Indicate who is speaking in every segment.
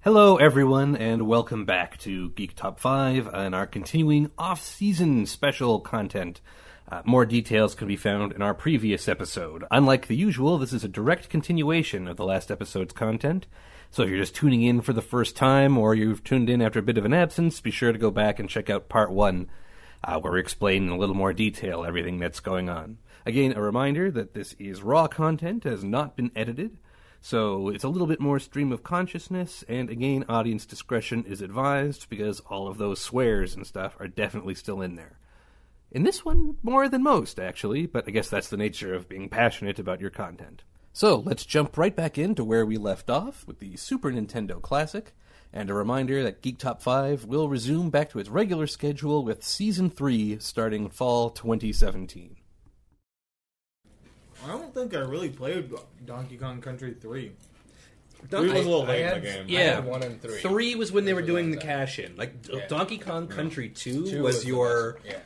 Speaker 1: Hello, everyone, and welcome back to Geek Top 5 and our continuing off season special content. Uh, more details can be found in our previous episode. Unlike the usual, this is a direct continuation of the last episode's content. So if you're just tuning in for the first time or you've tuned in after a bit of an absence, be sure to go back and check out part one, uh, where we explain in a little more detail everything that's going on. Again, a reminder that this is raw content, has not been edited. So it's a little bit more stream of consciousness, and again, audience discretion is advised because all of those swears and stuff are definitely still in there. In this one, more than most, actually, but I guess that's the nature of being passionate about your content. So let's jump right back into where we left off with the Super Nintendo Classic, and a reminder that Geek Top 5 will resume back to its regular schedule with Season 3 starting fall 2017.
Speaker 2: I don't think I really played Donkey Kong Country 3.
Speaker 3: Don-
Speaker 2: Three was a little
Speaker 3: I-
Speaker 2: late
Speaker 3: I
Speaker 2: in the
Speaker 3: had-
Speaker 2: game.
Speaker 3: I
Speaker 4: Yeah,
Speaker 3: had one and three.
Speaker 4: was when they were
Speaker 3: was
Speaker 4: doing the
Speaker 3: like that.
Speaker 4: cash in. Like Do-
Speaker 3: Yeah.
Speaker 4: Donkey Kong Country Two,
Speaker 3: Two
Speaker 4: was,
Speaker 3: the
Speaker 4: your
Speaker 3: best one.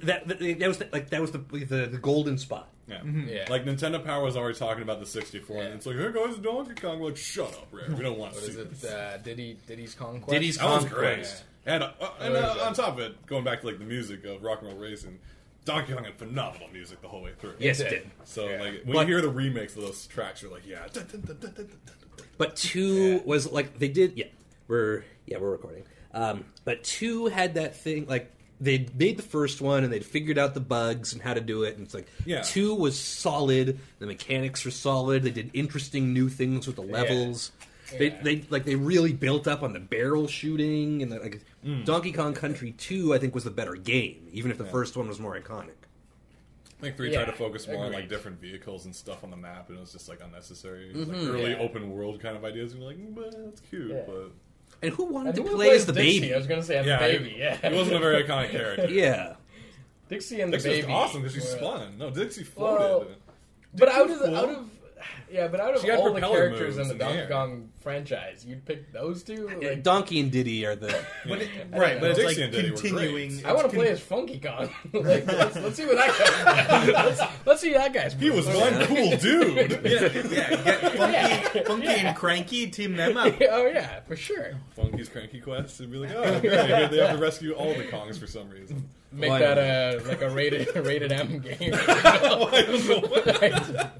Speaker 4: that, that that that was the, like that was the the, the golden spot.
Speaker 2: Yeah.
Speaker 3: Yeah.
Speaker 2: Like Nintendo Power was already talking about the 64, and it's like, here goes Donkey Kong. We're like, shut up, Rare. We don't want to
Speaker 3: What
Speaker 2: see
Speaker 3: is
Speaker 2: this.
Speaker 3: it? Uh, Diddy Diddy's Conquest.
Speaker 4: Diddy's
Speaker 2: That was
Speaker 4: Conquest.
Speaker 2: great. And, uh, and
Speaker 3: What
Speaker 2: uh,
Speaker 3: is it?
Speaker 2: on top of it, going back to like the music of Rock and Roll Racing, Donkey Kong had phenomenal music the whole way through.
Speaker 4: Yes, it did.
Speaker 2: So
Speaker 3: Yeah.
Speaker 2: like when
Speaker 4: But-
Speaker 2: you hear the remakes of those tracks, you're like, yeah. Dun, dun, dun, dun, dun, dun, dun, dun.
Speaker 4: But two
Speaker 3: Yeah.
Speaker 4: was like they did. Yeah, we're yeah we're recording. Um, but two had that thing like they made the first one and they'd figured out the bugs and how to do it. And it's like
Speaker 2: Yeah.
Speaker 4: two was solid. The mechanics were solid. They did interesting new things with the levels. They,
Speaker 3: Yeah.
Speaker 4: they like they really built up on the barrel shooting and the, like
Speaker 3: Mm.
Speaker 4: Donkey Kong Country Two I think was the better game even if the first one was more iconic.
Speaker 2: I think three
Speaker 3: Yeah,
Speaker 2: tried to focus more on like
Speaker 3: agreed.
Speaker 2: different vehicles and stuff on the map, and it was just like unnecessary. It was, like early
Speaker 3: Yeah.
Speaker 2: open world kind of ideas. And you're like, mm, well, that's cute,
Speaker 3: Mm-hmm. Yeah.
Speaker 2: but
Speaker 4: And who wanted
Speaker 3: And
Speaker 4: to
Speaker 3: who
Speaker 4: play as
Speaker 3: plays
Speaker 4: the
Speaker 3: Dixie?
Speaker 4: baby?
Speaker 3: I was gonna say as the baby.
Speaker 2: he-
Speaker 3: Yeah,
Speaker 2: he wasn't a very iconic character.
Speaker 4: Yeah.
Speaker 3: Dixie and the
Speaker 2: Dixie was
Speaker 3: baby.
Speaker 2: awesome because she
Speaker 3: were-
Speaker 2: spun. No, Dixie floated.
Speaker 3: Well, But
Speaker 2: Dixie
Speaker 3: out
Speaker 2: was
Speaker 3: of the,
Speaker 2: cool.
Speaker 3: out of yeah, but out of
Speaker 2: She had
Speaker 3: all the
Speaker 2: propeller
Speaker 3: characters
Speaker 2: moves
Speaker 3: in the
Speaker 2: in the
Speaker 3: Donkey
Speaker 2: air.
Speaker 3: Kong franchise, you'd pick those two. Like,
Speaker 4: Donkey and Diddy are the
Speaker 2: Yeah.
Speaker 5: Right, but it's
Speaker 2: Dixie
Speaker 5: like
Speaker 2: and Diddy were great.
Speaker 5: continuing.
Speaker 3: I want to play as Funky Kong. like, let's, let's see what that guy. let's, let's see that guy's. Oh,
Speaker 2: he was one cool dude.
Speaker 5: yeah, get funky,
Speaker 3: Yeah.
Speaker 5: funky and cranky. Team them up.
Speaker 3: Oh yeah, for sure.
Speaker 2: Funky's Cranky Quest. It'd be like, oh, okay. they have to rescue all the Kongs for some reason.
Speaker 3: Make
Speaker 4: Why
Speaker 3: that uh, like a rated rated M game.
Speaker 2: I don't know why.
Speaker 3: I don't know.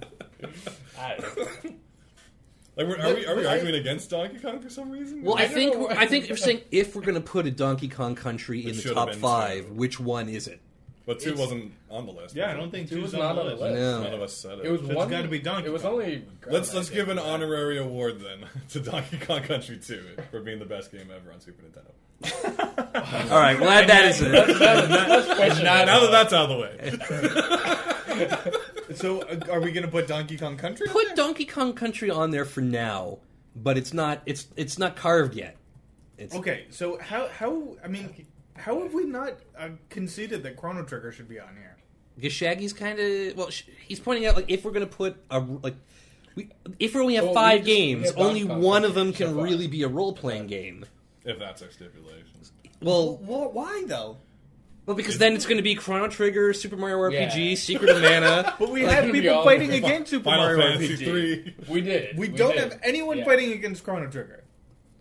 Speaker 2: Like, we're- are we are we arguing against Donkey Kong for some reason?
Speaker 4: Well, I,
Speaker 3: I don't
Speaker 4: think
Speaker 3: know why.
Speaker 4: I think you're saying if we're going to put a Donkey Kong Country in
Speaker 2: It
Speaker 4: the
Speaker 2: should've
Speaker 4: top
Speaker 2: been
Speaker 4: five,
Speaker 2: two.
Speaker 4: which one is it?
Speaker 2: but two
Speaker 3: it's-
Speaker 2: wasn't on the list.
Speaker 5: Yeah,
Speaker 2: was
Speaker 5: I
Speaker 2: it?
Speaker 5: don't think
Speaker 3: Two
Speaker 5: two's
Speaker 3: was
Speaker 5: on
Speaker 3: not
Speaker 5: the
Speaker 3: on the
Speaker 5: list.
Speaker 3: list.
Speaker 4: No.
Speaker 2: none of us said it.
Speaker 3: It was
Speaker 5: It's
Speaker 3: one.
Speaker 5: gotta be Donkey
Speaker 3: It was
Speaker 5: Kong.
Speaker 3: only.
Speaker 2: Let's let's give an honorary award then to Donkey Kong Country 2 for being the best game ever on Super Nintendo.
Speaker 4: All right, well add that as a
Speaker 2: Now, now that that's out of the way,
Speaker 5: So, uh, are we gonna put Donkey Kong Country?
Speaker 4: put Donkey Kong Country on there for now, but it's not it's it's not carved yet. It's,
Speaker 5: Okay, so how how I mean, how have we not uh, conceded that Chrono Trigger should be on here?
Speaker 4: Because Shaggy's kind of well, sh- he's pointing out like if we're going to put a like. We, if we only have
Speaker 3: Well, we
Speaker 4: five
Speaker 3: just- we
Speaker 4: games,
Speaker 3: have Donkey
Speaker 4: only
Speaker 3: Kong
Speaker 4: one
Speaker 3: Country
Speaker 4: of them
Speaker 3: so
Speaker 4: can
Speaker 3: far.
Speaker 4: really be a role-playing game.
Speaker 2: if that's our stipulation.
Speaker 4: Well,
Speaker 5: why though?
Speaker 4: Well, because then it's going to be Chrono Trigger, Super Mario RPG,
Speaker 3: Yeah.
Speaker 4: Secret of Mana.
Speaker 5: But we
Speaker 3: Like,
Speaker 5: had
Speaker 3: it'd be
Speaker 5: people
Speaker 3: all-
Speaker 5: fighting against Super
Speaker 2: Final
Speaker 5: Mario
Speaker 2: Fantasy
Speaker 5: RPG.
Speaker 2: three.
Speaker 3: We did.
Speaker 5: We don't
Speaker 3: did.
Speaker 5: have anyone
Speaker 3: Yeah.
Speaker 5: fighting against Chrono Trigger.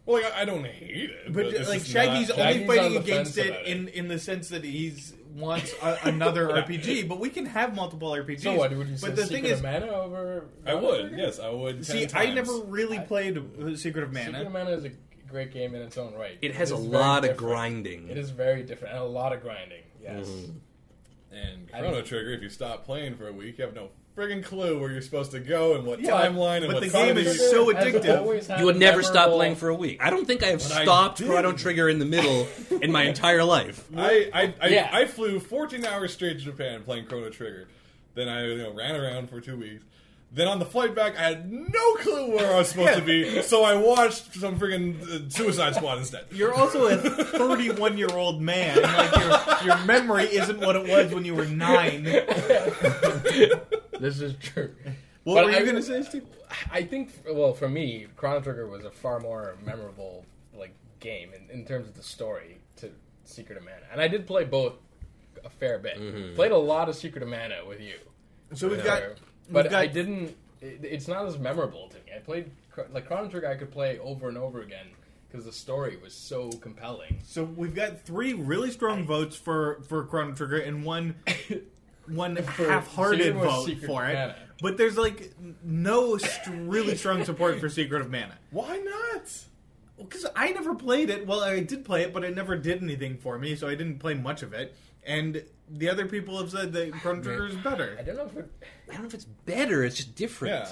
Speaker 2: Well, like, I I don't hate it,
Speaker 5: But,
Speaker 2: but, it's
Speaker 5: like
Speaker 2: just
Speaker 5: Shaggy's
Speaker 2: not,
Speaker 5: only
Speaker 3: Shaggy's on
Speaker 5: fighting
Speaker 3: the
Speaker 5: against
Speaker 3: fence
Speaker 5: it,
Speaker 3: about it.
Speaker 5: in in the sense that he's wants a, another RPG. But we can have multiple RPGs.
Speaker 3: So what would you say?
Speaker 5: but the
Speaker 3: Secret
Speaker 5: thing is,
Speaker 3: of Mana over?
Speaker 2: I would, yes, I would.
Speaker 5: see,
Speaker 2: 10
Speaker 5: I
Speaker 2: times.
Speaker 5: never really played uh, Secret of
Speaker 3: Secret
Speaker 5: Mana.
Speaker 3: of Mana is a great game in its own right.
Speaker 4: It has a
Speaker 3: is very
Speaker 4: lot of
Speaker 3: different.
Speaker 4: grinding.
Speaker 3: It is very different and a lot of grinding. Yes.
Speaker 4: Mm-hmm.
Speaker 2: And
Speaker 3: I
Speaker 2: Chrono
Speaker 3: don't-
Speaker 2: Trigger, if you stop playing for a week, you have no friggin' clue where you're supposed to go and what
Speaker 5: Yeah,
Speaker 2: timeline and
Speaker 5: but
Speaker 2: what
Speaker 5: the
Speaker 2: card
Speaker 5: game
Speaker 2: you-
Speaker 5: is so
Speaker 3: Has
Speaker 5: addictive.
Speaker 3: always had
Speaker 4: You would never stop
Speaker 3: memorable-
Speaker 4: playing for a week. I don't think I have
Speaker 2: I
Speaker 4: stopped
Speaker 2: did.
Speaker 4: Chrono Trigger in the middle in my entire life.
Speaker 2: I I, I,
Speaker 3: Yeah.
Speaker 2: I flew 14 hours straight to Japan playing Chrono Trigger. Then I you know, ran around for two weeks. Then on the flight back, I had no clue where I was supposed to be, so I watched some friggin' uh, Suicide Squad instead.
Speaker 5: You're also a 31 year old man. Like your, your memory isn't what it was when you were nine.
Speaker 3: This is true.
Speaker 5: What
Speaker 3: But
Speaker 5: were you
Speaker 3: I-
Speaker 5: gonna say, Steve?
Speaker 3: I think, well, for me, Chrono Trigger was a far more memorable like game in, in terms of the story to Secret of Mana, and I did play both a
Speaker 4: Mm-hmm.
Speaker 3: fair bit. Played a lot of Secret of Mana with you.
Speaker 5: So we've got,
Speaker 3: but
Speaker 5: we've got
Speaker 3: I didn't. it, it's not as memorable to me. I played Chro- like Chrono Trigger. I could play over and over again because the story was so compelling.
Speaker 5: So we've got three really strong votes for for Chrono Trigger and one one half-hearted
Speaker 3: Secret of
Speaker 5: vote
Speaker 3: Secret
Speaker 5: for it.
Speaker 3: Mana.
Speaker 5: But there's like no st- really strong support for Secret of Mana
Speaker 2: Why not?
Speaker 5: because I never played it. Well, I did play it, but it never did anything for me, so I didn't play much of it. And the other people have said that Chrono Trigger is
Speaker 3: I
Speaker 5: better.
Speaker 3: don't know if it,
Speaker 4: I don't know if it's better. It's just different.
Speaker 2: Yeah.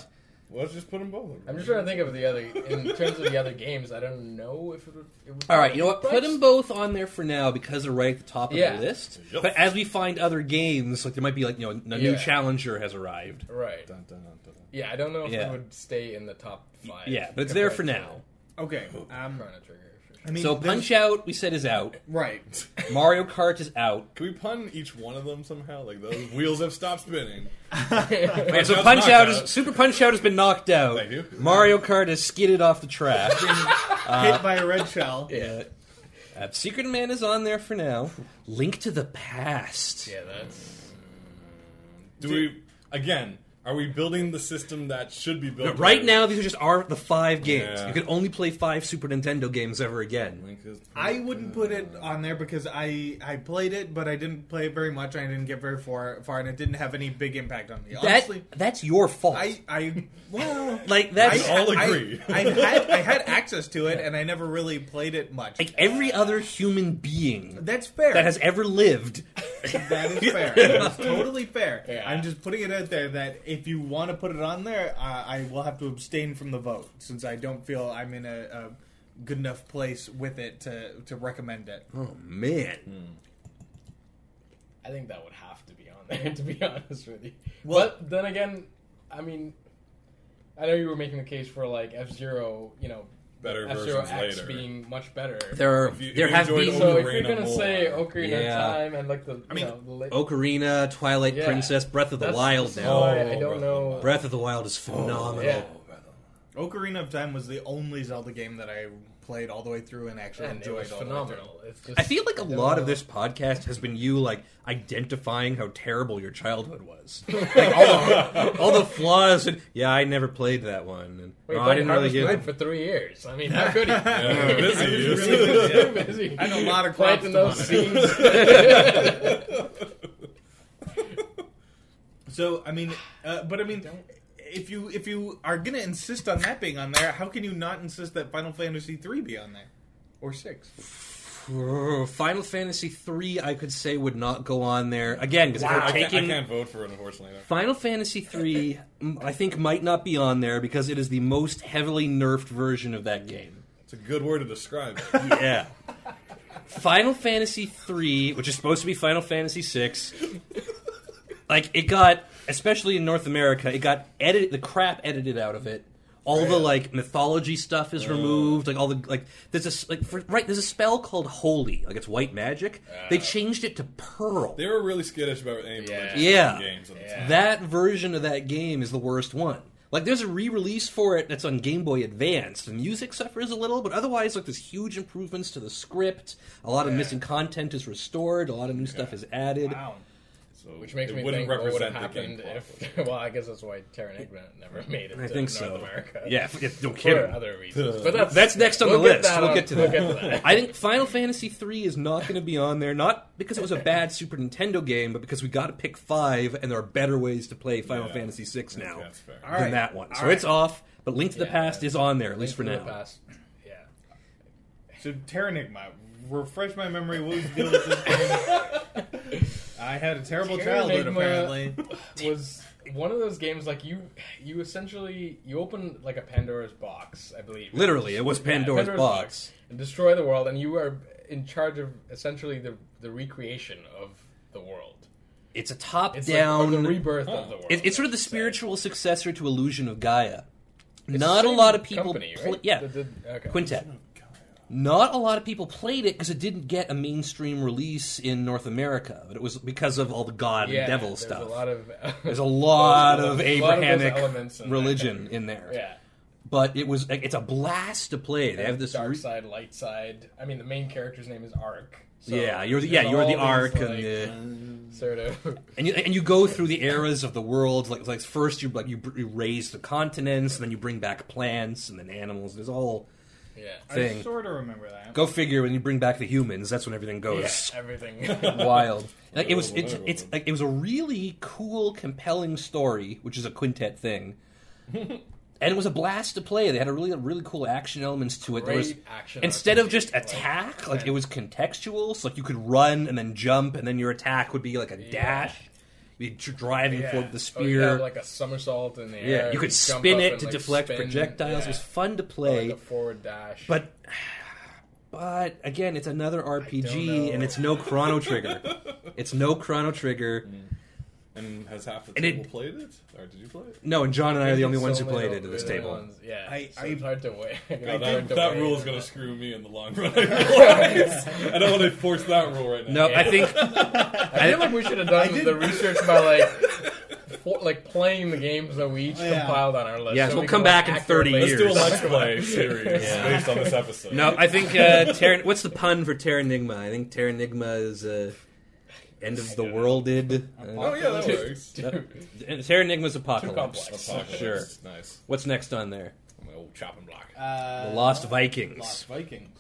Speaker 2: Well, let's just put them both.
Speaker 3: I'm just trying to think of the other in terms of the other games. I don't know if it would. It would
Speaker 4: All right, you know what? Put
Speaker 3: Perhaps-
Speaker 4: them both on there for now because they're right at the top of
Speaker 3: Yeah.
Speaker 4: the list.
Speaker 2: Yep.
Speaker 4: But as we find other games, like there might be like you know a new
Speaker 3: Yeah.
Speaker 4: challenger has arrived.
Speaker 3: Right.
Speaker 2: Dun, dun, dun, dun, dun.
Speaker 3: Yeah, I don't know if
Speaker 4: Yeah.
Speaker 3: it would stay in the top five.
Speaker 4: Yeah, but it's there
Speaker 3: compared
Speaker 4: for
Speaker 3: to
Speaker 4: now.
Speaker 5: Okay, um,
Speaker 3: Chrono Trigger. for sure.
Speaker 5: I mean,
Speaker 4: So
Speaker 5: there's-
Speaker 4: Punch Out, we said is out.
Speaker 5: right.
Speaker 4: Mario Kart is out.
Speaker 2: Can we pun each one of them somehow? Like those wheels have stopped spinning.
Speaker 4: Okay, so
Speaker 2: Out's
Speaker 4: Punch
Speaker 2: knocked
Speaker 4: Out
Speaker 2: out.
Speaker 4: is Super Punch Out has been knocked out.
Speaker 2: Thank you.
Speaker 4: Mario Kart has skidded off the track.
Speaker 3: Uh,
Speaker 5: hit by a red shell.
Speaker 4: yeah. Uh, Secret Man is on there for now. Link to the Past.
Speaker 3: Yeah, that's.
Speaker 2: Do we again? Are we building the system that should be built
Speaker 4: But right now, these are just our the five games.
Speaker 2: Yeah.
Speaker 4: You can only play five Super Nintendo games ever again.
Speaker 2: Link is-
Speaker 5: I wouldn't put it on there because I I played it, but I didn't play it very much. and I didn't get very far, far, and it didn't have any big impact on me. Honestly,
Speaker 4: that that's your fault.
Speaker 5: I I well,
Speaker 4: like
Speaker 5: I,
Speaker 4: that's
Speaker 2: all
Speaker 5: I-
Speaker 2: agree.
Speaker 5: I, had I had access to it, and I never really played it much.
Speaker 4: like every other human being
Speaker 5: That's fair.
Speaker 4: that has ever lived.
Speaker 5: that is fair. That's totally fair.
Speaker 3: Yeah.
Speaker 5: I'm just putting it out there that if you want to put it on there, uh, I will have to abstain from the vote since I don't feel I'm in a, a good enough place with it to to recommend it.
Speaker 4: Oh
Speaker 2: Hmm.
Speaker 4: man,
Speaker 3: I think that would have to be on there, to be honest with you.
Speaker 5: Well-
Speaker 3: but then again, I mean, I know you were making the case for like F Zero, you know,
Speaker 2: better
Speaker 3: F Zero
Speaker 2: versions
Speaker 3: X
Speaker 2: later.
Speaker 3: being much better.
Speaker 4: there are,
Speaker 2: If you- if
Speaker 4: there
Speaker 2: you
Speaker 4: have
Speaker 2: enjoyed
Speaker 4: been
Speaker 3: so if
Speaker 2: Ocarina
Speaker 3: you're gonna
Speaker 2: more.
Speaker 3: say Ocarina
Speaker 4: Yeah.
Speaker 3: of Time and like the, you
Speaker 5: mean,
Speaker 3: know, the late,
Speaker 4: Ocarina, Twilight
Speaker 3: Yeah.
Speaker 4: Princess, Breath of the
Speaker 3: that's-
Speaker 4: Wild.
Speaker 3: this is
Speaker 4: Now,
Speaker 2: all-
Speaker 3: why I
Speaker 2: Oh,
Speaker 3: don't know.
Speaker 4: Breath of the Wild is phenomenal.
Speaker 3: yeah.
Speaker 5: Ocarina of Time was the only Zelda game that I played all the way through and actually
Speaker 3: And it
Speaker 5: enjoyed.
Speaker 3: was
Speaker 5: all the way
Speaker 3: phenomenal. It's just
Speaker 4: I feel like a
Speaker 3: don't
Speaker 4: lot
Speaker 3: know.
Speaker 4: of this podcast has been you like identifying how terrible your childhood was, like all the, all the flaws. And yeah, I never played that one. And,
Speaker 3: Wait,
Speaker 4: no,
Speaker 3: but
Speaker 4: I didn't really
Speaker 3: Harvest Moon
Speaker 4: get.
Speaker 3: for three years. I mean, how could he?
Speaker 2: Yeah, busy.
Speaker 3: really busy.
Speaker 5: I know a lot of crops
Speaker 3: planting
Speaker 5: to
Speaker 3: those
Speaker 5: monitor.
Speaker 3: seeds.
Speaker 5: So I mean, uh, but I mean,
Speaker 3: Don't-
Speaker 5: if you if you are gonna insist on that being on there, how can you not insist that Final Fantasy three be on there or six?
Speaker 4: Final Fantasy III, I could say would not go on there again because
Speaker 2: I,
Speaker 4: if we're
Speaker 2: can't, I
Speaker 4: taking
Speaker 2: can't vote for it, unfortunately.
Speaker 4: Final Fantasy III, m- I think, might not be on there because it is the most heavily nerfed version of that game.
Speaker 2: It's a good word to describe. it.
Speaker 4: Yeah. Final Fantasy III, which is supposed to be Final Fantasy VI, like it got, especially in North America, it got edit the crap edited out of it. All the like mythology stuff is removed. Like all the like, there's a s- like for, right. There's a spell called Holy, like it's white magic. They changed it to Pearl.
Speaker 2: They were really skittish about any
Speaker 3: Yeah.
Speaker 2: purchase
Speaker 4: Yeah.
Speaker 2: games at the
Speaker 3: Yeah.
Speaker 2: time.
Speaker 4: That version of that game is the worst one. Like, there's a re-release for it that's on Game Boy Advance. The music suffers a little, but otherwise, like, there's huge improvements to the script. A lot of missing content is restored. A lot of new stuff is added.
Speaker 5: Wow.
Speaker 2: So
Speaker 3: Which makes
Speaker 2: it
Speaker 3: me
Speaker 2: wouldn't
Speaker 3: think what would have
Speaker 2: represent the game
Speaker 3: happened
Speaker 2: plot.
Speaker 3: if. Well, I guess that's why Terran Eggman never made it
Speaker 4: I
Speaker 3: to
Speaker 4: think
Speaker 3: North
Speaker 4: so.
Speaker 3: America.
Speaker 4: Yeah, f- yeah, don't
Speaker 3: For
Speaker 4: kid me.
Speaker 3: other reasons. But that's,
Speaker 4: That's next on
Speaker 3: we'll
Speaker 4: the
Speaker 3: get
Speaker 4: list.
Speaker 3: that
Speaker 4: we'll
Speaker 3: on-
Speaker 4: get to
Speaker 3: we'll
Speaker 4: that.
Speaker 3: get to that.
Speaker 4: I think Final Fantasy III is not going to be on there, not because it was a bad Super Nintendo game, but because we got to pick five, and there are better ways to play Final
Speaker 2: Yeah.
Speaker 4: Fantasy VI now
Speaker 2: that's fair.
Speaker 4: than
Speaker 5: All right.
Speaker 4: that one. So
Speaker 5: All right.
Speaker 4: it's off, but Link to the
Speaker 3: Yeah.
Speaker 4: Past is on there, at least for
Speaker 3: Into
Speaker 4: now.
Speaker 3: the past. Yeah.
Speaker 5: So Terranigma, refresh my memory. What was the deal with this game? I had a terrible childhood,
Speaker 3: Terranigma-
Speaker 5: apparently.
Speaker 3: was one of those games like you you essentially you open like a Pandora's box, I believe.
Speaker 4: Literally, it was
Speaker 3: Yeah,
Speaker 4: Pandora's box.
Speaker 3: and destroy the world, and you are in charge of essentially the the recreation of the world.
Speaker 4: It's a top
Speaker 3: It's
Speaker 4: down.
Speaker 3: like, or the rebirth of the world.
Speaker 4: it- it's sort of the
Speaker 3: I'd say.
Speaker 4: spiritual successor to Illusion of Gaia.
Speaker 3: It's the
Speaker 4: Not a
Speaker 3: same
Speaker 4: lot of people.
Speaker 3: company,
Speaker 4: pla-
Speaker 3: right?
Speaker 4: yeah,
Speaker 3: The- the- okay.
Speaker 4: Quintet. Not a lot of people played it because it didn't get a mainstream release in North America. But it was because of all the god
Speaker 3: Yeah,
Speaker 4: and devil
Speaker 3: there's
Speaker 4: stuff.
Speaker 3: A lot of
Speaker 4: there's a lot
Speaker 3: a lot
Speaker 4: of
Speaker 3: of those
Speaker 4: Abrahamic
Speaker 3: elements in there.
Speaker 4: religion in there.
Speaker 3: yeah.
Speaker 4: But it was it's a blast to play. They have this
Speaker 3: dark
Speaker 4: re-
Speaker 3: side, light side. I mean, the main character's name is Ark. so
Speaker 4: yeah, you're the,
Speaker 3: there's
Speaker 4: yeah, you're
Speaker 3: all
Speaker 4: the
Speaker 3: these,
Speaker 4: arc
Speaker 3: like,
Speaker 4: and the
Speaker 3: sort of.
Speaker 4: and you, and you go through the eras of the world. Like like first you like you, br- you raise the continents, and then you bring back plants, and then animals. There's all
Speaker 3: Yeah,
Speaker 5: I
Speaker 4: thing.
Speaker 5: sort of remember that.
Speaker 4: Go figure. When you bring back the humans, that's when everything
Speaker 3: yeah,
Speaker 4: goes
Speaker 3: everything.
Speaker 4: wild. Like it was,
Speaker 2: Whoa,
Speaker 4: it's,
Speaker 2: whoa.
Speaker 4: it's like it was a really cool, compelling story, which is a quintet thing. And it was a blast to play. They had a really, really cool action elements to it. There was,
Speaker 3: Great action
Speaker 4: instead of
Speaker 3: RPG,
Speaker 4: just
Speaker 3: like,
Speaker 4: attack, like it was contextual. So like you could run and then jump, and then your attack would be like a dash. You'd be driving
Speaker 5: Yeah.
Speaker 4: for the
Speaker 3: Oh, you
Speaker 4: spear.
Speaker 3: have like a somersault in the air.
Speaker 4: yeah, you could
Speaker 3: jump
Speaker 4: spin
Speaker 3: up
Speaker 4: it
Speaker 3: and,
Speaker 4: to
Speaker 3: like,
Speaker 4: deflect
Speaker 3: spin,
Speaker 4: projectiles. It
Speaker 3: yeah,
Speaker 4: was fun to
Speaker 3: or,
Speaker 4: play.
Speaker 3: Like a forward dash.
Speaker 4: But but again, it's another RPG
Speaker 3: know.
Speaker 4: and it's no Chrono Trigger. it's no Chrono Trigger.
Speaker 2: And has half the
Speaker 4: And it-
Speaker 2: table played it? Or did you play it?
Speaker 4: No, and John and I are the only
Speaker 3: So
Speaker 4: ones who played
Speaker 3: little-
Speaker 4: it at this
Speaker 3: really
Speaker 4: table.
Speaker 3: ones- Yeah,
Speaker 5: I-
Speaker 3: so
Speaker 5: I-
Speaker 3: it's hard to weigh.
Speaker 2: God, that
Speaker 3: hard to
Speaker 2: that
Speaker 3: weigh
Speaker 2: rule is
Speaker 3: in
Speaker 2: going to
Speaker 3: that.
Speaker 2: screw me in the long run. I realize. I don't want to force that rule right now.
Speaker 4: No, I think
Speaker 3: I feel like we should have done the research by like. For, like playing the games that we each
Speaker 5: Yeah.
Speaker 3: compiled on our list.
Speaker 4: Yes,
Speaker 3: so
Speaker 4: we'll
Speaker 3: we
Speaker 4: come
Speaker 3: can,
Speaker 4: back in
Speaker 3: like, accurately
Speaker 4: 30
Speaker 2: Let's do a
Speaker 4: years.
Speaker 2: let's play series
Speaker 4: Yeah.
Speaker 2: based on this episode.
Speaker 4: no, I think uh, Terran. What's the pun for Terranigma? I think Terranigma is uh, end of the worlded.
Speaker 2: Oh
Speaker 4: Uh,
Speaker 2: yeah, that works.
Speaker 3: Dude,
Speaker 4: Terranigma's apocalypse.
Speaker 3: complex.
Speaker 2: Apocalypse.
Speaker 4: Sure.
Speaker 2: Nice.
Speaker 4: What's next on there?
Speaker 2: My old chopping block.
Speaker 5: Uh,
Speaker 4: The Lost Vikings.
Speaker 5: Lost Vikings.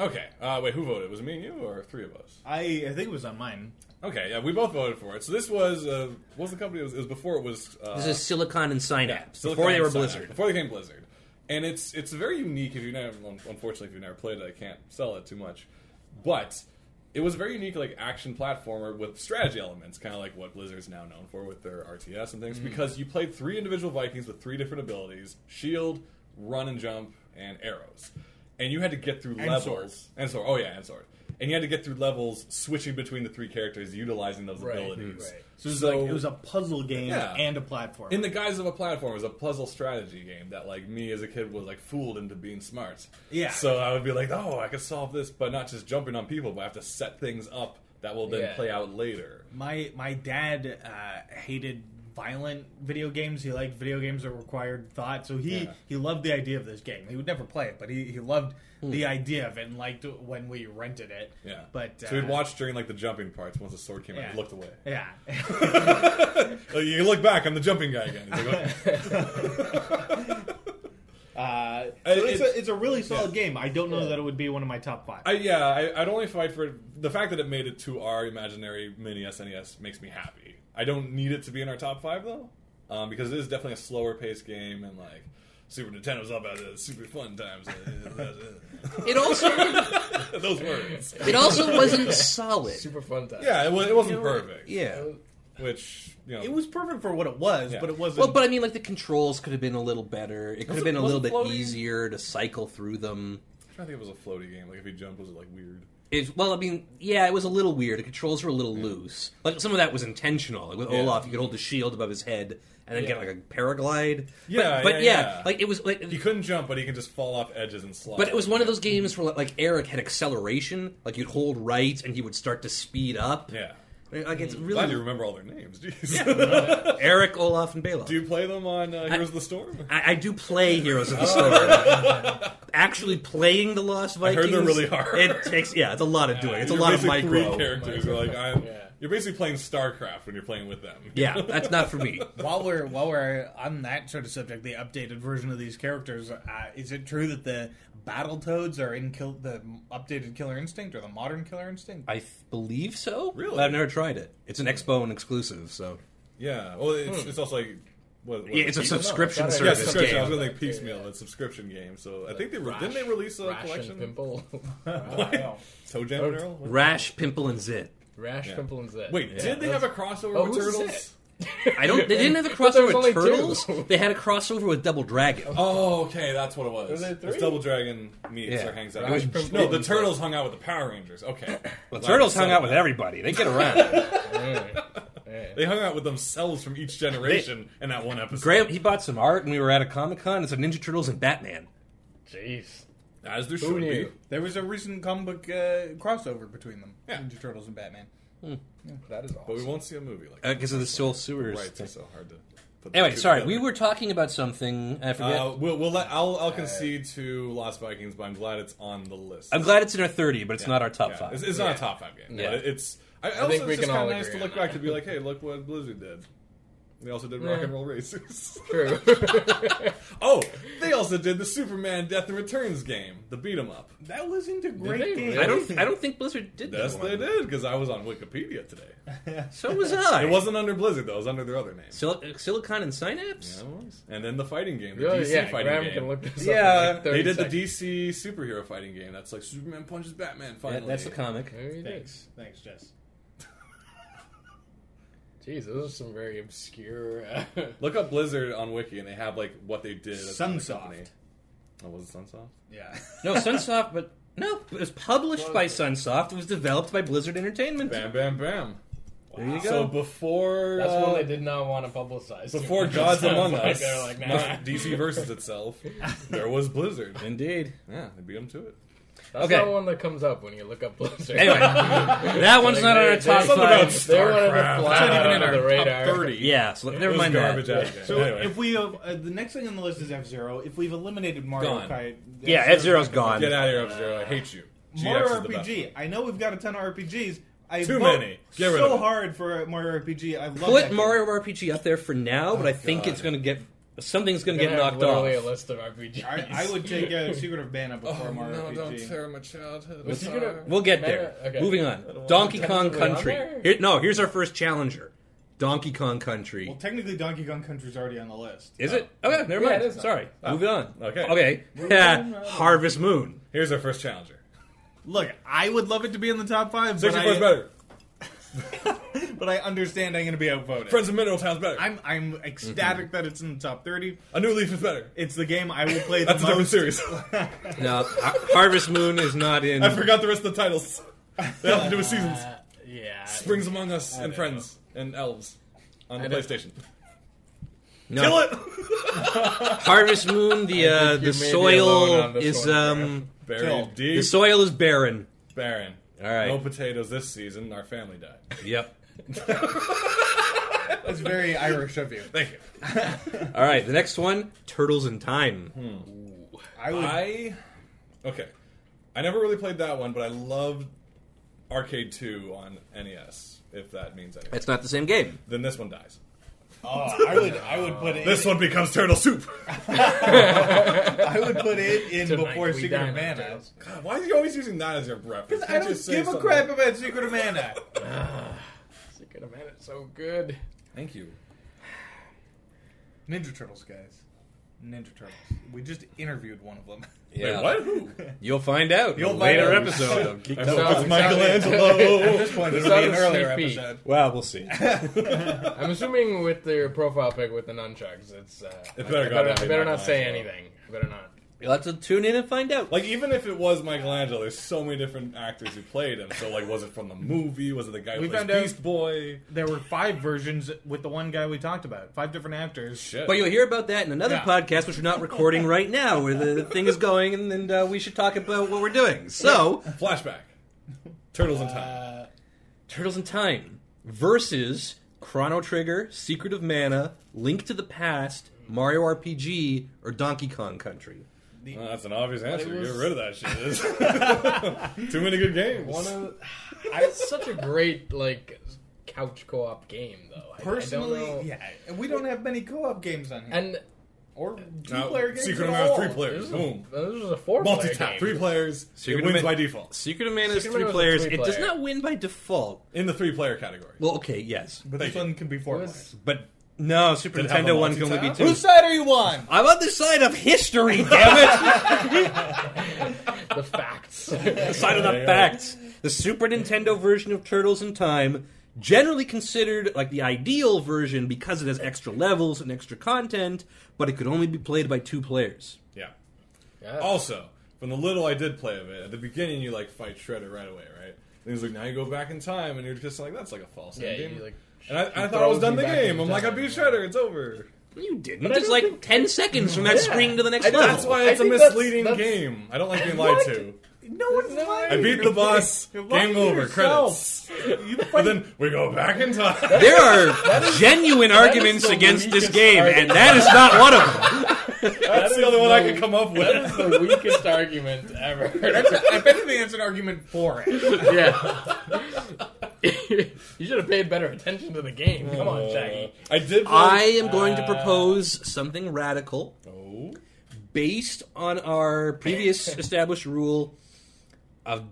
Speaker 2: Okay. Uh, wait, who voted? Was it me and you or three of us?
Speaker 5: I I think it was on mine.
Speaker 2: Okay, yeah, we both voted for it. So this was uh, what was the company? It was, it was before it was. Uh,
Speaker 4: This is Silicon and Synapse.
Speaker 2: yeah, Silicon
Speaker 4: before they were
Speaker 2: Synapse,
Speaker 4: Blizzard.
Speaker 2: Before they came Blizzard, and it's it's very unique. If you never, un- unfortunately, if you've never played it, I can't sell it too much. But it was a very unique, like action platformer with strategy elements, kind of like what Blizzard's now known for with their RTS and things.
Speaker 4: Mm-hmm.
Speaker 2: Because you played three individual Vikings with three different abilities: shield, run and jump, and arrows. And you had to get through levels
Speaker 5: sword.
Speaker 2: and sword. Oh yeah, and sword. And you had to get through levels, switching between the three characters, utilizing those
Speaker 3: Right,
Speaker 2: abilities.
Speaker 3: right.
Speaker 5: So it was, like, it was a puzzle game
Speaker 2: Yeah.
Speaker 5: and a platform.
Speaker 2: in the guise of a platform, it was a puzzle strategy game that, like, me as a kid was like fooled into being smart.
Speaker 5: Yeah.
Speaker 2: So I would be like, oh, I could solve this by not just jumping on people, but I have to set things up that will then
Speaker 3: Yeah.
Speaker 2: play out later.
Speaker 5: my my dad uh, hated violent video games. He liked video games that required thought. So he
Speaker 2: Yeah.
Speaker 5: he loved the idea of this game. He would never play it, but he, he loved the idea of it and liked it when we rented it.
Speaker 2: Hmm. Yeah.
Speaker 5: But uh,
Speaker 2: so we'd watch during like the jumping parts once the sword came out.
Speaker 5: Yeah.
Speaker 2: You looked away.
Speaker 5: Yeah. Uh,
Speaker 2: Like, you look back, I'm the jumping guy again. It's like, oh.
Speaker 5: uh, so
Speaker 2: It-
Speaker 5: it's,
Speaker 2: it's-
Speaker 5: a, it's a really solid game. I don't know that it would be one of my top five.
Speaker 2: I, yeah, I, I'd only fight for it. the fact that it made it to our imaginary mini SNES makes me happy. I don't need it to be in our top five though, um, because it is definitely a slower paced game and like Super Nintendo's all about the super fun times.
Speaker 4: It also
Speaker 2: Those words.
Speaker 4: it also wasn't solid.
Speaker 3: super fun time.
Speaker 2: Yeah, it, was, it wasn't perfect.
Speaker 4: Yeah.
Speaker 2: Which you know,
Speaker 5: it was perfect for what it was,
Speaker 2: Yeah.
Speaker 5: but it wasn't.
Speaker 4: Well, but I mean, like the controls could have been a little better. It could have been a
Speaker 2: was
Speaker 4: little
Speaker 2: it
Speaker 4: bit
Speaker 2: floaty?
Speaker 4: easier to cycle through them.
Speaker 2: I'm trying to think if it was a floaty game. Like if you jumped, was it like weird?
Speaker 4: It, well, I mean, yeah, it was a little weird. The controls were a little loose. Like some of that was intentional. Like with
Speaker 2: Yeah.
Speaker 4: Olaf, you could hold the shield above his head and then get
Speaker 3: Yeah.
Speaker 4: like a paraglide. but,
Speaker 2: Yeah,
Speaker 4: but
Speaker 2: yeah,
Speaker 4: yeah,
Speaker 2: yeah.
Speaker 4: like it was like.
Speaker 2: You couldn't jump, but you can just fall off edges and slide.
Speaker 4: But it was one of those games where like Eric had acceleration. Like you'd hold right and he would start to speed up.
Speaker 2: Yeah.
Speaker 4: Like it's
Speaker 2: Glad you
Speaker 4: really
Speaker 2: remember all their names. Jeez.
Speaker 4: Eric, Olaf, and Bela.
Speaker 2: Do you play them on uh, Heroes of the Storm?
Speaker 4: I, I do play Heroes of the Storm. Actually, playing the Lost
Speaker 2: Oh. heard
Speaker 4: Vikings.
Speaker 2: they're really hard.
Speaker 4: It takes yeah, it's a lot of doing. it's a
Speaker 2: You're
Speaker 4: lot of
Speaker 2: basically
Speaker 4: micro.
Speaker 2: Three characters. You're like I'm.
Speaker 3: Yeah.
Speaker 2: You're basically playing StarCraft when you're playing with them.
Speaker 4: Yeah, that's not for me.
Speaker 5: while we're while we're on that sort of subject, the updated version of these characters, uh, is it true that the Battletoads are in kill, the updated Killer Instinct or the modern Killer Instinct?
Speaker 4: I th- believe so.
Speaker 2: Really?
Speaker 4: But I've never tried it. It's an Xbone exclusive, so
Speaker 2: Yeah. Well, it's, it's also like. What, what
Speaker 4: Hmm. yeah, it's a
Speaker 2: Piecemeal?
Speaker 4: subscription
Speaker 3: it's not a-
Speaker 2: Yeah,
Speaker 4: service
Speaker 2: subscription. I was
Speaker 4: game.
Speaker 2: gonna think piecemeal, but it's subscription game. So I think they re-
Speaker 3: Rash-
Speaker 2: didn't they release a
Speaker 3: rash
Speaker 2: collection.
Speaker 3: and Oh, pimple,
Speaker 2: Toe Jam and Earl? What?
Speaker 4: Rash, pimple, and zit.
Speaker 3: rash, pimple, and zit.
Speaker 2: Wait,
Speaker 3: Yeah.
Speaker 2: did they have a crossover
Speaker 3: Oh,
Speaker 2: with
Speaker 3: who's
Speaker 2: Turtles?
Speaker 4: I don't. They didn't have a
Speaker 3: But there was
Speaker 4: crossover
Speaker 3: only
Speaker 4: with
Speaker 3: two.
Speaker 4: turtles. They had a crossover with Double Dragon.
Speaker 2: Oh, okay, that's what it was.
Speaker 3: there
Speaker 2: It's
Speaker 3: three?
Speaker 2: Double Dragon meets
Speaker 4: Yeah.
Speaker 2: or hangs out.
Speaker 3: Rash,
Speaker 2: with-
Speaker 3: Pimple,
Speaker 2: no, the
Speaker 3: and
Speaker 2: Turtles hung out with the Power Rangers. Okay,
Speaker 4: Well, turtles hung out with everybody. They get around.
Speaker 3: Mm,
Speaker 2: They hung out with themselves from each generation in that one episode.
Speaker 4: Graham, he bought some art, and we were at a comic con. It's a Ninja Turtles and Batman.
Speaker 3: Jeez.
Speaker 2: as there
Speaker 3: Who
Speaker 2: should be.
Speaker 3: knew?
Speaker 5: There was a recent comic book uh, crossover between them,
Speaker 2: Yeah.
Speaker 5: Ninja Turtles and Batman.
Speaker 4: Hmm.
Speaker 3: That is awesome.
Speaker 2: But we won't see a movie like that.
Speaker 4: Uh, Because of the Soul Sewers.
Speaker 2: Right,
Speaker 4: thing.
Speaker 2: it's so hard to. put the
Speaker 4: Anyway,
Speaker 2: two
Speaker 4: sorry, we
Speaker 2: together.
Speaker 4: were talking about something. I forget.
Speaker 2: Uh, we'll, we'll let I'll, I'll concede to Lost Vikings, but I'm glad it's on the list.
Speaker 4: I'm glad it's in our 30, but it's not our top
Speaker 2: Yeah.
Speaker 4: five.
Speaker 2: It's, it's not a top five game.
Speaker 4: Yeah.
Speaker 2: but it's. I, also,
Speaker 3: think we
Speaker 2: it's just
Speaker 3: can
Speaker 2: kind
Speaker 3: all
Speaker 2: of nice to
Speaker 3: agree
Speaker 2: look
Speaker 3: on
Speaker 2: back
Speaker 3: that.
Speaker 2: to be like, hey, look what Blizzard did. They also did Rock
Speaker 3: Yeah.
Speaker 2: and Roll Racers.
Speaker 3: True.
Speaker 2: oh, they also did the Superman Death and Returns game, the beat 'em up.
Speaker 5: That was into great
Speaker 3: they
Speaker 5: games.
Speaker 3: really?
Speaker 4: I don't. I don't think Blizzard did
Speaker 2: Yes,
Speaker 4: that. one.
Speaker 2: they did because I was on Wikipedia today.
Speaker 4: So was I.
Speaker 2: It wasn't under Blizzard though; it was under their other name.
Speaker 4: Sil- uh, Silicon and Synapse.
Speaker 2: And then the fighting game, the
Speaker 3: Really?
Speaker 2: DC
Speaker 3: yeah,
Speaker 2: fighting
Speaker 3: Graham
Speaker 2: game.
Speaker 3: can look this
Speaker 5: Yeah.
Speaker 3: up. in, Like 30
Speaker 2: they did
Speaker 3: seconds.
Speaker 2: the DC superhero fighting game. That's like Superman punches Batman. Finally,
Speaker 4: That- that's the comic.
Speaker 3: Maybe he did.
Speaker 5: Thanks, thanks, Jess.
Speaker 3: Jeez, those are some very obscure. Uh,
Speaker 2: Look up Blizzard on Wiki, and they have like what they did. as a
Speaker 5: Sunsoft.
Speaker 2: company. Oh, was it Sunsoft?
Speaker 5: Yeah.
Speaker 4: No, Sunsoft, but no, it was published by Sunsoft. It was developed by Blizzard Entertainment.
Speaker 2: Bam, bam, bam.
Speaker 4: There you go.
Speaker 2: So before
Speaker 3: that's
Speaker 2: uh,
Speaker 3: one they did not want to publicize. too
Speaker 2: before
Speaker 3: much.
Speaker 2: Gods
Speaker 3: Sounds
Speaker 2: Among
Speaker 3: like
Speaker 2: Us,
Speaker 3: They're like, nah.
Speaker 2: not DC versus itself, there was Blizzard.
Speaker 4: Indeed.
Speaker 2: Yeah, they beat them to it.
Speaker 3: That's
Speaker 4: Okay.
Speaker 3: not one that comes up when you look up Blizzard.
Speaker 4: Anyway, that one's not on our top
Speaker 2: Something about
Speaker 4: five.
Speaker 2: Starcraft.
Speaker 3: They wanted to fly
Speaker 2: It's not
Speaker 3: out
Speaker 2: even
Speaker 3: under
Speaker 2: in
Speaker 3: the
Speaker 2: our
Speaker 3: radar.
Speaker 2: top thirty.
Speaker 4: Yeah, so
Speaker 2: It
Speaker 4: never
Speaker 2: was
Speaker 4: mind
Speaker 2: garbage
Speaker 4: that.
Speaker 2: ass game.
Speaker 5: So
Speaker 2: Anyway.
Speaker 5: if we have uh, the next thing on the list is F Zero. If we've eliminated Mario
Speaker 2: Gone.
Speaker 5: Kart,
Speaker 4: Yeah, F-Zero's gone.
Speaker 2: Get out of here, F Zero. I hate you. GX
Speaker 5: Mario
Speaker 2: is the best
Speaker 5: RPG. I know we've got a ton of RPGs. I
Speaker 2: Too
Speaker 5: vote
Speaker 2: many. Get rid
Speaker 5: so
Speaker 2: of it.
Speaker 5: hard for Mario RPG. I love
Speaker 4: Put
Speaker 5: that
Speaker 4: Mario RPG up there for now, but I think
Speaker 2: God.
Speaker 4: it's going to get something's going
Speaker 3: They're
Speaker 4: to get
Speaker 3: gonna have
Speaker 4: knocked
Speaker 3: literally
Speaker 4: off.
Speaker 3: a list of RPGs.
Speaker 5: Game. I, I would take uh, Secret of
Speaker 2: Oh,
Speaker 5: Mana before Mario RPG.
Speaker 2: my childhood.
Speaker 3: Was he gonna-
Speaker 4: We'll get
Speaker 3: Matter-
Speaker 4: there.
Speaker 3: okay.
Speaker 4: Moving on. Donkey Kong
Speaker 3: Tentatively on
Speaker 4: Country.
Speaker 3: there?
Speaker 4: Here- no, here's our first challenger. Donkey Kong Country.
Speaker 5: Well, technically, Donkey Kong Country's already on the list.
Speaker 4: Is it? Okay, never
Speaker 3: Yeah,
Speaker 4: mind.
Speaker 3: it is not.
Speaker 4: Sorry. Moving on.
Speaker 2: okay.
Speaker 4: Okay. Harvest Moon.
Speaker 2: Here's our first challenger.
Speaker 5: Look, I would love it to be in the top five, but
Speaker 2: 64 is
Speaker 5: I,
Speaker 2: better.
Speaker 5: but I understand I'm going to be outvoted.
Speaker 2: Friends of Mineral Town's better.
Speaker 5: I'm I'm ecstatic that it's in the top thirty.
Speaker 2: a New Leaf is better.
Speaker 5: It's the game I will play the
Speaker 2: That's a different
Speaker 5: most.
Speaker 2: series.
Speaker 4: No, Har- Harvest Moon is not in.
Speaker 2: I forgot the rest of the titles. They have to do with seasons.
Speaker 3: Uh, yeah.
Speaker 2: Springs Among Us and
Speaker 3: know.
Speaker 2: Friends and Elves on the
Speaker 3: know.
Speaker 2: PlayStation.
Speaker 4: No.
Speaker 2: Kill it!
Speaker 4: Harvest Moon. The uh,
Speaker 3: you
Speaker 4: the
Speaker 3: may be alone
Speaker 4: soil
Speaker 3: on this
Speaker 4: is
Speaker 3: one,
Speaker 4: um the
Speaker 2: Buried deep,
Speaker 4: soil is barren.
Speaker 2: barren.
Speaker 4: All right.
Speaker 2: No potatoes this season. Our family died.
Speaker 4: Yep.
Speaker 5: That's very Irish of you.
Speaker 2: Thank you.
Speaker 4: All right. The next one, Turtles in Time.
Speaker 5: I would.
Speaker 2: I okay. I never really played that one, but I loved Arcade 2 on NES. If that means anything,
Speaker 4: That's not the same game.
Speaker 2: then this one dies.
Speaker 5: oh, I would. I would put it.
Speaker 2: This one becomes turtle soup.
Speaker 5: I would put it in
Speaker 3: Tonight
Speaker 5: before
Speaker 3: we
Speaker 5: Secret of
Speaker 3: dine on
Speaker 5: Mana.
Speaker 3: Tales.
Speaker 2: God, why are you always using that as your reference?
Speaker 5: I
Speaker 2: Can't you
Speaker 5: don't
Speaker 2: say
Speaker 5: give a
Speaker 2: something-
Speaker 5: crap about Secret of Mana.
Speaker 3: Secret of Mana is so good.
Speaker 2: Thank you.
Speaker 5: Ninja Turtles, guys. Ninja Turtles. We just interviewed one of them.
Speaker 4: Yeah.
Speaker 2: Wait, what? Who?
Speaker 4: You'll find out.
Speaker 5: You'll
Speaker 4: in a
Speaker 5: find
Speaker 4: later
Speaker 5: out.
Speaker 4: episode of Geek.
Speaker 2: I hope
Speaker 3: sounds-
Speaker 2: it's Michelangelo.
Speaker 5: At this point, this
Speaker 3: This
Speaker 5: will be an
Speaker 3: sounds
Speaker 5: earlier
Speaker 3: sneak peek.
Speaker 5: episode.
Speaker 4: Well, we'll see.
Speaker 3: I'm assuming with their profile pic with the nunchucks, it's. Uh,
Speaker 2: better
Speaker 3: I I better,
Speaker 2: not be
Speaker 3: I better
Speaker 2: Michelangelo.
Speaker 3: not say anything. I better not.
Speaker 4: You'll have to tune in and find out.
Speaker 2: Like even if it was Michelangelo, there's so many different actors who played him. So like, was it from the movie? Was it the guy who
Speaker 5: We
Speaker 2: plays
Speaker 5: found out-
Speaker 2: Beast Boy?
Speaker 5: There were five versions with the one guy we talked about. Five different actors.
Speaker 2: Shit.
Speaker 4: But you'll hear about that in another
Speaker 5: Yeah.
Speaker 4: podcast, which we're not recording right now, where the thing is going, and, and uh, we should talk about what we're doing. So,
Speaker 2: Flashback. Turtles in
Speaker 5: Uh,
Speaker 2: Time.
Speaker 4: Turtles in Time versus Chrono Trigger, Secret of Mana, Link to the Past, Mario RPG, or Donkey Kong Country.
Speaker 2: Well, that's an obvious answer.
Speaker 3: was-
Speaker 2: Get rid of that shit. Too many good games.
Speaker 3: It's such a great like couch co-op game, though. I- I don't know.
Speaker 5: Personally, yeah, and we don't have many co-op games on here,
Speaker 3: And
Speaker 5: or
Speaker 2: Now,
Speaker 5: two-player games.
Speaker 2: Secret of
Speaker 5: at
Speaker 2: Mana,
Speaker 5: all.
Speaker 2: three
Speaker 3: this
Speaker 2: players.
Speaker 3: is,
Speaker 2: Boom.
Speaker 3: a, this is a four-player
Speaker 2: Multi-tap,
Speaker 3: game.
Speaker 2: three players.
Speaker 4: So you're
Speaker 2: it
Speaker 4: gonna
Speaker 2: wins
Speaker 4: make-
Speaker 2: by default
Speaker 4: Secret of Mana is
Speaker 3: Secret of
Speaker 4: three
Speaker 3: Mana
Speaker 4: players.
Speaker 3: is a
Speaker 4: It does
Speaker 3: three-player.
Speaker 4: not win by default.
Speaker 2: in the three-player category.
Speaker 4: Well, okay, yes,
Speaker 5: But this
Speaker 2: Thank you.
Speaker 5: one can be four
Speaker 3: It was-
Speaker 5: players.
Speaker 4: but no, Super
Speaker 2: Did it have a
Speaker 4: Nintendo one can only be
Speaker 2: multi-tap?
Speaker 4: two.
Speaker 5: Whose side are you on?
Speaker 4: I'm on the side of history, damn it!
Speaker 3: The facts.
Speaker 4: the side of the facts. The Super Nintendo version of Turtles in Time, generally considered like the ideal version because it has extra levels and extra content, but it could only be played by two players.
Speaker 2: Yeah.
Speaker 3: Yeah.
Speaker 2: Also, from the little I did play of it, at the beginning you like fight Shredder right away, right? And he's like, now you go back in time, and you're just like, that's like a false
Speaker 3: Yeah,
Speaker 2: ending.
Speaker 3: you, like,
Speaker 2: and I, I
Speaker 3: he
Speaker 2: thought I was
Speaker 3: throws
Speaker 2: done
Speaker 3: you
Speaker 2: the
Speaker 3: back in
Speaker 2: game. I'm like, I
Speaker 3: time.
Speaker 2: beat Shredder. It's over.
Speaker 4: You didn't.
Speaker 3: But I
Speaker 4: It's
Speaker 3: don't
Speaker 4: like
Speaker 3: think-
Speaker 4: ten seconds from that
Speaker 3: Yeah.
Speaker 4: screen to the next
Speaker 3: I-
Speaker 4: level.
Speaker 2: That's why it's
Speaker 3: I
Speaker 2: a
Speaker 3: think that's-
Speaker 2: misleading
Speaker 3: that's-
Speaker 2: game. I don't like being lied to.
Speaker 5: No one's
Speaker 3: No,
Speaker 5: lying.
Speaker 2: I beat the boss.
Speaker 5: You're lying
Speaker 2: Game
Speaker 5: to
Speaker 2: over.
Speaker 5: yourself.
Speaker 2: Credits.
Speaker 5: You
Speaker 2: But
Speaker 5: fight-
Speaker 2: then we go back in time.
Speaker 4: There are genuine arguments
Speaker 3: the
Speaker 4: against this
Speaker 3: weakest
Speaker 4: game, and
Speaker 3: argument.
Speaker 4: that is not one of them.
Speaker 2: That's the
Speaker 3: is
Speaker 2: only one I
Speaker 3: the-
Speaker 2: could come up
Speaker 3: That is
Speaker 2: with.
Speaker 3: the weakest argument ever.
Speaker 5: if anything, that's an argument for it.
Speaker 3: yeah. you should have paid better attention to the game. Come
Speaker 2: Oh.
Speaker 3: on, Shaggy.
Speaker 2: I did.
Speaker 4: I am going to propose something radical
Speaker 2: Oh.
Speaker 4: based on our previous established rule of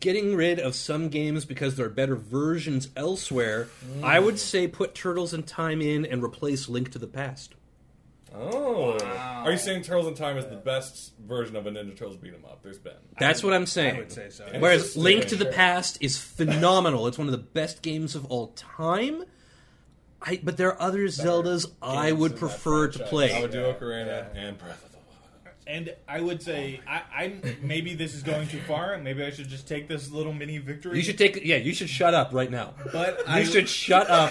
Speaker 4: getting rid of some games because there are better versions elsewhere.
Speaker 5: Mm.
Speaker 4: I would say put Turtles in Time in and replace Link to the Past.
Speaker 2: Oh. Are you saying Turtles in Time is the best version of a Ninja Turtles beat 'em up? There's been.
Speaker 4: That's what I'm saying.
Speaker 5: I would say so.
Speaker 4: Whereas Link to the
Speaker 3: Sure.
Speaker 4: Past is phenomenal. It's one of the best games of all time. I, but there are other Zeldas I would prefer to
Speaker 2: I
Speaker 4: play.
Speaker 2: would do Ocarina and Breath of the Wild.
Speaker 5: And I would say,
Speaker 2: Oh
Speaker 5: I, I'm maybe this is going too far. and Maybe I should just take this little mini victory.
Speaker 4: You should take yeah. You should shut up right now.
Speaker 5: but
Speaker 4: You
Speaker 5: I
Speaker 4: should shut up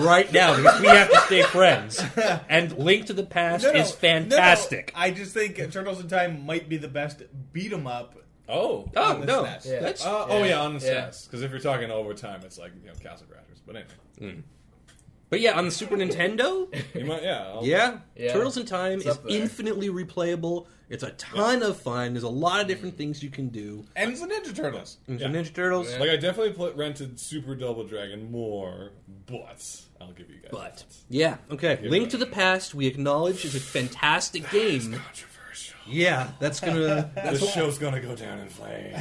Speaker 4: right now because we have to stay friends. And Link to the Past
Speaker 5: No, no,
Speaker 4: is
Speaker 5: no, no.
Speaker 4: fantastic.
Speaker 5: I just think Turtles in Time might be the best beat 'em up.
Speaker 2: Oh.
Speaker 4: Oh
Speaker 5: On the
Speaker 4: no,
Speaker 5: SNES.
Speaker 3: Yeah.
Speaker 4: that's
Speaker 2: Uh, oh yeah, on the
Speaker 3: Yeah.
Speaker 2: SNES. Because if you're talking over time, it's like you know Castle Crashers. But anyway,
Speaker 4: but yeah on the Super Nintendo.
Speaker 2: you might yeah. I'll-
Speaker 4: Yeah.
Speaker 3: Yeah.
Speaker 4: Turtles in Time
Speaker 3: It's
Speaker 4: is
Speaker 3: up there.
Speaker 4: infinitely replayable. It's a ton of fun. There's a lot of different things you can do.
Speaker 5: And it's the Ninja Turtles.
Speaker 4: There's
Speaker 2: Yeah.
Speaker 4: the Ninja Turtles.
Speaker 3: Yeah.
Speaker 2: Like I definitely pl- rented Super Double Dragon more, but I'll give you guys.
Speaker 4: But
Speaker 2: that.
Speaker 4: yeah, okay. Link to the Past, we acknowledge, is a fantastic game.
Speaker 2: controversial.
Speaker 4: Yeah, that's gonna. That's
Speaker 2: This show's gonna go down in flames.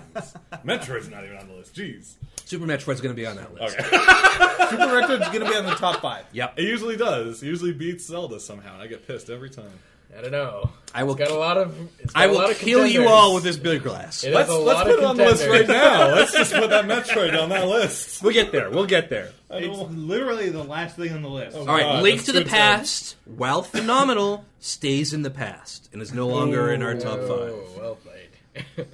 Speaker 2: Metroid's not even on the list. Jeez.
Speaker 4: Super Metroid's gonna be on that list.
Speaker 2: Okay.
Speaker 5: Super Retroid's going to be on the top five.
Speaker 4: Yep.
Speaker 2: It usually does. It usually beats Zelda somehow, and I get pissed every time.
Speaker 3: I don't know.
Speaker 4: I will.
Speaker 3: It's got a lot of. It's got
Speaker 4: I
Speaker 3: a lot
Speaker 4: will
Speaker 3: of
Speaker 4: kill you
Speaker 3: contenders.
Speaker 4: all with this beer glass.
Speaker 3: It has
Speaker 2: Let's
Speaker 3: a
Speaker 2: let's
Speaker 3: lot
Speaker 2: put
Speaker 3: of
Speaker 2: it on the list right
Speaker 3: contenders.
Speaker 2: now. Let's just put that Metroid on that list.
Speaker 4: We'll get there. We'll get there.
Speaker 2: I
Speaker 5: It's
Speaker 2: don't- Oh,
Speaker 5: literally the last thing on the list.
Speaker 4: All right,
Speaker 2: God,
Speaker 4: Link
Speaker 2: that's
Speaker 4: to the
Speaker 2: good times.
Speaker 4: Past, while phenomenal, stays in the past and is no longer in our top
Speaker 3: Whoa,
Speaker 4: five.
Speaker 3: Oh, well played.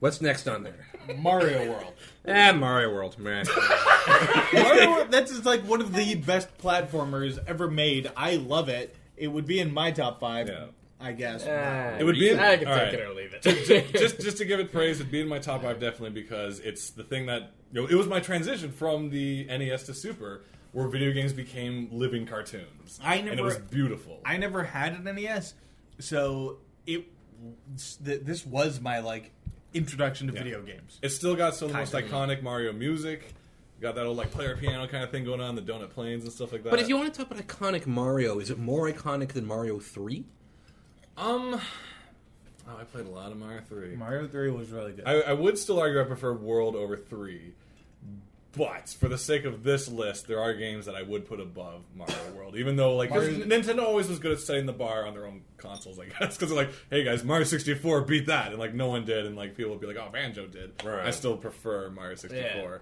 Speaker 4: What's next on there?
Speaker 5: Mario World.
Speaker 4: Ah, Mario World. man.
Speaker 5: Mario World, that's just like one of the best platformers ever made. I love it. It would be in my top five,
Speaker 2: Yeah.
Speaker 5: I guess.
Speaker 3: Ah,
Speaker 2: It would be-
Speaker 3: I can
Speaker 2: all
Speaker 3: take
Speaker 2: right.
Speaker 3: it or leave
Speaker 2: Ju-
Speaker 3: it.
Speaker 2: just just to give it praise, it'd be in my top five definitely because it's the thing that you know, it was my transition from the NES to Super, where video games became living cartoons.
Speaker 5: I
Speaker 2: and it
Speaker 5: never-
Speaker 2: was beautiful.
Speaker 5: I never had an NES, so it th- this was my like introduction to video games.
Speaker 2: It's still got some of the most
Speaker 5: Kind of.
Speaker 2: iconic Mario music. Got that old like player piano kind of thing going on, the donut planes and stuff like that.
Speaker 4: But if you want to talk about iconic Mario, is it more iconic than Mario Three?
Speaker 2: um, oh, I played a lot of Mario Three.
Speaker 5: Mario Three was really good.
Speaker 2: I, I would still argue I prefer World over Three, but for the sake of this list, there are games that I would put above Mario World, even though like 'cause
Speaker 5: Mario-
Speaker 2: Nintendo always was good at setting the bar on their own consoles, I guess, because they're like, hey guys, Mario sixty four beat that, and like no one did, and like people would be like, oh Banjo did.
Speaker 4: Right.
Speaker 2: I still prefer Mario sixty four.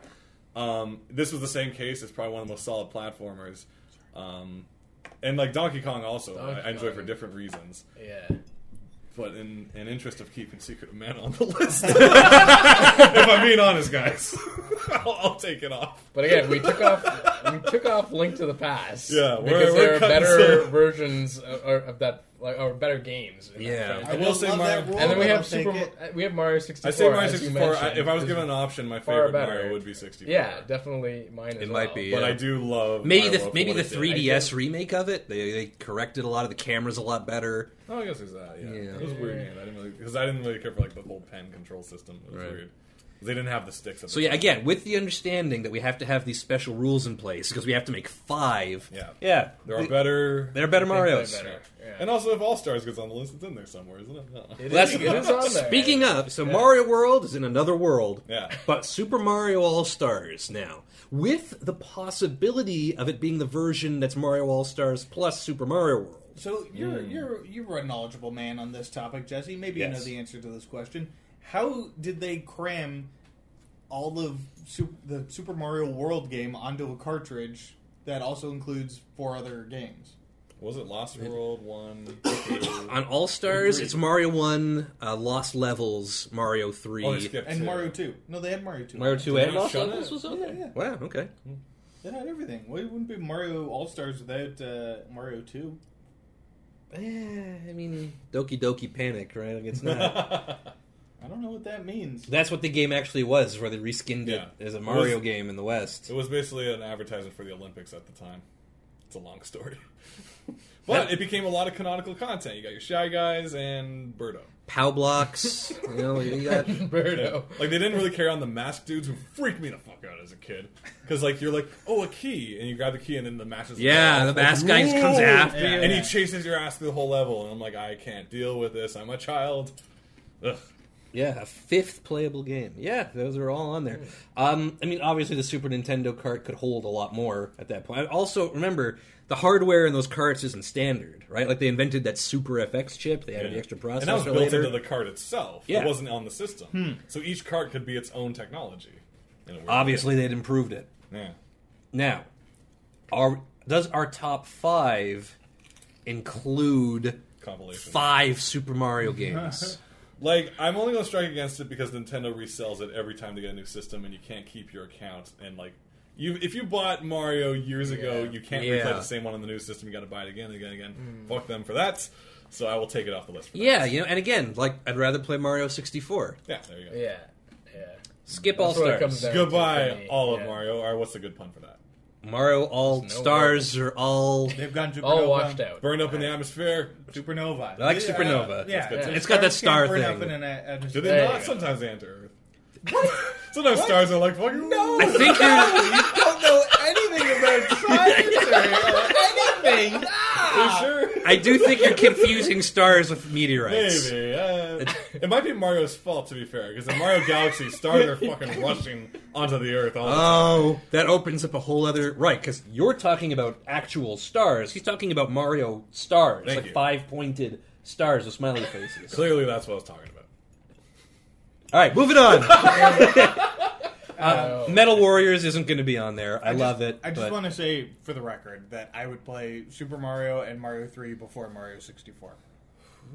Speaker 2: Um, this was the same case. It's probably one of the most solid platformers. Um, and like Donkey Kong, also I- I
Speaker 3: Donkey
Speaker 2: enjoy
Speaker 3: Kong.
Speaker 2: for different reasons.
Speaker 3: yeah.
Speaker 2: But in, in interest of keeping Secret of Mana on the list, if I'm being honest, guys, I'll, I'll take it off.
Speaker 3: But again, we took off we took off Link to the Past.
Speaker 2: Yeah, we're-
Speaker 3: because there
Speaker 2: we're
Speaker 3: are
Speaker 2: cutting
Speaker 3: better
Speaker 2: some-
Speaker 3: versions of, or- of that, like, or better games. in that
Speaker 4: Yeah.
Speaker 3: franchise.
Speaker 2: I will say Mario-
Speaker 3: And then we
Speaker 5: but
Speaker 3: have
Speaker 5: I'll take
Speaker 3: Super.
Speaker 5: it.
Speaker 3: uh, We have Mario 64.
Speaker 2: I say Mario
Speaker 3: as you
Speaker 2: 64. I,
Speaker 3: mentioned,
Speaker 2: if I was
Speaker 3: is-
Speaker 2: given an option, my
Speaker 3: far
Speaker 2: favorite
Speaker 3: better.
Speaker 2: Mario would be 64.
Speaker 3: yeah, definitely mine. As
Speaker 4: It might
Speaker 3: well.
Speaker 4: be,
Speaker 2: But
Speaker 4: yeah.
Speaker 2: I do love
Speaker 4: Maybe
Speaker 2: Mario
Speaker 4: the
Speaker 2: for
Speaker 4: maybe
Speaker 2: what
Speaker 4: the
Speaker 2: it did.
Speaker 4: 3DS remake of it. They they corrected a lot of the cameras a lot better.
Speaker 2: Oh, I guess there's that. Yeah,
Speaker 4: Yeah.
Speaker 2: it was a weird game. I didn't really because I didn't really care for like the whole pen control system. It was
Speaker 4: Right.
Speaker 2: weird. They didn't have the sticks. At
Speaker 4: So
Speaker 2: the
Speaker 4: yeah,
Speaker 2: time.
Speaker 4: again, with the understanding that we have to have these special rules in place because we have to make five.
Speaker 2: Yeah.
Speaker 4: yeah,
Speaker 2: there are better.
Speaker 4: There are better
Speaker 3: I think
Speaker 4: Mario's.
Speaker 3: they're better. Yeah.
Speaker 2: And also, if All Stars gets on the list, it's in there somewhere, isn't it? I don't know.
Speaker 3: It
Speaker 4: That's-
Speaker 3: is- it is on there.
Speaker 4: Speaking of, so Mario World is in another world.
Speaker 2: Yeah.
Speaker 4: But Super Mario All Stars now, with the possibility of it being the version that's Mario All Stars plus Super Mario World.
Speaker 5: So you're you're you're a knowledgeable man on this topic, Jesse. Maybe you
Speaker 4: Yes.
Speaker 5: know the answer to this question. How did they cram all of Sup- the Super Mario World game onto a cartridge that also includes four other games?
Speaker 2: Was it Lost World one? Oh,
Speaker 4: On All Stars, it's Mario One, uh, Lost Levels, Mario Three,
Speaker 2: Oh, they skipped
Speaker 5: And
Speaker 2: two.
Speaker 5: Mario Two? No, they had Mario Two.
Speaker 4: Mario Two,
Speaker 2: Did
Speaker 4: and
Speaker 2: they
Speaker 4: Lost
Speaker 2: shut
Speaker 4: Levels
Speaker 2: it?
Speaker 4: was on there.
Speaker 5: Yeah, yeah.
Speaker 4: Wow, okay.
Speaker 5: They had everything. Why wouldn't be Mario All Stars without uh, Mario Two?
Speaker 4: Eh, I mean, Doki Doki Panic, right? Like, it's not.
Speaker 5: I don't know what that means.
Speaker 4: That's what the game actually was, where they reskinned
Speaker 2: Yeah.
Speaker 4: it as a
Speaker 2: It
Speaker 4: Mario
Speaker 2: was-
Speaker 4: game in the West.
Speaker 2: It was basically an advertisement for the Olympics at the time. It's a long story. but it became a lot of canonical content. You got your Shy Guys and Birdo.
Speaker 4: Pow blocks, you know, you got
Speaker 3: Birdo.
Speaker 2: Like, they didn't really care on the mask dudes who freaked me the fuck out as a kid. Because, like, you're like, oh, a key. And you grab the key, and then the mask is like,
Speaker 4: yeah,
Speaker 2: oh,
Speaker 4: the
Speaker 2: like,
Speaker 4: mask guy just comes
Speaker 2: "Whoa!"
Speaker 4: after
Speaker 5: Yeah.
Speaker 4: you.
Speaker 2: And he chases your ass through the whole level. And I'm like, I can't deal with this. I'm a child. Ugh.
Speaker 4: Yeah, a fifth playable game. Yeah, those are all on there.
Speaker 2: Hmm.
Speaker 4: Um, I mean, obviously the Super Nintendo cart could hold a lot more at that point. Also, remember the hardware in those carts isn't standard, right? Like they invented that Super FX chip. They added the extra processor
Speaker 2: and that was built
Speaker 4: later.
Speaker 2: into the cart itself.
Speaker 4: Yeah. Hmm.
Speaker 2: It wasn't on the system. So each cart could be its own technology. in a weird way.
Speaker 4: obviously, they'd improved it.
Speaker 2: Yeah.
Speaker 4: Now, our does our top five include
Speaker 2: Compilation.
Speaker 4: five Super Mario games?
Speaker 2: Like, I'm only going to strike against it because Nintendo resells it every time they get a new system, and you can't keep your account. And like, you if you bought Mario years ago,
Speaker 3: Yeah. Mm.
Speaker 2: you can't
Speaker 4: Yeah.
Speaker 2: replay the same one on the new system. You got to buy it again and again and again. Fuck them for that. So I will take it off the list. For that.
Speaker 4: yeah, you know, and again, like I'd rather play Mario sixty four.
Speaker 2: Yeah, there you go.
Speaker 3: Yeah, yeah.
Speaker 4: Skip
Speaker 3: That's
Speaker 4: all
Speaker 3: what it comes
Speaker 4: stars.
Speaker 3: down to for
Speaker 2: Goodbye,
Speaker 3: me.
Speaker 2: all of
Speaker 3: Yeah.
Speaker 2: Mario. Or what's a good pun for that?
Speaker 4: Mario all
Speaker 3: no
Speaker 4: stars are all.
Speaker 5: They've gone Supernova.
Speaker 3: All washed out.
Speaker 2: Burned up in the atmosphere.
Speaker 5: Supernova.
Speaker 4: I like
Speaker 5: Yeah,
Speaker 4: Supernova.
Speaker 5: Yeah,
Speaker 2: It's got-
Speaker 4: it's got that star
Speaker 5: Burn
Speaker 4: thing.
Speaker 5: up in an atmosphere.
Speaker 2: Do
Speaker 3: There
Speaker 2: they
Speaker 3: you
Speaker 2: not?
Speaker 3: go.
Speaker 2: Sometimes they enter Earth. Sometimes stars are like fucking no.
Speaker 4: I think you're.
Speaker 5: don't know anything about science or anything.
Speaker 2: sure.
Speaker 4: I do think you're confusing stars with meteorites.
Speaker 2: Maybe. Uh, it might be Mario's fault, to be fair, because in Mario Galaxy, stars are fucking rushing onto the Earth all the time.
Speaker 4: Oh, that opens up a whole other right because you're talking about actual stars. He's talking about Mario stars,
Speaker 2: Thank
Speaker 4: like
Speaker 2: you.
Speaker 4: five pointed stars with smiley faces. All
Speaker 2: Clearly, that's what I was talking about.
Speaker 4: right, moving on. Uh,
Speaker 3: Oh.
Speaker 4: Metal Warriors isn't going to be on there. I,
Speaker 5: just-
Speaker 4: love it.
Speaker 5: Um, I just
Speaker 4: but
Speaker 5: want to say, for the record, that I would play Super Mario and Mario 3 before Mario 64.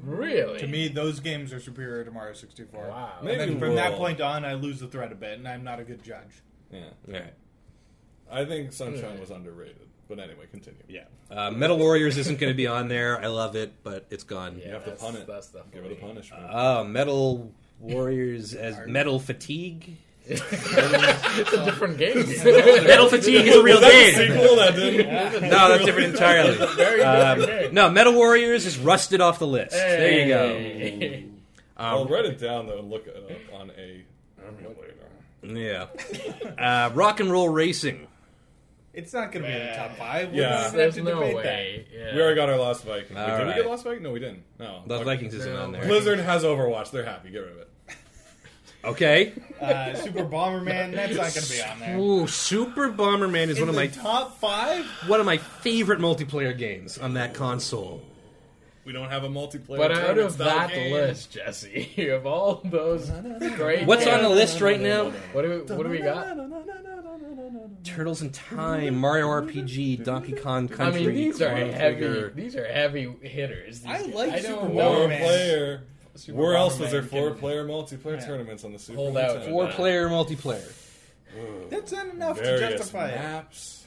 Speaker 3: really?
Speaker 5: To me, those games are superior to Mario 64.
Speaker 3: Wow.
Speaker 5: And then
Speaker 2: Maybe
Speaker 5: from that
Speaker 2: we'll-
Speaker 5: point on, I lose the thread a bit, and I'm not a good judge.
Speaker 2: Yeah.
Speaker 4: All right.
Speaker 2: I think Sunshine was underrated. But anyway, continue.
Speaker 5: Yeah.
Speaker 4: Uh, Metal Warriors isn't going to be on there. I love it, but it's gone.
Speaker 2: You have to
Speaker 3: that's-
Speaker 2: pun it.
Speaker 3: that's definitely-
Speaker 2: Give it a punishment.
Speaker 4: Uh, Metal Warriors as Metal Fatigue.
Speaker 3: it's a different game.
Speaker 4: Metal Fatigue is a real
Speaker 2: was that the
Speaker 4: game.
Speaker 2: sequel? That didn't.
Speaker 4: No, that's different entirely.
Speaker 3: Very
Speaker 4: Um,
Speaker 3: different game.
Speaker 4: no, Metal Warriors is rusted off the list. There you go.
Speaker 3: Hey.
Speaker 2: I'll
Speaker 4: Um,
Speaker 2: write it down though and look it up on a emulator.
Speaker 4: Yeah. Uh, rock and roll racing.
Speaker 5: It's not going to be in the top five. We're
Speaker 2: Yeah.
Speaker 5: not gonna have
Speaker 3: Uh, There's
Speaker 5: to
Speaker 3: no
Speaker 5: debate
Speaker 3: way. Yeah.
Speaker 2: We already got our Lost Viking. Wait,
Speaker 4: All
Speaker 2: did we
Speaker 4: right.
Speaker 2: get Lost Viking? No, we didn't. No.
Speaker 4: Love
Speaker 2: Fuck.
Speaker 4: Vikings isn't
Speaker 3: No,
Speaker 4: on there.
Speaker 2: Blizzard has Overwatch. They're happy. Get rid of it.
Speaker 4: Okay.
Speaker 5: That. Uh, Super Bomberman, that's not going to be on there.
Speaker 4: Ooh, Super Bomberman is
Speaker 5: In
Speaker 4: one of
Speaker 5: the
Speaker 4: my
Speaker 5: top five?
Speaker 4: one of my favorite multiplayer games on that console.
Speaker 2: We don't have a multiplayer.
Speaker 3: But out
Speaker 2: tournament
Speaker 3: of
Speaker 2: style
Speaker 3: that
Speaker 2: game.
Speaker 3: list, Jesse, you have all those great.
Speaker 4: What's on the
Speaker 3: games.
Speaker 4: list right now?
Speaker 3: What do we, what do we got?
Speaker 4: Turtles in Time, Mario RPG, Donkey Kong
Speaker 3: I
Speaker 4: Country.
Speaker 3: mean, these are
Speaker 4: Chrono
Speaker 3: heavy.
Speaker 4: Trigger.
Speaker 3: These are heavy hitters. These
Speaker 5: I
Speaker 3: games.
Speaker 5: like
Speaker 3: I
Speaker 5: Super
Speaker 3: don't
Speaker 2: Four
Speaker 3: know,
Speaker 5: Bomberman.
Speaker 3: man.
Speaker 2: player.
Speaker 5: Super
Speaker 2: Where else was
Speaker 5: Bomberman
Speaker 2: there
Speaker 5: can-
Speaker 2: four player multiplayer
Speaker 5: Yeah.
Speaker 2: tournaments on the Super
Speaker 3: Hold out.
Speaker 2: Nintendo?
Speaker 4: Four player multiplayer.
Speaker 5: That's not enough to
Speaker 2: Various
Speaker 5: justify it.
Speaker 2: maps.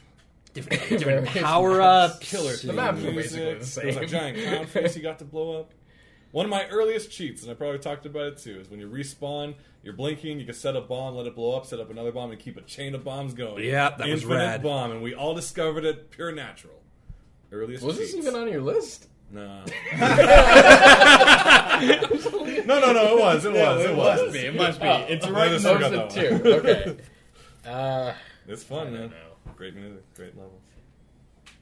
Speaker 4: Different,
Speaker 3: Various
Speaker 4: different
Speaker 3: maps.
Speaker 4: power ups.
Speaker 2: Killer.
Speaker 3: The map was
Speaker 2: music.
Speaker 3: basically the same.
Speaker 2: There was a giant clown face you got to blow up. One of my earliest cheats, and I probably talked about it too, is when you respawn, you're blinking, you can set a bomb, let it blow up, set up another bomb, and keep a chain of bombs going.
Speaker 4: Yeah, that was
Speaker 2: Infinite
Speaker 4: rad.
Speaker 2: bomb, and we all discovered it pure natural. Earliest
Speaker 3: Was
Speaker 2: cheats.
Speaker 3: this even on your list?
Speaker 2: No. no, no, no, it was, it was, it was.
Speaker 5: must be. It must be.
Speaker 3: Oh.
Speaker 5: It's
Speaker 2: I
Speaker 5: right
Speaker 2: just
Speaker 5: now.
Speaker 3: Those
Speaker 2: forgot
Speaker 3: are
Speaker 2: that
Speaker 3: two.
Speaker 2: one.
Speaker 3: Okay. Uh,
Speaker 2: It's fun, man.
Speaker 3: know.
Speaker 2: Great music, great levels.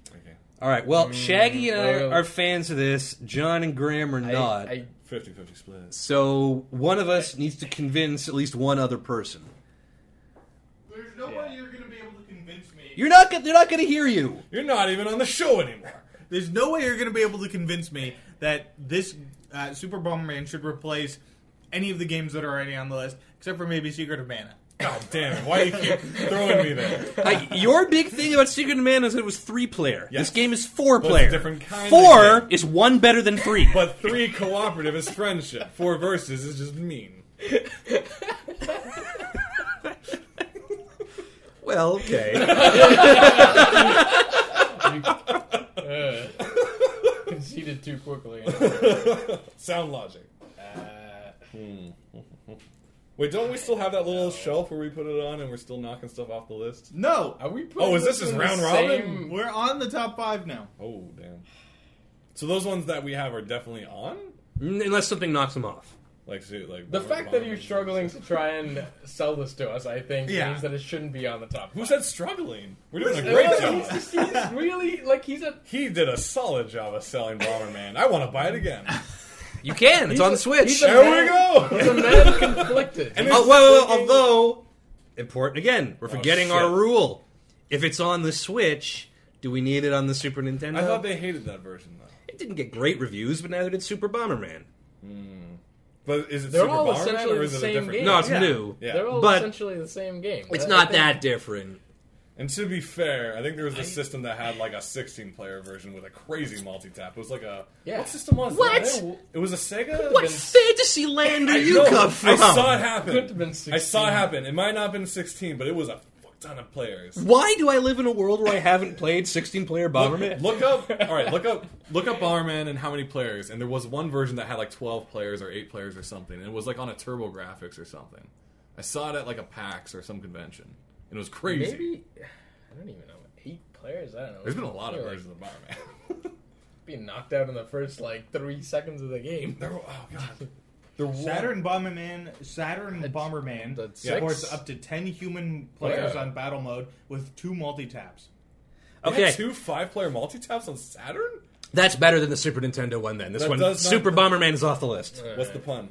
Speaker 2: Okay.
Speaker 4: All right. Well, Shaggy and I
Speaker 3: Mm, well-
Speaker 4: are fans of this. John and Graham are
Speaker 3: I,
Speaker 4: not.
Speaker 3: I
Speaker 2: 50 50 split.
Speaker 4: so one of us needs to convince at least one other person.
Speaker 5: There's
Speaker 3: way Yeah.
Speaker 5: you're going to be able to convince me.
Speaker 4: You're not. go- They're not going to hear you.
Speaker 2: You're not even on the show anymore.
Speaker 5: There's no way you're going to be able to convince me that this uh, Super Bomberman should replace any of the games that are already on the list, except for maybe Secret of Mana.
Speaker 2: God damn it. Why do you keep throwing me there?
Speaker 4: Like, your big thing about Secret of Mana is that it was three player. This
Speaker 2: Yes.
Speaker 4: game is four
Speaker 2: But it's a
Speaker 4: player.
Speaker 2: different kind of
Speaker 4: four
Speaker 2: game.
Speaker 4: is one better than three.
Speaker 2: But three cooperative is friendship. Four verses is just mean.
Speaker 4: Well, okay.
Speaker 3: Uh, conceded too quickly.
Speaker 2: Sound logic.
Speaker 3: Uh,
Speaker 2: Wait, don't we still have that little shelf where we put it on and we're still knocking stuff off the list?
Speaker 5: No,
Speaker 3: are we? putting
Speaker 2: Oh, is this
Speaker 3: in
Speaker 2: is
Speaker 3: the
Speaker 2: round
Speaker 3: same-
Speaker 2: robin?
Speaker 5: we're on the top five now.
Speaker 2: Oh, damn. So those ones that we have are definitely on?
Speaker 4: Unless something knocks them off.
Speaker 2: Like, see, like
Speaker 3: The
Speaker 2: Walmart
Speaker 3: fact that you're
Speaker 2: bombs.
Speaker 3: struggling to try and sell this to us, I think,
Speaker 5: Yeah.
Speaker 3: means that it shouldn't be on the top.
Speaker 2: Who
Speaker 3: five.
Speaker 2: said struggling? We're doing a
Speaker 3: Uh,
Speaker 2: great
Speaker 3: he's,
Speaker 2: job.
Speaker 3: just- he's really like he's a
Speaker 2: He did a solid job of selling Bomberman. I want to buy it again.
Speaker 4: You can. It's on the Switch. Uh,
Speaker 3: he's a-
Speaker 2: There we
Speaker 3: he's a
Speaker 2: go.
Speaker 3: man conflicted.
Speaker 2: And
Speaker 4: Oh, well, well, although important again, we're forgetting our
Speaker 2: Oh, shit.
Speaker 4: rule. If it's on the Switch, do we need it on the Super Nintendo?
Speaker 2: I thought they hated that version though.
Speaker 4: it didn't get great reviews, but neither did Super Bomberman.
Speaker 2: But is it
Speaker 3: They're
Speaker 2: Super
Speaker 3: all
Speaker 2: Bomberman
Speaker 3: essentially
Speaker 2: or
Speaker 3: the
Speaker 2: is it a
Speaker 3: same
Speaker 2: different?
Speaker 3: game.
Speaker 4: No, it's
Speaker 5: Yeah.
Speaker 4: new.
Speaker 2: Yeah.
Speaker 3: They're all
Speaker 4: But-
Speaker 3: essentially the same game.
Speaker 4: It's
Speaker 3: I
Speaker 4: not
Speaker 3: think-
Speaker 4: that different.
Speaker 2: And to be fair, I think there was a system that had like a 16 player version with a crazy multi tap. It was like a
Speaker 3: Yeah.
Speaker 2: what system was
Speaker 4: What?
Speaker 2: that? It was a Sega.
Speaker 4: What
Speaker 2: Then-
Speaker 4: fantasy land are you
Speaker 2: No,
Speaker 4: come from?
Speaker 2: I saw it happen.
Speaker 3: Could have been
Speaker 2: I saw
Speaker 3: 16.
Speaker 2: it happen. It might not have been 16, but it was a fuck ton of players.
Speaker 4: Why do I live in a world where I haven't played 16 player Bomberman?
Speaker 2: Look up, all right. Look up, look up Bomberman and how many players. And there was one version that had like twelve players or eight players or something. And it was like on a Turbo Graphics or something. I saw it at like a PAX or some convention, and it was crazy.
Speaker 3: Maybe I don't even know. Eight players. I don't know.
Speaker 2: There's been a lot of
Speaker 3: You're,
Speaker 2: versions of Bomberman.
Speaker 3: like, being knocked out in the first like three seconds of the game.
Speaker 2: there, were- oh god, there were-
Speaker 5: Saturn Bomberman, Saturn Bomberman
Speaker 3: that's
Speaker 5: supports
Speaker 3: six.
Speaker 5: up to ten human players
Speaker 2: Yeah.
Speaker 5: on battle mode with two multi taps.
Speaker 2: They had
Speaker 4: Okay,
Speaker 2: two five-player multi-taps on Saturn.
Speaker 4: that's better than the Super Nintendo one. Then this
Speaker 2: That
Speaker 4: one,
Speaker 2: does not-
Speaker 4: Super Bomberman, is off the list.
Speaker 2: What's the pun?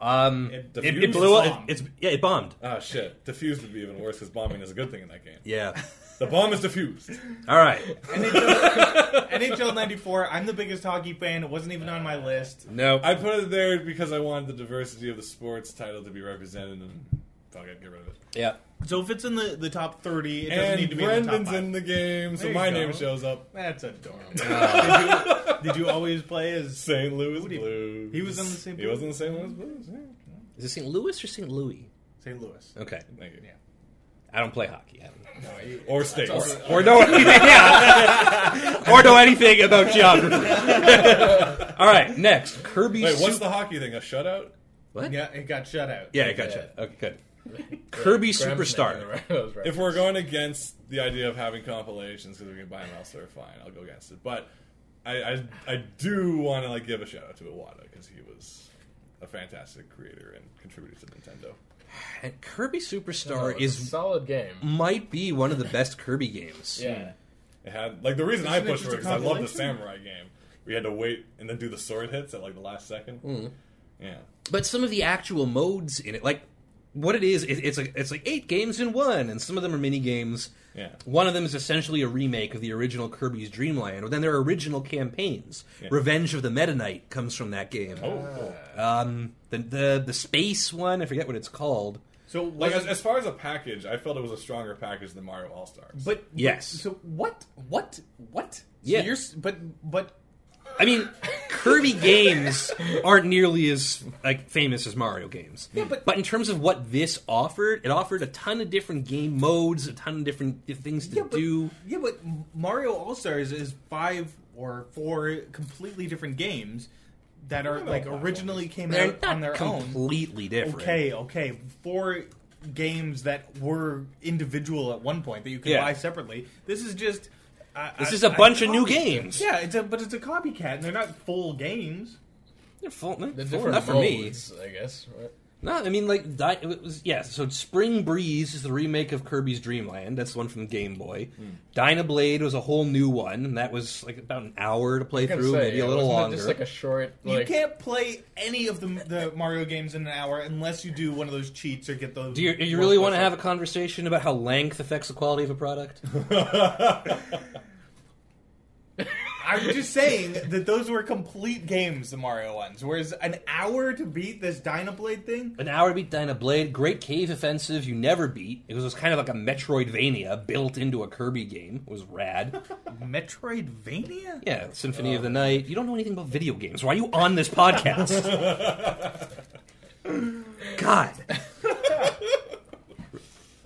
Speaker 4: Um,
Speaker 5: It
Speaker 4: it, it
Speaker 5: diffused
Speaker 4: blew
Speaker 5: its
Speaker 4: up.
Speaker 5: bomb.
Speaker 4: It, it's yeah, it bombed.
Speaker 2: Ah shit, diffused would be even worse because bombing is a good thing in that game.
Speaker 4: Yeah.
Speaker 2: The bomb is diffused.
Speaker 4: All right.
Speaker 5: NHL '94. I'm the biggest hockey fan. It wasn't even on my list.
Speaker 4: No.
Speaker 2: I put it there because I wanted the diversity of the sports title to be represented, and fuck it, get rid of it.
Speaker 4: yeah.
Speaker 5: So if it's in the, the top 30, it doesn't
Speaker 2: and
Speaker 5: need to be in the
Speaker 2: Brendan's
Speaker 5: top five.
Speaker 2: in the game, so
Speaker 5: There you
Speaker 2: my
Speaker 5: go.
Speaker 2: name shows up.
Speaker 5: That's adorable. did, you, did you always play as?
Speaker 2: St. Louis
Speaker 5: do you-
Speaker 2: Blues.
Speaker 5: He was on the same
Speaker 2: He was on the St. Louis Blues. Yeah.
Speaker 4: Is it St. Louis or St. Louis?
Speaker 5: St. Louis.
Speaker 4: Okay.
Speaker 2: Thank you.
Speaker 5: Yeah.
Speaker 4: I don't play hockey.
Speaker 3: No, you-
Speaker 2: Or states.
Speaker 3: also-
Speaker 4: Or know, yeah. or know anything about geography. All right, next Kirby.
Speaker 2: Wait, what's
Speaker 4: Su-
Speaker 2: the hockey thing? A shutout?
Speaker 4: what?
Speaker 5: Yeah, it got shut out.
Speaker 4: Yeah, I gotcha. Okay, good. Kirby
Speaker 3: Graham's
Speaker 4: Superstar.
Speaker 3: making the right- those
Speaker 2: If we're going against the idea of having compilations because we can buy them elsewhere, fine. I'll go against it. But I I, I do want to like give a shout out to Iwata because he was a fantastic creator and contributor to Nintendo.
Speaker 4: And Kirby
Speaker 3: Oh,
Speaker 4: Superstar
Speaker 3: it's a
Speaker 4: is Mm-hmm.
Speaker 3: solid game.
Speaker 4: might be one of the best Kirby games.
Speaker 3: Yeah.
Speaker 2: It had like the reason I
Speaker 5: Isn't it
Speaker 2: pushed for
Speaker 5: just
Speaker 2: it
Speaker 5: a
Speaker 2: because I love the
Speaker 5: compilation?
Speaker 2: samurai game. We had to wait and then do the sword hits at like the last second.
Speaker 5: Hmm.
Speaker 2: Yeah.
Speaker 4: But some of the actual modes in it, like what it is, it, it's like it's like eight games in one, and some of them are mini games.
Speaker 2: Yeah.
Speaker 4: One of them is essentially a remake of the original Kirby's Dream Land, or then their original campaigns.
Speaker 2: Yeah.
Speaker 4: Revenge of the Meta Knight comes from that game.
Speaker 2: Oh, cool.
Speaker 4: Um, the, the the space one, I forget what it's called.
Speaker 5: So
Speaker 2: Like
Speaker 5: was
Speaker 2: as, as far as a package, I felt it was a stronger package than Mario All Stars.
Speaker 5: but
Speaker 4: Yes.
Speaker 5: So what? What? What? So
Speaker 4: Yeah.
Speaker 5: You're, s- but but
Speaker 4: I mean, Kirby games aren't nearly as like famous as Mario games. Yeah,
Speaker 5: but-
Speaker 4: in terms of what this offered, it offered a ton of different game modes, a ton of different things to
Speaker 5: yeah, but
Speaker 4: do.
Speaker 5: yeah, but Mario All Stars is five or four completely different games that are
Speaker 2: They're not
Speaker 5: like
Speaker 2: platformers.
Speaker 5: originally came
Speaker 4: They're
Speaker 5: out
Speaker 4: not
Speaker 5: on their own.
Speaker 4: completely different.
Speaker 5: Okay, okay, four games that were individual at one point that you could
Speaker 4: Yeah.
Speaker 5: buy separately. This is just. I-
Speaker 4: This
Speaker 5: I-
Speaker 4: is a
Speaker 5: I
Speaker 4: bunch of new
Speaker 5: copycat.
Speaker 4: games.
Speaker 5: Yeah, it's a, but it's a copycat, and they're not full games.
Speaker 4: They're full, not,
Speaker 3: The
Speaker 4: full-
Speaker 3: different
Speaker 4: not for me.
Speaker 3: modes, I guess. right?
Speaker 4: No, I mean like di- it was yeah. So Spring Breeze is the remake of Kirby's Dream Land. That's the one from Game Boy.
Speaker 3: Hmm.
Speaker 4: Dyna Blade was a whole new one, and that was like about an hour to play
Speaker 3: I was
Speaker 4: through,
Speaker 3: gonna say,
Speaker 4: maybe a little
Speaker 3: wasn't it
Speaker 4: longer.
Speaker 3: Just like a short.
Speaker 5: You
Speaker 3: Like,
Speaker 5: can't play any of the, the Mario games in an hour unless you do one of those cheats or get those.
Speaker 4: do you, you really want to have a conversation about how length affects the quality of a product?
Speaker 5: I'm just saying that those were complete games, the Mario ones. Whereas an hour to beat this Dynablade thing,
Speaker 4: An hour to beat Dyna Blade, Great Cave Offensive, you never beat. It was, was kind of like a Metroidvania built into a Kirby game. It was rad.
Speaker 5: Metroidvania.
Speaker 4: Yeah, Symphony of the Night. You don't know anything about video games. Why are you on this podcast? God.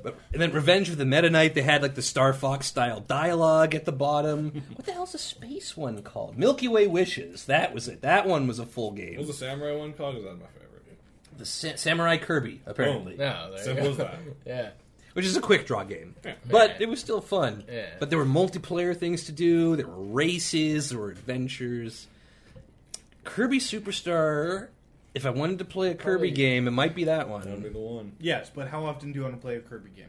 Speaker 4: But And then Revenge of the Meta Knight, they had like the Star Fox style dialogue at the bottom. what the hell's the space one called? Milky Way Wishes. That was it. That one was a full game.
Speaker 2: What was the samurai one called? Is that my favorite?
Speaker 4: the Sa- Samurai Kirby, apparently.
Speaker 3: No, there
Speaker 2: Simple
Speaker 3: you
Speaker 2: as
Speaker 3: go.
Speaker 2: that.
Speaker 3: yeah.
Speaker 4: which is a quick draw game. But it was still fun.
Speaker 3: Yeah.
Speaker 4: But there were multiplayer things to do. There were races. There were adventures. Kirby Superstar. If I wanted to play a Kirby
Speaker 3: Probably-
Speaker 4: game, it might be that
Speaker 2: That'd be
Speaker 4: one.
Speaker 2: the one.
Speaker 5: Yes, but how often do you want to play a Kirby game?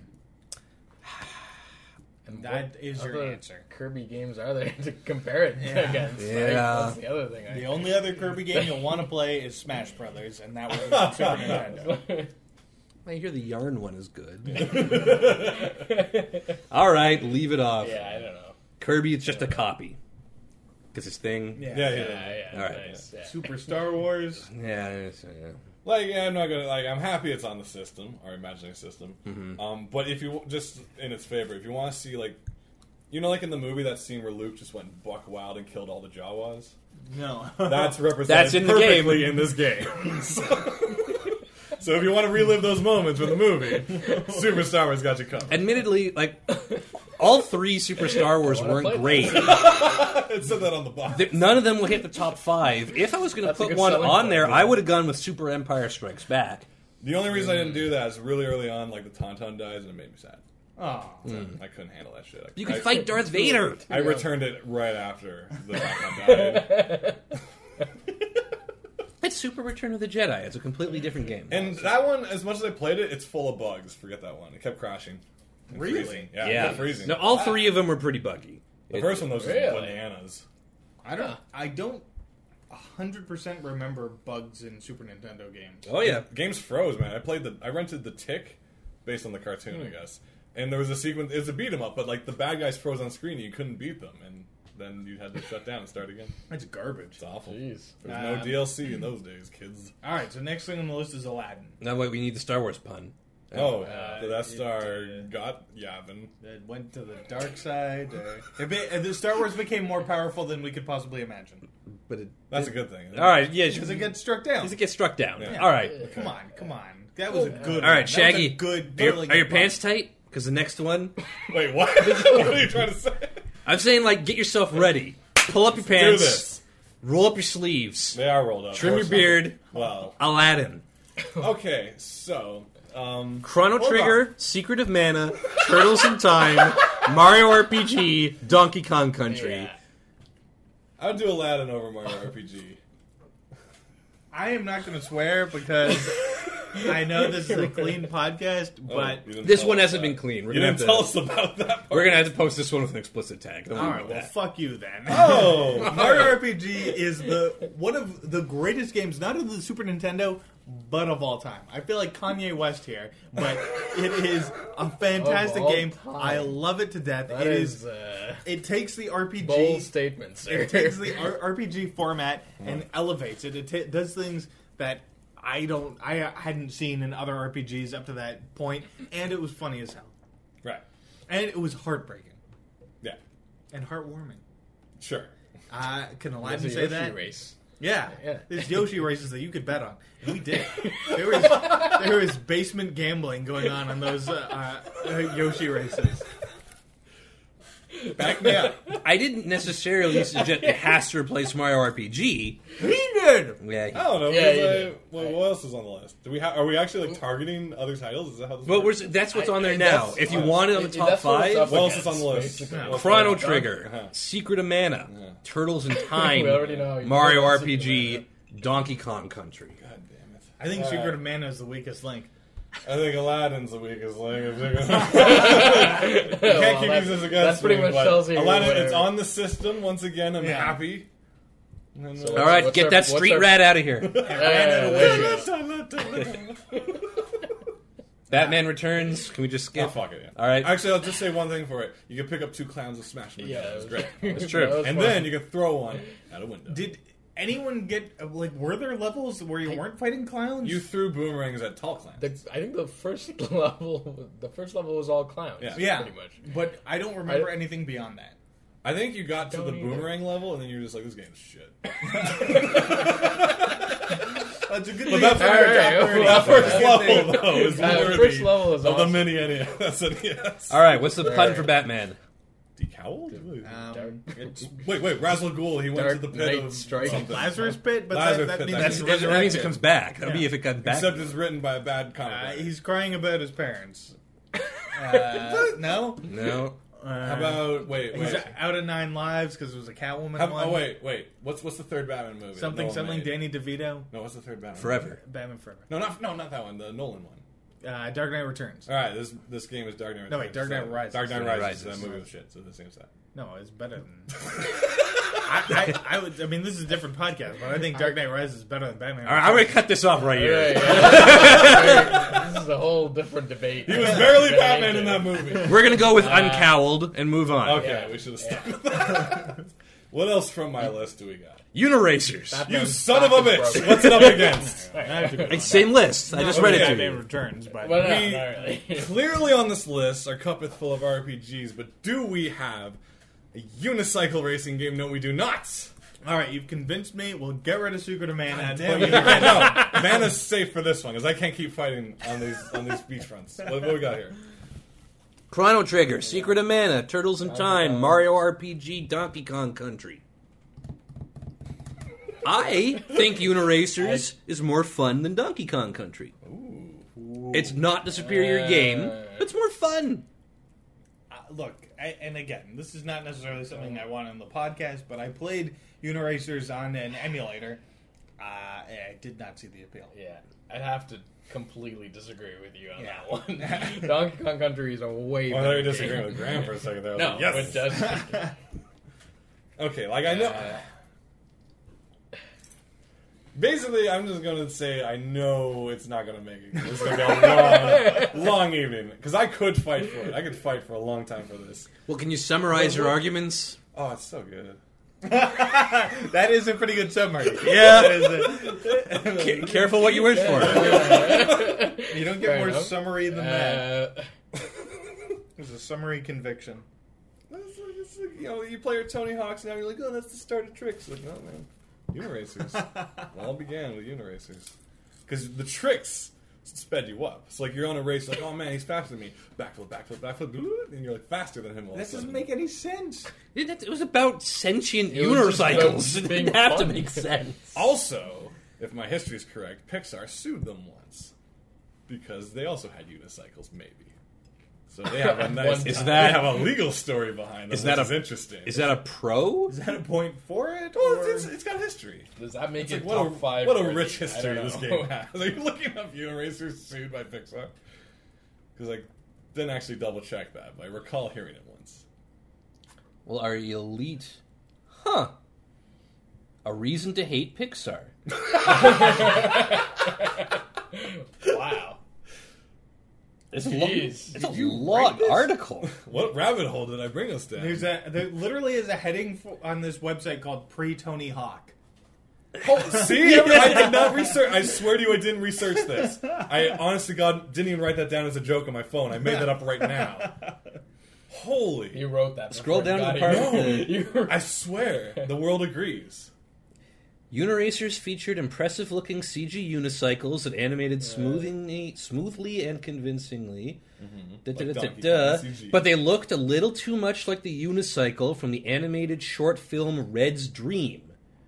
Speaker 3: And
Speaker 5: That
Speaker 3: what
Speaker 5: is your
Speaker 3: other
Speaker 5: answer.
Speaker 3: Kirby games are there to compare it
Speaker 5: Yeah.
Speaker 3: against? Like,
Speaker 4: Yeah.
Speaker 3: that's the other thing. I
Speaker 5: The only other Kirby game you'll want to play is Smash Brothers, and that was on Super Nintendo.
Speaker 4: I hear the yarn one is good. All right, leave it off.
Speaker 3: yeah, I don't know.
Speaker 4: Kirby, it's just a copy. Because his thing.
Speaker 2: Yeah, yeah.
Speaker 3: Yeah,
Speaker 2: yeah.
Speaker 3: yeah.
Speaker 4: All right.
Speaker 3: Nice. Yeah.
Speaker 5: Super Star Wars.
Speaker 4: Yeah, it's, yeah.
Speaker 2: Like, yeah, I'm not gonna like. I'm happy it's on the system, our imagining system. Um, but if you just in its favor, if you want to see like, you know, like in the movie that scene where Luke just went buck wild and killed all the Jawas.
Speaker 5: No.
Speaker 2: That's represented
Speaker 4: That's in the game.
Speaker 2: perfectly in this game. so, so if you want to relive those moments from the movie, Super Star Wars got you covered.
Speaker 4: Admittedly, like, all three Super Star Wars
Speaker 3: wanna
Speaker 4: weren't
Speaker 3: play
Speaker 4: great.
Speaker 2: It said that on the box.
Speaker 4: Th- None of them will hit the top five. If I was going to
Speaker 3: That's a
Speaker 4: put
Speaker 3: good
Speaker 4: one
Speaker 3: selling
Speaker 4: on
Speaker 3: point,
Speaker 4: there,
Speaker 3: yeah.
Speaker 4: I would have gone with Super Empire Strikes Back.
Speaker 2: The only reason I didn't do that is really early on, like the Tauntaun dies, and it made me sad.
Speaker 5: Oh.
Speaker 2: I couldn't handle that shit. I,
Speaker 4: You could
Speaker 2: I-
Speaker 4: fight Darth Vader.
Speaker 2: I returned it right after the Tauntaun died.
Speaker 4: It's Super Return of the Jedi. It's a completely different game.
Speaker 2: And that one, as much as I played it, it's full of bugs. Forget that one. It kept crashing. and
Speaker 5: Really?
Speaker 2: freezing. Yeah, it
Speaker 4: yeah,
Speaker 2: kept freezing.
Speaker 4: No, all three of them were pretty buggy.
Speaker 2: the first one, those was just
Speaker 3: Really?
Speaker 2: bananas.
Speaker 5: I don't. I don't. Hundred percent remember bugs in Super Nintendo games.
Speaker 4: Oh yeah,
Speaker 2: Games froze, man. I played the. I rented the Tick, based on the cartoon, I guess. And there was a sequence. It's a beat 'em up, but like the bad guys froze on screen, and you couldn't beat them, and then you had to shut down and start again.
Speaker 5: It's garbage.
Speaker 2: It's awful.
Speaker 3: Jeez.
Speaker 2: There's no
Speaker 5: Um,
Speaker 2: DLC in those days, kids.
Speaker 5: All right, so next thing on the list is Aladdin.
Speaker 4: now wait, we need the Star Wars pun.
Speaker 2: Oh,
Speaker 5: uh,
Speaker 2: the Death
Speaker 5: it,
Speaker 2: Star
Speaker 5: uh,
Speaker 2: got Yavin.
Speaker 5: That went to the dark side. uh, it be- uh, the Star Wars became more powerful than we could possibly imagine
Speaker 4: But it,
Speaker 2: That's a good thing.
Speaker 4: all right, yeah,
Speaker 5: because
Speaker 4: because
Speaker 5: it gets struck down.
Speaker 4: it gets struck down.
Speaker 2: Yeah.
Speaker 4: All right,
Speaker 5: Come on, come on. That was a good.
Speaker 4: all
Speaker 5: one. That
Speaker 4: right,
Speaker 5: was a
Speaker 4: Shaggy.
Speaker 5: good.
Speaker 4: Are, your-
Speaker 5: really
Speaker 4: are your
Speaker 5: good
Speaker 4: pants tight? Because the next one,
Speaker 2: Wait, what? what are you trying to say?
Speaker 4: I'm saying like get yourself ready, pull up your pants,
Speaker 2: Do this.
Speaker 4: roll up your sleeves,
Speaker 2: They are rolled up.
Speaker 4: trim your
Speaker 2: Of course.
Speaker 4: beard.
Speaker 2: Wow.
Speaker 4: Aladdin.
Speaker 2: Okay, so um,
Speaker 4: Chrono
Speaker 2: Hold
Speaker 4: Trigger, Secret of Mana, Turtles in Time, Mario RPG, Donkey Kong Country.
Speaker 3: Yeah.
Speaker 2: I would do Aladdin over Mario RPG.
Speaker 5: I am not going to swear because I know this is a clean podcast,
Speaker 3: Oh.
Speaker 5: but
Speaker 2: Oh, You didn't
Speaker 4: This
Speaker 2: tell
Speaker 4: one
Speaker 2: us
Speaker 4: hasn't
Speaker 2: that.
Speaker 4: been clean. We're
Speaker 2: You
Speaker 4: gonna, have
Speaker 2: didn't tell us
Speaker 4: to,
Speaker 2: about that. Part.
Speaker 4: we're gonna have to post this one with an explicit tag.
Speaker 5: all right, well, fuck you then.
Speaker 2: Oh,
Speaker 5: Mario RPG is the one of the greatest games, not of the Super Nintendo, but of all time. I feel like Kanye West here, but it is a fantastic
Speaker 3: Of all
Speaker 5: game.
Speaker 3: time.
Speaker 5: I love it to death.
Speaker 3: That
Speaker 5: it
Speaker 3: is,
Speaker 5: is.
Speaker 3: uh,
Speaker 5: It takes the RPG
Speaker 3: bold statements. sir.
Speaker 5: it takes the R- RPG format and elevates it. It ta does things that I don't, I hadn't seen in other RPGs up to that point, and it was funny as hell,
Speaker 2: right.
Speaker 5: and it was heartbreaking
Speaker 2: Yeah,
Speaker 5: and heartwarming.
Speaker 2: sure.
Speaker 5: Uh, can
Speaker 3: It's
Speaker 5: Aladdin
Speaker 3: a
Speaker 5: say
Speaker 3: Yoshi
Speaker 5: that?
Speaker 3: race.
Speaker 5: Yeah.
Speaker 3: Yeah.
Speaker 5: there's Yoshi races that you could bet on. We did. There was there was basement gambling going on on those uh, uh, Yoshi races.
Speaker 2: Back me up.
Speaker 4: I didn't necessarily suggest it has to replace Mario RPG.
Speaker 5: We did.
Speaker 4: Yeah.
Speaker 2: I don't know.
Speaker 3: Yeah,
Speaker 2: because
Speaker 3: you
Speaker 2: I-
Speaker 3: did.
Speaker 2: what, what else is on the list? Do we ha- are we actually like targeting other titles? Is that how this
Speaker 4: But we're,
Speaker 2: works?
Speaker 4: that's what's
Speaker 3: I-
Speaker 4: on there
Speaker 3: I-
Speaker 4: now.
Speaker 3: that's-
Speaker 4: If you want it on the
Speaker 3: It-
Speaker 4: top
Speaker 3: that's what it's
Speaker 4: five,
Speaker 3: up
Speaker 2: what else is on the
Speaker 3: against,
Speaker 2: list?
Speaker 3: basically.
Speaker 2: What's
Speaker 4: Chrono
Speaker 2: on the-
Speaker 4: Trigger,
Speaker 2: Uh-huh.
Speaker 4: Secret of Mana, Turtles in Time,
Speaker 3: Uh-huh. We already know how you
Speaker 4: Mario
Speaker 3: feel about Secret of
Speaker 4: RPG, Donkey Kong Country.
Speaker 2: God damn it.
Speaker 5: I think
Speaker 2: All
Speaker 5: Secret
Speaker 2: right.
Speaker 5: of Mana is the weakest link.
Speaker 2: I think Aladdin's the weakest link. If you're gonna-
Speaker 3: Well,
Speaker 2: Can't keep
Speaker 3: that's-
Speaker 2: using this against
Speaker 3: That's pretty
Speaker 2: me,
Speaker 3: much
Speaker 2: but
Speaker 3: tells you.
Speaker 2: Aladdin,
Speaker 3: where-
Speaker 2: it's on the system once again. I'm
Speaker 5: Yeah.
Speaker 2: happy. And,
Speaker 3: So
Speaker 2: uh,
Speaker 4: All right,
Speaker 3: what's
Speaker 4: get
Speaker 3: our-
Speaker 4: that
Speaker 3: what's
Speaker 4: street
Speaker 3: our-
Speaker 4: rat out of here.
Speaker 3: Yeah, yeah, there you go.
Speaker 4: Batman Returns. Can we just skip?
Speaker 2: Yeah,
Speaker 3: Uh-huh.
Speaker 2: fuck it. Yeah.
Speaker 4: All right.
Speaker 2: Actually, I'll just say one thing for it. You can pick up two clowns and smash them.
Speaker 3: Yeah,
Speaker 2: Yeah,
Speaker 3: it
Speaker 2: it's
Speaker 3: was-
Speaker 2: great.
Speaker 4: It's true.
Speaker 3: that was
Speaker 2: And
Speaker 3: fun.
Speaker 2: then you can throw one out a window.
Speaker 5: Did anyone get uh, like were there levels where you weren't fighting clowns?
Speaker 2: you threw boomerangs at tall clowns?
Speaker 3: The- I think the first level, the first level was all clowns.
Speaker 2: Yeah.
Speaker 5: yeah,
Speaker 3: pretty much.
Speaker 5: but I don't remember
Speaker 3: I-
Speaker 5: anything beyond that.
Speaker 2: I think you got to
Speaker 3: Don't
Speaker 2: the
Speaker 3: either.
Speaker 2: boomerang level, and then you were just like, "This game's shit."
Speaker 5: That's a good
Speaker 2: But
Speaker 5: thing. it's
Speaker 2: that's
Speaker 5: under
Speaker 3: All
Speaker 5: top
Speaker 3: right,
Speaker 5: 30.
Speaker 2: That
Speaker 5: That's
Speaker 2: first
Speaker 5: a good
Speaker 2: level
Speaker 5: thing.
Speaker 2: though is
Speaker 3: Uh,
Speaker 2: worthy
Speaker 3: first level is
Speaker 2: of the
Speaker 3: awesome.
Speaker 2: mini NES. That's an NES.
Speaker 4: All right, what's the pun
Speaker 3: right.
Speaker 4: for Batman?
Speaker 2: Decowl?
Speaker 5: Um, it's
Speaker 2: Wait, wait, Razzle Ghoul. He went to
Speaker 3: Dark
Speaker 2: the pit
Speaker 3: Knight
Speaker 2: of
Speaker 3: Strike.
Speaker 2: something.
Speaker 5: Lazarus Pit, but
Speaker 2: Lazarus
Speaker 5: that,
Speaker 2: Pit,
Speaker 5: that means
Speaker 2: that's-
Speaker 5: he's,
Speaker 4: That's
Speaker 2: that's-
Speaker 4: that means it comes back. That'll be
Speaker 5: Yeah.
Speaker 4: if it got back.
Speaker 2: Except it's written by a bad comic.
Speaker 5: uh,
Speaker 2: writer.
Speaker 5: he's crying about his parents. Uh, no.
Speaker 4: no.
Speaker 5: Uh,
Speaker 2: How about wait,
Speaker 5: He's
Speaker 2: wait.
Speaker 5: out of nine lives because it was a Catwoman
Speaker 2: How,
Speaker 5: one.
Speaker 2: oh wait, wait. What's what's the third Batman movie? that
Speaker 5: something
Speaker 2: Nolan
Speaker 5: something.
Speaker 2: made?
Speaker 5: Danny DeVito,
Speaker 2: No, what's the third Batman?
Speaker 4: Forever.
Speaker 5: Batman Forever,
Speaker 2: No, not no, not that one. The Nolan one.
Speaker 5: uh, Dark Knight Returns.
Speaker 2: All right, this this game is Dark Knight.
Speaker 5: No, wait, Dark Knight
Speaker 2: So-
Speaker 5: Rises.
Speaker 2: Dark Knight
Speaker 4: Dark Knight
Speaker 2: Rises.
Speaker 4: Rises.
Speaker 2: That movie was shit. So the same side.
Speaker 5: No, it's better than. I, I, I would. I mean, this is a different podcast, but I think Dark Knight Rises is better than Batman.
Speaker 4: All right, I'm gonna cut this off right
Speaker 3: All
Speaker 4: here.
Speaker 3: right, yeah. this is a whole different debate.
Speaker 2: He was barely Batman in that movie.
Speaker 4: We're gonna go with uncowled and move on.
Speaker 2: Okay,
Speaker 3: Yeah.
Speaker 2: we should have stuck with that. what else from my list do we got?
Speaker 4: Uniracers.
Speaker 2: You
Speaker 3: No,
Speaker 2: son of a
Speaker 3: Batman's
Speaker 2: bitch!
Speaker 3: broken.
Speaker 2: What's it up against?
Speaker 5: All right, I have to go
Speaker 4: It's
Speaker 5: on
Speaker 4: same list. I just
Speaker 5: that.
Speaker 4: read
Speaker 2: okay.
Speaker 4: it to
Speaker 5: Batman
Speaker 4: you.
Speaker 5: Returns, but
Speaker 3: Well, no,
Speaker 2: We-
Speaker 3: not really.
Speaker 2: Clearly on this list are cuppeth full of RPGs, but do we have a unicycle racing game? No, we do not.
Speaker 5: all right, you've convinced me. We'll get rid of Secret of Man. I'd
Speaker 2: Damn
Speaker 5: put you-
Speaker 2: you! no, man is safe for this one because I can't keep fighting on these on these beach fronts. What, what we got here?
Speaker 4: Chrono Trigger, Secret of Mana, Turtles
Speaker 3: Uh,
Speaker 4: in Time, Mario RPG, Donkey Kong Country. I think Uniracers is more fun than Donkey Kong Country. It's not the superior
Speaker 3: Uh,
Speaker 4: game. It's more fun.
Speaker 5: Uh, look, I, and again, this is not necessarily something I want on the podcast, but I played Uniracers on an emulator. Uh, and I did not see the appeal.
Speaker 3: Yeah, I'd have to completely disagree with you on
Speaker 5: Yeah.
Speaker 3: that one. Donkey Kong Country is a way.
Speaker 2: Well, they were
Speaker 3: better
Speaker 2: disagreeing
Speaker 3: game.
Speaker 2: with Graham for a second there. I was
Speaker 3: No,
Speaker 2: like, yes.
Speaker 3: it does.
Speaker 2: Okay, like I know.
Speaker 3: Uh,
Speaker 2: Basically, I'm just gonna say I know it's not gonna make it. It's gonna be a long, long evening because I could fight for it. I could fight for a long time for this.
Speaker 4: Well, can you summarize your arguments?
Speaker 2: Oh, it's so good.
Speaker 5: That is a pretty good summary. That
Speaker 4: Yeah.
Speaker 5: is a-
Speaker 4: Ca- careful what you wish for.
Speaker 5: you don't get
Speaker 3: Fair
Speaker 5: more
Speaker 3: enough.
Speaker 5: summary than that.
Speaker 3: uh,
Speaker 5: There's a summary conviction.
Speaker 2: It's like, it's like, you know, you play your Tony Hawk's now. You're like, oh, that's the start of tricks. Like, no, man, Uniracers. it all began with Uniracers because the tricks sped you up. It's like you're on a race. Like, oh man, he's faster than me. Backflip, backflip, backflip, bloop, and you're like faster than him. All
Speaker 5: That
Speaker 2: of a
Speaker 5: doesn't
Speaker 2: sudden.
Speaker 5: make any sense.
Speaker 4: It it was about sentient
Speaker 3: It was just about
Speaker 4: unicycles. It
Speaker 3: being
Speaker 4: didn't have to
Speaker 3: fun.
Speaker 4: make sense.
Speaker 2: Also, if my history's correct, Pixar sued them once because they also had unicycles, maybe. So they have a nice.
Speaker 3: One
Speaker 4: time.
Speaker 2: they have a legal story behind them?
Speaker 4: Is that a-
Speaker 2: which is interesting?
Speaker 4: Is that a pro?
Speaker 5: Is that a point for it?
Speaker 2: Well,
Speaker 5: or-
Speaker 2: it's, it's got history.
Speaker 3: does that make
Speaker 2: It's
Speaker 3: it
Speaker 2: like,
Speaker 3: top
Speaker 2: what a,
Speaker 3: five?
Speaker 2: what
Speaker 3: for
Speaker 2: a
Speaker 3: the-
Speaker 2: rich
Speaker 3: I don't
Speaker 2: history this
Speaker 3: know.
Speaker 2: game has. Are you looking up Uniracers sued by Pixar? Because I didn't actually double check that, but I recall hearing it once.
Speaker 4: Well, are you elite? Huh. A reason to hate Pixar.
Speaker 3: Wow.
Speaker 4: It's
Speaker 3: a lo- Jeez. it's
Speaker 4: a long article.
Speaker 2: What rabbit hole did I bring us down?
Speaker 5: There's a there literally is a heading for, on this website called pre Tony Hawk.
Speaker 2: Oh, see, I did not research. I swear to you, I didn't research this. I honestly, God, didn't even write that down as a joke on my phone. I made that up right now. Holy!
Speaker 3: You wrote that.
Speaker 4: Scroll
Speaker 3: before you
Speaker 4: down to
Speaker 3: got
Speaker 4: the part
Speaker 3: here.
Speaker 4: with
Speaker 3: You wrote-
Speaker 2: I swear, the world agrees.
Speaker 4: Uniracers featured impressive looking CG unicycles that animated smoothly, smoothly and convincingly. Da- da-
Speaker 2: Mm-hmm.
Speaker 4: da-
Speaker 2: Like
Speaker 4: da-
Speaker 2: Donkey Kong
Speaker 4: da.
Speaker 2: CG.
Speaker 4: But they looked a little too much like the unicycle from the animated short film Red's Dream.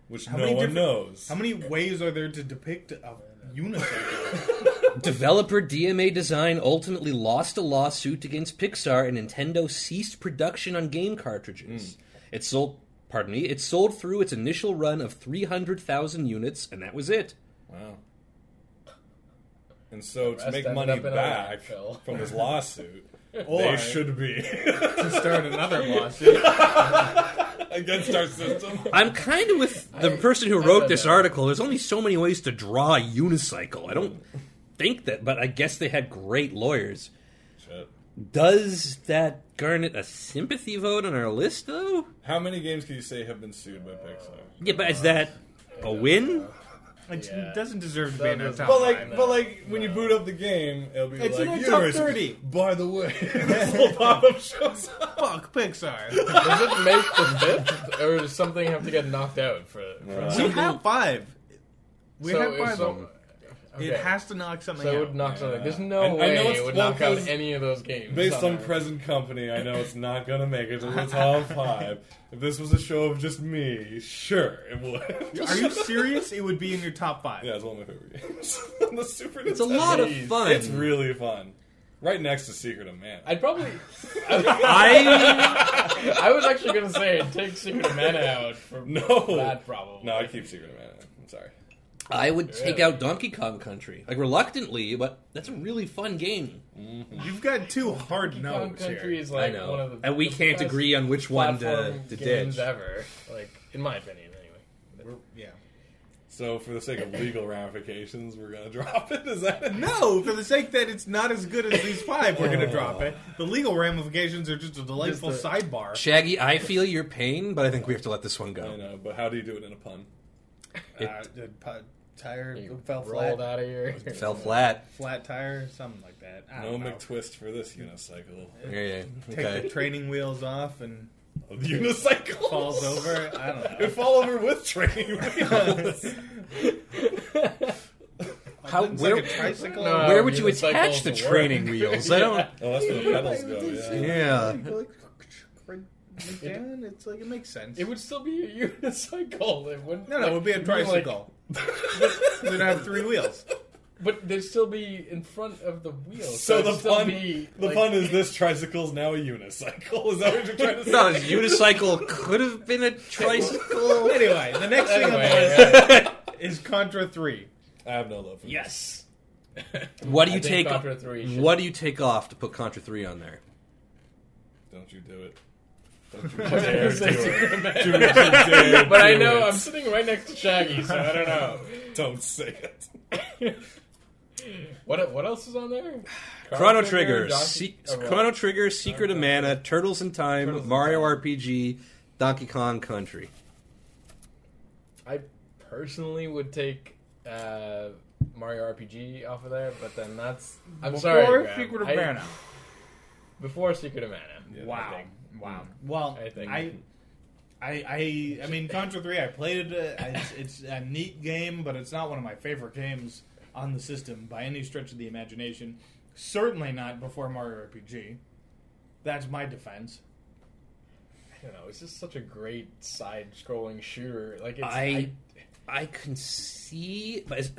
Speaker 2: Which
Speaker 5: many
Speaker 2: no one
Speaker 5: different-
Speaker 2: knows.
Speaker 5: How many ways are there to depict a unicycle?
Speaker 4: Developer DMA Design ultimately lost a lawsuit against Pixar, and Nintendo ceased production on game
Speaker 2: Mm.
Speaker 4: cartridges. It sold, pardon me, it sold through its initial run of 300,000 units, and that was it.
Speaker 2: Wow. And so to
Speaker 3: rest
Speaker 2: make
Speaker 3: ended
Speaker 2: money
Speaker 3: up in a
Speaker 2: back
Speaker 3: landfill.
Speaker 2: from this lawsuit, they
Speaker 5: Or-
Speaker 2: should be
Speaker 5: to start another lawsuit.
Speaker 2: against our system.
Speaker 4: I'm kind of with the
Speaker 3: I-
Speaker 4: person who
Speaker 3: I
Speaker 4: wrote
Speaker 3: read
Speaker 4: this
Speaker 3: that.
Speaker 4: article. There's only so many ways to draw a unicycle. I don't think that, but I guess they had great lawyers.
Speaker 2: Shit.
Speaker 4: Does that garnet a sympathy vote on our list, though?
Speaker 2: How many games can you say have been sued by Pixar?
Speaker 4: Yeah,
Speaker 3: Uh,
Speaker 4: but is that a win?
Speaker 5: It
Speaker 3: Yeah.
Speaker 5: doesn't deserve to be
Speaker 3: That
Speaker 5: in our top.
Speaker 3: doesn't-
Speaker 2: But
Speaker 3: Well,
Speaker 2: like,
Speaker 3: no,
Speaker 2: but like, when you
Speaker 3: no.
Speaker 2: boot up the game, it'll be
Speaker 5: It's in
Speaker 2: like,
Speaker 5: our top
Speaker 2: "Universe,
Speaker 5: 30."
Speaker 2: By the way, this little pop-up shows up.
Speaker 5: fuck Pixar.
Speaker 3: Does it make the fifth, or does something have to get knocked out for? for
Speaker 5: we have five. We
Speaker 3: so
Speaker 5: have
Speaker 3: if
Speaker 5: by
Speaker 3: some-
Speaker 5: the. It
Speaker 3: okay.
Speaker 5: has to knock something
Speaker 3: So it
Speaker 5: out.
Speaker 3: would knock something. There's no
Speaker 2: I- I know
Speaker 3: way
Speaker 2: it's-
Speaker 3: it would
Speaker 2: well,
Speaker 3: knock out
Speaker 2: 'cause
Speaker 3: any of those games.
Speaker 2: Based on
Speaker 3: our-
Speaker 2: present company, I know it's not going to make it to the top five. If this was a show of just me, sure, it would.
Speaker 5: Are you serious? It would be in your top five.
Speaker 2: Yeah, it's one of my favorite games on the Super Nintendo.
Speaker 4: It's a lot of fun.
Speaker 2: It's really fun. Right next to Secret of Mana.
Speaker 3: I'd probably.
Speaker 4: I
Speaker 3: I was actually gonna say take Secret of Mana out for
Speaker 2: No.
Speaker 3: that problem.
Speaker 2: no, I keep Secret of Mana. I'm sorry.
Speaker 4: I would take
Speaker 3: Yeah.
Speaker 4: out Donkey Kong Country, like reluctantly, but that's a really fun game.
Speaker 5: You've got two hard
Speaker 3: Donkey Kong
Speaker 5: no's
Speaker 3: Country
Speaker 5: here.
Speaker 3: is like
Speaker 4: I know,
Speaker 3: one of the
Speaker 4: and we
Speaker 3: the
Speaker 4: can't
Speaker 3: best
Speaker 4: agree on which one to,
Speaker 3: platform
Speaker 4: to
Speaker 3: games
Speaker 4: ditch.
Speaker 3: ever. Like in my opinion, anyway.
Speaker 5: We're- Yeah.
Speaker 2: So, for the sake of legal ramifications, we're going to drop it. Is that it?
Speaker 5: No, for the sake that it's not as good as these five, we're going to drop it. The legal ramifications are just a delightful
Speaker 3: Just
Speaker 5: sidebar.
Speaker 4: Shaggy, I feel your pain, but I think we have to let this one
Speaker 2: I
Speaker 4: go.
Speaker 2: know, but how do you do it in a pun?
Speaker 5: uh, the pu- tire
Speaker 3: You
Speaker 5: fell flat,
Speaker 3: rolled out of here.
Speaker 4: Fell flat.
Speaker 5: flat tire, something like that. I
Speaker 2: No
Speaker 5: don't know.
Speaker 2: McTwist for this unicycle.
Speaker 4: Yeah, yeah.
Speaker 5: Take the
Speaker 4: Okay.
Speaker 5: training wheels off and
Speaker 2: A unicycle
Speaker 5: falls over. I don't
Speaker 2: It
Speaker 5: know.
Speaker 2: fall over with training wheels.
Speaker 4: How,
Speaker 5: It's
Speaker 4: where,
Speaker 5: like a tricycle.
Speaker 3: No.
Speaker 4: where would you
Speaker 3: Unicycle
Speaker 4: attach the
Speaker 3: to work.
Speaker 4: training wheels? I don't.
Speaker 2: oh, that's where the pedals go. Yeah.
Speaker 4: Yeah.
Speaker 5: Go like, right down. It's like it makes sense.
Speaker 3: It would still be a unicycle. It wouldn't.
Speaker 5: no, no, it would be a
Speaker 3: you'd like-
Speaker 5: tricycle. It'd have three wheels.
Speaker 3: but they'd still be in front of the wheel.
Speaker 2: So
Speaker 3: it'd
Speaker 2: the
Speaker 3: still
Speaker 2: pun,
Speaker 3: be,
Speaker 2: the
Speaker 3: like,
Speaker 2: pun is this tricycle's now a unicycle. Is that what you're trying to say?
Speaker 4: No, his unicycle could have been a tricycle.
Speaker 5: Anyway, the next thing on the
Speaker 3: Anyway,
Speaker 5: list is Contra Three.
Speaker 2: I have no love for this.
Speaker 3: Yes.
Speaker 4: What do you
Speaker 3: I think
Speaker 4: take?
Speaker 3: Contra 3 should-
Speaker 4: What do you take off to put Contra Three on there?
Speaker 2: Don't you do it. Don't you
Speaker 3: I was
Speaker 2: dare
Speaker 3: gonna
Speaker 2: do
Speaker 3: say
Speaker 2: it.
Speaker 3: Superman.
Speaker 2: Do not you dare
Speaker 3: But I
Speaker 2: do
Speaker 3: know
Speaker 2: it.
Speaker 3: I'm sitting right next to Shaggy, so I don't know.
Speaker 2: Don't say it.
Speaker 3: What what else is on there?
Speaker 4: Chrono Trigger,
Speaker 3: Donkey-
Speaker 4: Se-
Speaker 3: oh, well,
Speaker 4: Chrono Trigger, Secret of Mana, Turtles in Time,
Speaker 3: Turtles in
Speaker 4: Mario
Speaker 3: Time.
Speaker 4: RPG, Donkey Kong Country.
Speaker 3: I personally would take uh, Mario RPG off of there, but then that's I'm sorry.
Speaker 5: Or
Speaker 3: Graham.
Speaker 5: Secret of
Speaker 3: I-
Speaker 5: Mana.
Speaker 3: Before Secret of Mana. I
Speaker 5: Wow.
Speaker 3: think.
Speaker 5: Wow. Well,
Speaker 3: I
Speaker 5: I
Speaker 3: think-
Speaker 5: I, I, I, mean, Contra Three. I played it. uh, It's, it's a neat game, but it's not one of my favorite games on the system by any stretch of the imagination. Certainly not before Mario RPG. That's my defense.
Speaker 3: I don't know. It's just such a great side-scrolling shooter. Like it's,
Speaker 4: I-
Speaker 3: I
Speaker 4: I can see, but as-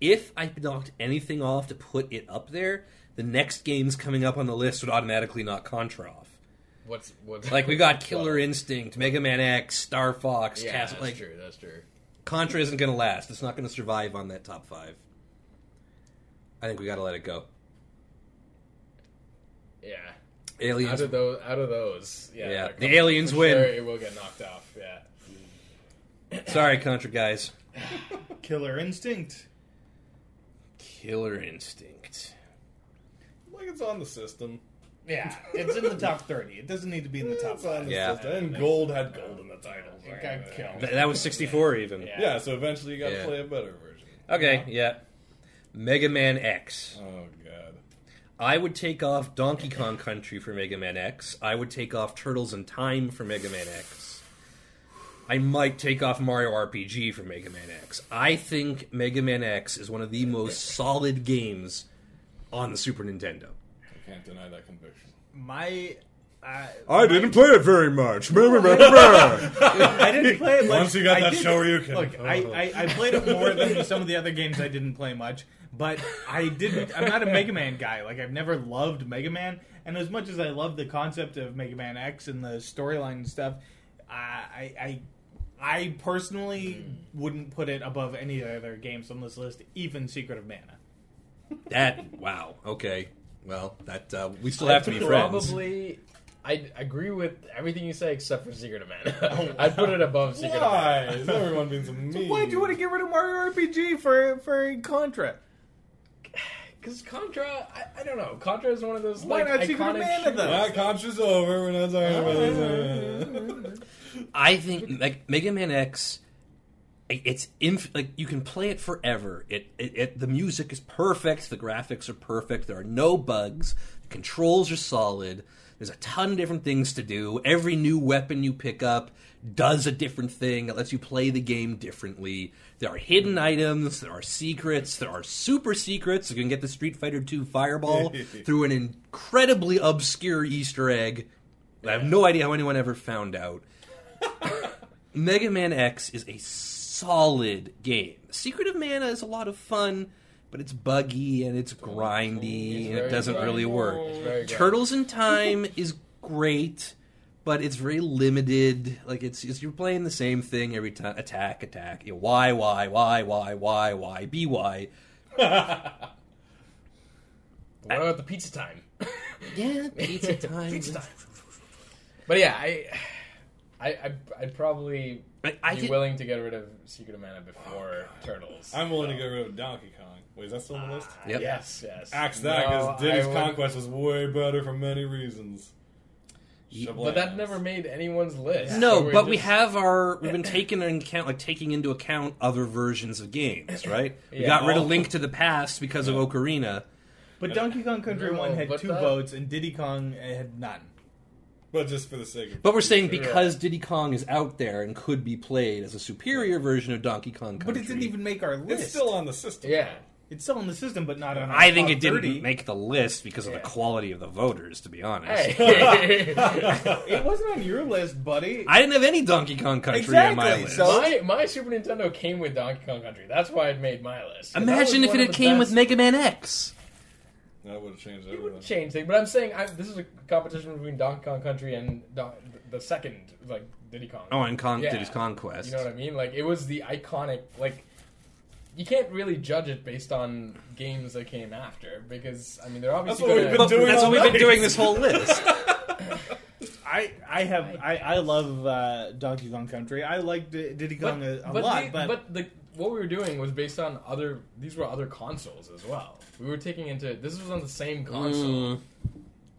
Speaker 4: if I knocked anything off to put it up there, the next games coming up on the list would automatically knock Contra off.
Speaker 3: what's what's
Speaker 4: Like we got Killer
Speaker 3: well,
Speaker 4: Instinct, Mega Man X, Star Fox,
Speaker 3: Yeah,
Speaker 4: Castle.
Speaker 3: that's
Speaker 4: Like
Speaker 3: true. That's true.
Speaker 4: Contra isn't going to last. It's not going to survive on that top five. I think we got to let it go.
Speaker 3: Yeah.
Speaker 4: Aliens
Speaker 3: Out of those, out of those, yeah.
Speaker 4: Yeah,
Speaker 3: like,
Speaker 4: the aliens
Speaker 3: for
Speaker 4: win.
Speaker 3: Sure it will get knocked off. Yeah.
Speaker 4: Sorry, Contra guys.
Speaker 5: Killer Instinct.
Speaker 4: Killer Instinct.
Speaker 2: Like it's on the system.
Speaker 5: Yeah, it's in the top thirty. It doesn't need to be in the top
Speaker 2: It's on
Speaker 5: five.
Speaker 2: the
Speaker 4: Yeah.
Speaker 2: system. And gold had gold in the title.
Speaker 5: It got killed.
Speaker 4: Th- that was 64 even.
Speaker 3: Yeah.
Speaker 2: Yeah, so eventually you got to
Speaker 4: Yeah.
Speaker 2: play a better version.
Speaker 4: Okay, yeah. Mega Man X.
Speaker 2: Oh god.
Speaker 4: I would take off Donkey Kong Country for Mega Man X. I would take off Turtles in Time for Mega Man X. I might take off Mario RPG for Mega Man X. I think Mega Man X is one of the most solid games on the Super Nintendo.
Speaker 2: I can't deny that conviction.
Speaker 5: My. I,
Speaker 4: I didn't play it very much.
Speaker 5: I didn't play it much.
Speaker 2: Once you Oh. got
Speaker 5: I
Speaker 2: that
Speaker 5: did-
Speaker 2: Shoryuken.
Speaker 5: Look, I, I, I played it more than some of the other games I didn't play much, but I didn't. I'm not a Mega Man guy. Like I've never loved Mega Man, and as much as I love the concept of Mega Man X and the storyline and stuff, I I. I I personally wouldn't put it above any other games on this list, even Secret of Mana.
Speaker 4: That wow. Okay. Well, that uh, we still have to be friends.
Speaker 3: Probably. I agree with everything you say except for Secret of Mana. I'd put it above Secret of Mana.
Speaker 2: Why is everyone being so mean?
Speaker 5: Why do you want to get rid of Mario RPG for for Contra?
Speaker 3: Because Contra, I, I don't know. Contra is one of those
Speaker 5: Why
Speaker 3: like
Speaker 5: not
Speaker 3: iconic
Speaker 5: Secret of Mana,
Speaker 3: shooters.
Speaker 5: though?
Speaker 2: That conscious over. We're not talking about this.
Speaker 4: I think like Mega Man X I- it's inf- like you can play it forever. It, it, it the music is perfect. The graphics are perfect. There are no bugs. The controls are solid. There's a ton of different things to do. Every new weapon you pick up does a different thing. It lets you play the game differently. There are hidden items. There are secrets. There are super secrets. You can get the Street Fighter II Fireball through an incredibly obscure Easter egg. I have no idea how anyone ever found out. Mega Man X is a solid game. Secret of Mana is a lot of fun, but it's buggy and it's grindy
Speaker 3: It's
Speaker 4: and it
Speaker 3: very
Speaker 4: doesn't really
Speaker 3: grindy.
Speaker 4: work.
Speaker 3: It's very grindy.
Speaker 4: Turtles in Time is great, but it's very limited. Like it's, it's you're playing the same thing every time. Attack, attack. You know, why, why, why, why, why, why, B Y.
Speaker 3: What about the pizza time?
Speaker 4: Yeah, pizza time.
Speaker 3: Pizza time. But yeah, I, I, I I'd probably
Speaker 4: Like, I
Speaker 3: be
Speaker 4: get-
Speaker 3: willing to get rid of Secret of Mana before Turtles.
Speaker 2: Oh, I'm willing to get rid of Donkey Kong. Wait, is that still on the list?
Speaker 4: Yep.
Speaker 3: Yes, yes.
Speaker 2: Axe that
Speaker 3: No,
Speaker 2: because
Speaker 3: I
Speaker 2: Diddy's
Speaker 3: wouldn't-
Speaker 2: Conquest was way better for many reasons. Shovel
Speaker 3: But that
Speaker 2: hands.
Speaker 3: never made anyone's list.
Speaker 4: No,
Speaker 3: So we're
Speaker 4: but we
Speaker 3: just-
Speaker 4: have our we've been taking into account like taking into account other versions of games, right? We
Speaker 3: Yeah.
Speaker 4: got rid of Link to the Past because of Ocarina.
Speaker 5: But Donkey Kong Country
Speaker 3: No,
Speaker 5: 1 had
Speaker 3: but
Speaker 5: two
Speaker 3: that-
Speaker 5: votes and Diddy Kong uh, had none.
Speaker 2: But just for the sake of
Speaker 4: But we're saying because Diddy Kong is out there and could be played as a superior version of Donkey Kong Country.
Speaker 5: But it didn't even make our list.
Speaker 2: it's still on the system.
Speaker 3: Yeah.
Speaker 5: It's still in the system, but not on our
Speaker 4: I think
Speaker 5: top
Speaker 4: it didn't
Speaker 5: 30.
Speaker 4: make the list because of
Speaker 3: Yeah.
Speaker 4: the quality of the voters, to be honest.
Speaker 3: Hey.
Speaker 5: It wasn't on your list, buddy.
Speaker 4: I didn't have any Donkey Kong Country on my
Speaker 5: Exactly,
Speaker 4: list.
Speaker 5: so-
Speaker 3: my my Super Nintendo came with Donkey Kong Country. That's why it made my list. 'Cause that
Speaker 4: Imagine
Speaker 3: was
Speaker 4: if
Speaker 3: one
Speaker 4: it
Speaker 3: of
Speaker 4: had
Speaker 3: the
Speaker 4: came with
Speaker 3: best-
Speaker 4: Mega Man X.
Speaker 2: That would have changed
Speaker 3: It would
Speaker 2: everything.
Speaker 3: change things, but I'm saying I, this is a competition between Donkey Kong Country and Don, the second, like Diddy Kong.
Speaker 4: Oh, and Kong
Speaker 3: Yeah.
Speaker 4: Diddy's Conquest.
Speaker 3: You know what I mean? Like it was the iconic. Like you can't really judge it based on games that came after because I mean they're obviously.
Speaker 2: what
Speaker 3: gonna,
Speaker 2: we've been
Speaker 4: But
Speaker 2: doing
Speaker 4: that's
Speaker 2: all
Speaker 4: what we've been
Speaker 2: night.
Speaker 4: doing this whole list.
Speaker 5: I, I have I, I love uh, Donkey Kong Country. I like D- Diddy Kong a, a lot,
Speaker 3: the,
Speaker 5: but,
Speaker 3: the what we were doing was based on other. These were other consoles as well. We were taking into this was on the same console,
Speaker 4: Mm,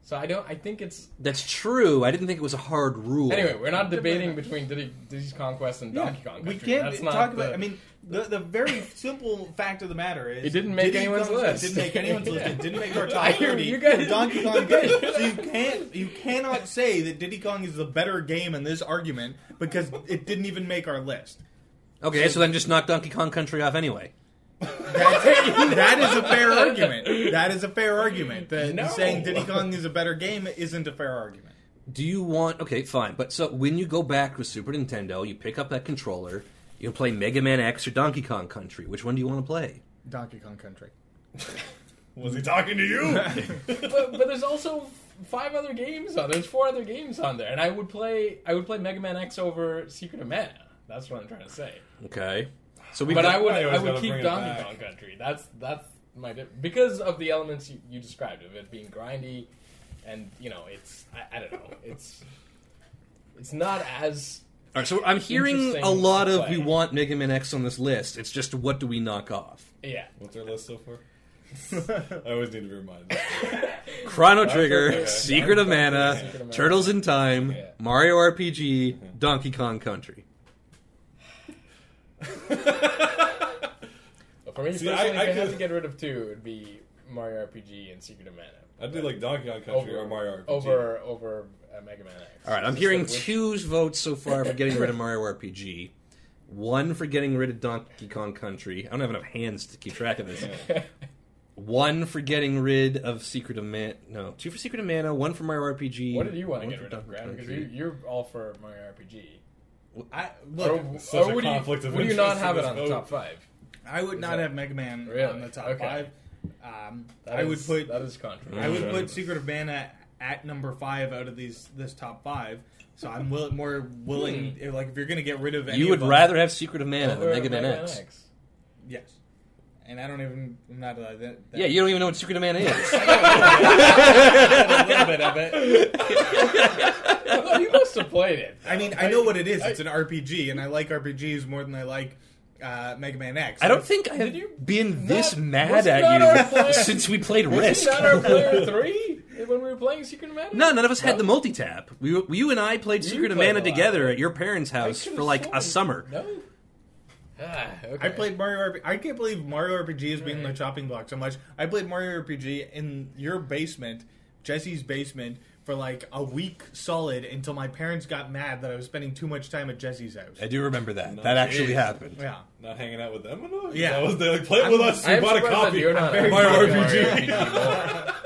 Speaker 3: so I don't. I think it's
Speaker 4: that's true. I didn't think it was a hard rule.
Speaker 3: anyway. We're not debating
Speaker 5: Different-
Speaker 3: between Diddy, Diddy's Conquest and
Speaker 5: yeah,
Speaker 3: Donkey Kong. Country.
Speaker 5: we can't
Speaker 3: That's not
Speaker 5: talk
Speaker 3: the-
Speaker 5: about. I mean, the the very simple fact of the matter is
Speaker 3: It didn't make
Speaker 5: Diddy
Speaker 3: anyone's
Speaker 5: Kong's-
Speaker 3: list.
Speaker 5: It didn't make anyone's list.
Speaker 3: Yeah.
Speaker 5: It didn't make our
Speaker 3: I
Speaker 5: top
Speaker 3: hear
Speaker 5: thirty.
Speaker 3: you guys-
Speaker 5: Donkey Kong
Speaker 3: you guys-
Speaker 5: did. So you can't you cannot say that Diddy Kong is the better game in this argument because it didn't even make our list.
Speaker 4: Okay, so then just knock Donkey Kong Country off anyway.
Speaker 5: That's, that is a fair argument. That is a fair argument. The,
Speaker 3: No.
Speaker 5: Saying Diddy Kong is a better game isn't a fair argument.
Speaker 4: Do you want? Okay, fine. But so when you go back with Super Nintendo, you pick up that controller. You can play Mega Man X or Donkey Kong Country. Which one do you want to play?
Speaker 5: Donkey Kong Country.
Speaker 2: Was he talking to you?
Speaker 3: but, but there's also five other games on. There's four other games on there, and I would play. I would play Mega Man X over Secret of Mana. That's what I'm trying to say.
Speaker 4: Okay, so we.
Speaker 3: But I would.
Speaker 2: I
Speaker 3: I
Speaker 2: always
Speaker 3: would
Speaker 2: gotta
Speaker 3: keep
Speaker 2: bring it
Speaker 3: Donkey
Speaker 2: back.
Speaker 3: Kong Country. That's that's my di- because of the elements you, you described of it being grindy, and you know it's I, I don't know it's it's not as
Speaker 4: All right, so I'm hearing
Speaker 3: Interesting
Speaker 4: a lot of
Speaker 3: play.
Speaker 4: we want Mega Man X on this list. It's just what do we knock off?
Speaker 3: yeah.
Speaker 2: What's our list so far? I always need to be reminded.
Speaker 4: Chrono Trigger,
Speaker 3: okay.
Speaker 4: Secret of Mana,
Speaker 3: Secret of Mana.
Speaker 4: Turtles in Time,
Speaker 3: Yeah.
Speaker 4: Mario RPG, Donkey Kong Country.
Speaker 3: But for me
Speaker 2: See, I-
Speaker 3: personally,
Speaker 2: I
Speaker 3: if I had
Speaker 2: could-
Speaker 3: to get rid of two, it'd be Mario RPG and Secret of Mana.
Speaker 2: I'd be like Donkey Kong Country
Speaker 3: Over
Speaker 2: or Mario RPG.
Speaker 3: over over uh, Mega Man X.
Speaker 4: All right, I'm
Speaker 3: Just
Speaker 4: hearing
Speaker 3: that we-
Speaker 4: two votes so far for getting rid of Mario RPG. One for getting rid of Donkey Kong Country. I don't have enough hands to keep track of this. One for getting rid of Secret of Man. No, two for Secret of Mana. One for Mario RPG.
Speaker 3: What did you want to
Speaker 4: one
Speaker 3: get
Speaker 4: for
Speaker 3: rid of,
Speaker 4: Donkey
Speaker 3: Graham? Because
Speaker 4: Country.
Speaker 3: you, you're all for Mario RPG.
Speaker 5: I
Speaker 3: Or,
Speaker 5: look.
Speaker 2: such
Speaker 3: or
Speaker 2: a
Speaker 3: would you,
Speaker 2: conflict of
Speaker 3: would you
Speaker 2: interest
Speaker 3: not
Speaker 2: in
Speaker 3: have it
Speaker 2: this
Speaker 3: on the
Speaker 2: vote.
Speaker 3: top five?
Speaker 5: I would not
Speaker 3: that-
Speaker 5: have Mega Man
Speaker 3: Really?
Speaker 5: on the top
Speaker 3: Okay.
Speaker 5: five. Um,
Speaker 3: That
Speaker 5: I would
Speaker 3: is-
Speaker 5: put
Speaker 3: that is controversial.
Speaker 5: I would put Secret of Mana at number five out of these this top five. So I'm will, more willing. if- Like if you're gonna get rid of, any
Speaker 4: You would
Speaker 5: of them-
Speaker 4: rather have Secret of Mana
Speaker 3: Over
Speaker 4: than Mega Man X.
Speaker 5: yes. And I don't even. I'm not allowed that, that.
Speaker 4: Yeah, you don't even know what Secret of Mana is.
Speaker 5: a little bit of it.
Speaker 3: Well, you must have played it.
Speaker 5: I mean, I know what it is. It's an RPG, and I like RPGs more than I like uh, Mega Man X.
Speaker 4: I don't think I've
Speaker 3: Did you
Speaker 4: been this
Speaker 3: not-
Speaker 4: mad
Speaker 3: was he not our
Speaker 4: at you
Speaker 3: player?
Speaker 4: since we played
Speaker 3: Was
Speaker 4: Risk.
Speaker 3: that our player three when we were playing Secret of Mana?
Speaker 4: No, none of us had the multi tap. We, were- you and I played Secret of
Speaker 3: played
Speaker 4: Mana
Speaker 3: a lot.
Speaker 4: together at your parents'
Speaker 3: I
Speaker 4: house
Speaker 3: could've
Speaker 4: for like a
Speaker 3: sworn-
Speaker 4: summer.
Speaker 3: No. Ah, okay.
Speaker 5: I played Mario RPG. I can't believe Mario RPG has been in the chopping block so much. I played Mario RPG in your basement, Jesse's basement, for like a week solid until my parents got mad that I was spending too much time at Jesse's house.
Speaker 4: I do remember that. that actually happened.
Speaker 5: Yeah.
Speaker 2: Not hanging out with them enough?
Speaker 5: Yeah.
Speaker 2: That was, they like, play it with us. We
Speaker 3: I'm
Speaker 2: bought a
Speaker 3: surprised that
Speaker 2: copy.
Speaker 3: You're not
Speaker 5: very
Speaker 2: Mario
Speaker 5: proud of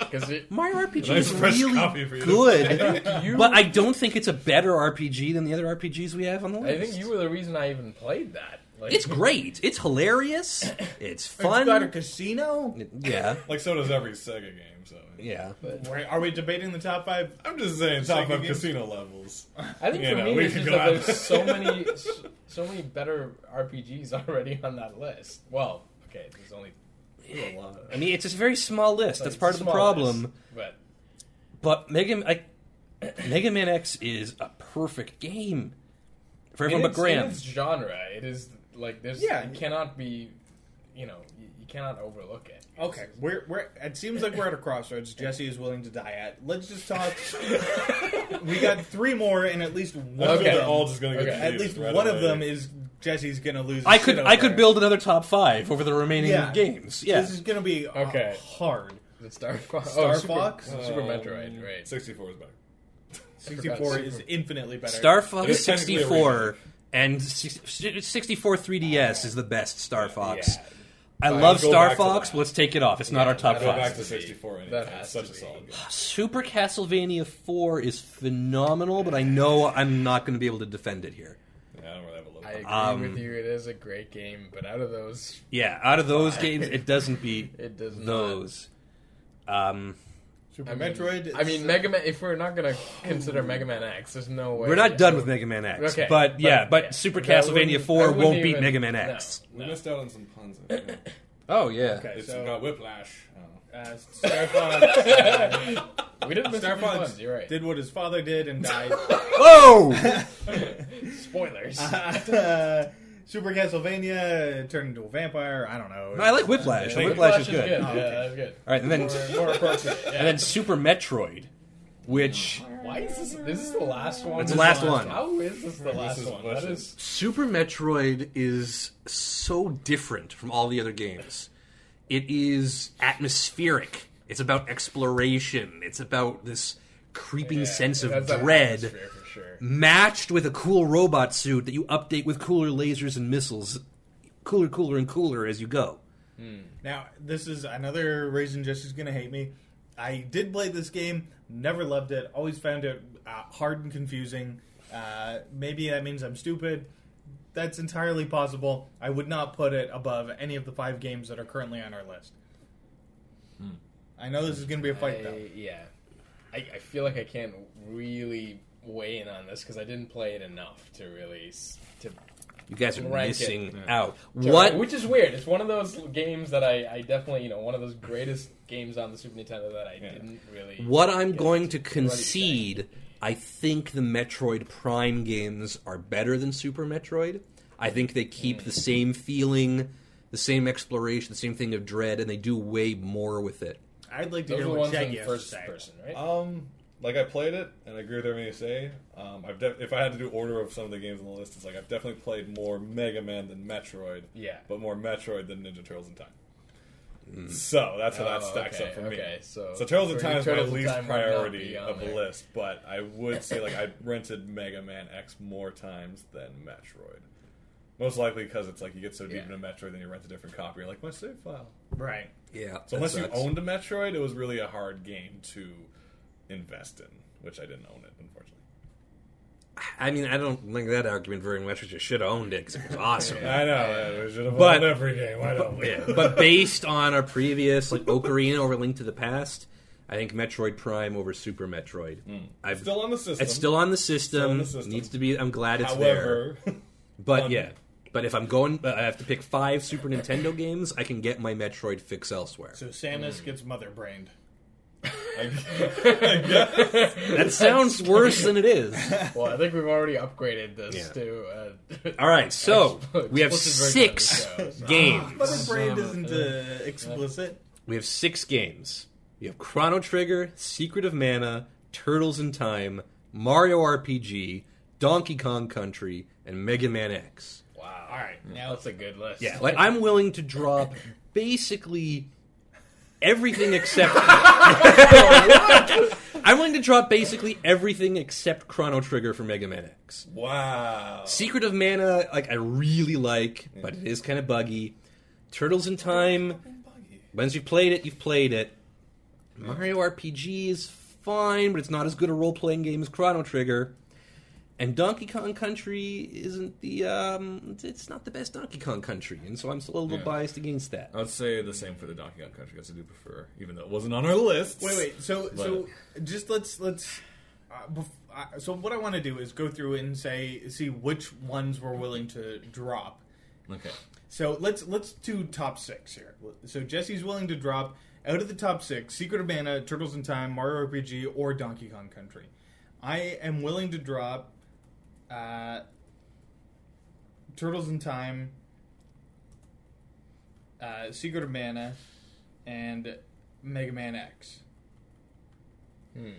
Speaker 3: Because it,
Speaker 4: Mario RPG
Speaker 2: Nice
Speaker 4: is
Speaker 2: fresh
Speaker 4: really
Speaker 2: copy for you.
Speaker 4: good, but I don't think it's a better RPG than the other RPGs we have on the
Speaker 3: I
Speaker 4: list.
Speaker 3: think you were the reason I even played that. Like,
Speaker 4: It's great. It's hilarious. It's
Speaker 5: It's got a
Speaker 4: fun.
Speaker 5: casino.
Speaker 4: yeah,
Speaker 2: Like, so does every Sega game, so.
Speaker 4: yeah.
Speaker 5: Wait, Are we debating the top five?
Speaker 2: I'm just saying, top
Speaker 5: Sega
Speaker 2: of
Speaker 5: games?
Speaker 2: casino levels.
Speaker 3: I think
Speaker 2: You
Speaker 3: for
Speaker 2: know,
Speaker 3: me,
Speaker 2: we
Speaker 3: it's
Speaker 2: could
Speaker 3: just
Speaker 2: go
Speaker 3: that
Speaker 2: out.
Speaker 3: there's so many, s- so many better RPGs already on that list. Well, okay, there's only
Speaker 2: That's a lot.
Speaker 4: I mean, it's a very small list. That's
Speaker 3: like,
Speaker 4: part of the
Speaker 3: small
Speaker 4: problem.
Speaker 3: list, but
Speaker 4: But Mega, like, Mega Man X is a perfect game for
Speaker 3: in
Speaker 4: everyone but
Speaker 3: its, in
Speaker 4: Graham.
Speaker 3: its genre, it is like there's
Speaker 5: Yeah.
Speaker 3: you cannot be, you know, you, you cannot overlook it.
Speaker 5: Okay, we're we're. It seems like we're at a crossroads. Jesse is willing to die at. Let's just talk. we got three more, and at least one
Speaker 2: I
Speaker 5: of
Speaker 2: feel
Speaker 3: Okay.
Speaker 2: they're
Speaker 5: them.
Speaker 2: all just going to
Speaker 3: Okay.
Speaker 2: get
Speaker 5: at least
Speaker 2: confused right
Speaker 5: one of
Speaker 2: away.
Speaker 5: them is Jesse's gonna lose. his
Speaker 4: I could
Speaker 5: shit
Speaker 4: I
Speaker 5: over.
Speaker 4: could build another top five over the remaining
Speaker 5: Yeah.
Speaker 4: games. Yeah,
Speaker 5: This is gonna be uh,
Speaker 3: Okay.
Speaker 5: hard.
Speaker 3: The Star Fox,
Speaker 5: Star
Speaker 3: oh, Super,
Speaker 5: Fox?
Speaker 3: Super
Speaker 2: Um,
Speaker 3: Metroid, right?
Speaker 2: 64 is better.
Speaker 5: Sixty four is infinitely better.
Speaker 4: Star
Speaker 2: It
Speaker 4: Fox
Speaker 2: is technically a
Speaker 4: 64 and si- 64 3DS is the best Star Fox.
Speaker 3: Yeah.
Speaker 4: I
Speaker 2: I
Speaker 4: love
Speaker 2: would go
Speaker 4: Star
Speaker 2: back to
Speaker 4: Fox.
Speaker 2: that.
Speaker 4: but Let's take it off. It's not our top
Speaker 2: Go back
Speaker 4: five.
Speaker 2: to
Speaker 3: to be.
Speaker 2: 64 anyway.
Speaker 3: That has
Speaker 2: It's such
Speaker 3: to
Speaker 2: a
Speaker 3: be.
Speaker 2: solid game.
Speaker 4: Super Castlevania 4 is phenomenal, but I know I'm not going to be able to defend it here.
Speaker 2: Yeah, I don't really have a look.
Speaker 3: I agree
Speaker 4: Um,
Speaker 3: with you. It is a great game, but out of those,
Speaker 4: Yeah, out of those games, it doesn't beat
Speaker 3: it does not.
Speaker 4: those. Um,
Speaker 5: Super
Speaker 3: I mean,
Speaker 5: Metroid.
Speaker 3: I mean,
Speaker 5: it's,
Speaker 3: Mega Man. If we're not gonna consider Mega Man X, there's no way
Speaker 4: we're not done with Mega Man X,
Speaker 3: Okay,
Speaker 4: but,
Speaker 3: but-
Speaker 4: yeah, but
Speaker 3: yeah.
Speaker 4: Super
Speaker 3: That
Speaker 4: Castlevania
Speaker 3: wouldn't-
Speaker 4: 4
Speaker 3: I wouldn't
Speaker 4: won't beat
Speaker 3: even-
Speaker 4: Mega Man
Speaker 3: no.
Speaker 4: X.
Speaker 2: we missed out on some puns. I think.
Speaker 4: Oh yeah.
Speaker 5: Okay,
Speaker 2: it's
Speaker 5: so-
Speaker 2: got whiplash. Oh.
Speaker 5: uh, Star Fox
Speaker 3: We didn't miss
Speaker 5: Star
Speaker 3: any
Speaker 5: Fox
Speaker 3: ones, You're right.
Speaker 5: did what his father did and died.
Speaker 4: Whoa!
Speaker 3: Spoilers.
Speaker 5: Uh, Super Castlevania turned into a vampire. I don't know.
Speaker 4: I like Whiplash.
Speaker 2: Yeah.
Speaker 4: Whiplash, is good.
Speaker 3: Yeah,
Speaker 4: All
Speaker 3: that's good.
Speaker 4: right, and then
Speaker 3: More, more appropriate.
Speaker 4: and then Super Metroid, which
Speaker 3: Why is this? Is this the last one?
Speaker 4: It's the last one.
Speaker 3: How is this the last
Speaker 2: is
Speaker 3: one?
Speaker 2: bushes.
Speaker 3: That is
Speaker 4: Super Metroid is so different from all the other games. It is atmospheric. It's about exploration. It's about this creeping
Speaker 3: yeah,
Speaker 4: sense of
Speaker 3: that's that
Speaker 4: dread,
Speaker 3: atmosphere for sure.
Speaker 4: matched with a cool robot suit that you update with cooler lasers and missiles, cooler, cooler, and cooler as you go.
Speaker 5: Now, this is another reason Jesse's gonna hate me. I did play this game, never loved it, always found it uh, hard and confusing. Uh, maybe that means I'm stupid. That's entirely possible. I would not put it above any of the five games that are currently on our list.
Speaker 3: Hmm.
Speaker 5: I know this is gonna be a fight, though.
Speaker 3: I, yeah, I, I feel like I can't really weigh in on this because I didn't play it enough to really s- to
Speaker 4: You guys are
Speaker 3: Rank it.
Speaker 4: missing out.
Speaker 3: to-
Speaker 4: What?
Speaker 3: Which is weird. It's one of those games that I, I definitely you know one of those greatest games on the Super Nintendo that I didn't really.
Speaker 4: What I'm going to
Speaker 3: it's bloody
Speaker 4: concede, I think the Metroid Prime games are better than Super Metroid. I think they keep
Speaker 2: Mm.
Speaker 4: the same feeling, the same exploration, the same thing of dread, and they do way more with it.
Speaker 5: I'd like to hear
Speaker 3: Those are the
Speaker 5: what
Speaker 3: ones
Speaker 5: Jackie
Speaker 3: in
Speaker 5: has
Speaker 3: first
Speaker 5: to say.
Speaker 3: person, right?
Speaker 2: Um, like I played it, and I agree with everything you say. Um, I've def- if I had to do order of some of the games on the list, it's like I've definitely played more Mega Man than Metroid.
Speaker 3: Yeah.
Speaker 2: but more Metroid than Ninja Turtles in Time. So that's how that
Speaker 3: Oh,
Speaker 2: stacks
Speaker 3: okay,
Speaker 2: up for me.
Speaker 3: okay, so-
Speaker 2: so Turtles in
Speaker 3: for you,
Speaker 2: Time is
Speaker 3: Turtles in
Speaker 2: my least
Speaker 3: Time would not
Speaker 2: priority
Speaker 3: be on
Speaker 2: of the
Speaker 3: there.
Speaker 2: list, but I would say like I rented Mega Man X more times than Metroid. Most likely because it's like you get so deep
Speaker 3: Yeah.
Speaker 2: into Metroid, then you rent a different copy. You're like, my save file.
Speaker 5: Right.
Speaker 4: Yeah.
Speaker 2: So unless you owned a Metroid, it was really a hard game to invest in, which I didn't own it, unfortunately.
Speaker 4: I mean, I don't think that argument very much. You should have owned it because it was awesome.
Speaker 2: I know we should have
Speaker 4: But-
Speaker 2: owned every game. I don't.
Speaker 4: Yeah, but based on our previous like Ocarina over Link to the Past, I think Metroid Prime over Super Metroid. I've,
Speaker 2: Mm. Still on the system.
Speaker 4: it's still on the system.
Speaker 2: Still on the system.
Speaker 4: Needs to be. I'm glad it's there.
Speaker 2: However,
Speaker 4: But
Speaker 2: Um,
Speaker 4: yeah, but if I'm going, but I have to pick five Super Nintendo games. I can get my Metroid fix elsewhere.
Speaker 5: So
Speaker 3: Hmm.
Speaker 5: Samus gets mother brained.
Speaker 4: That sounds worse than it is.
Speaker 3: Well, I think we've already upgraded this
Speaker 4: Yeah.
Speaker 3: to. Uh,
Speaker 4: All right, so
Speaker 3: Explicit
Speaker 4: we have
Speaker 3: version of the
Speaker 4: six
Speaker 3: show, so-
Speaker 5: Mother
Speaker 4: games.
Speaker 5: brained isn't uh, explicit.
Speaker 4: We have six games. We have Chrono Trigger, Secret of Mana, Turtles in Time, Mario RPG, Donkey Kong Country, and Mega Man X.
Speaker 3: Wow. Hmm.
Speaker 5: All right, now
Speaker 3: That's a good list.
Speaker 4: Yeah, like I'm willing to drop basically everything except. I'm willing to drop basically everything except Chrono Trigger for Mega Man X.
Speaker 2: Wow.
Speaker 4: Secret of Mana, like I really like, but it is kind of buggy. Turtles in Time,
Speaker 2: Buggy.
Speaker 4: once you've played it, you've played it. Mario RPG is fine, but it's not as good a role playing game as Chrono Trigger. And Donkey Kong Country isn't the um, it's not the best Donkey Kong Country, and so I'm still a little
Speaker 2: Yeah.
Speaker 4: biased against that.
Speaker 2: I would say the same for the Donkey Kong Country because I do prefer, even though it wasn't on our list.
Speaker 5: wait, wait. So,
Speaker 2: But-
Speaker 5: so just let's let's. Uh, bef- uh, so, what I want to do is go through and say, see which ones we're willing to drop.
Speaker 2: Okay.
Speaker 5: So let's let's do top six here. So Jesse's willing to drop out of the top six: Secret of Mana, Turtles in Time, Mario RPG, or Donkey Kong Country. I am willing to drop uh, Turtles in Time, uh, Secret of Mana, and Mega Man X.
Speaker 3: Hmm.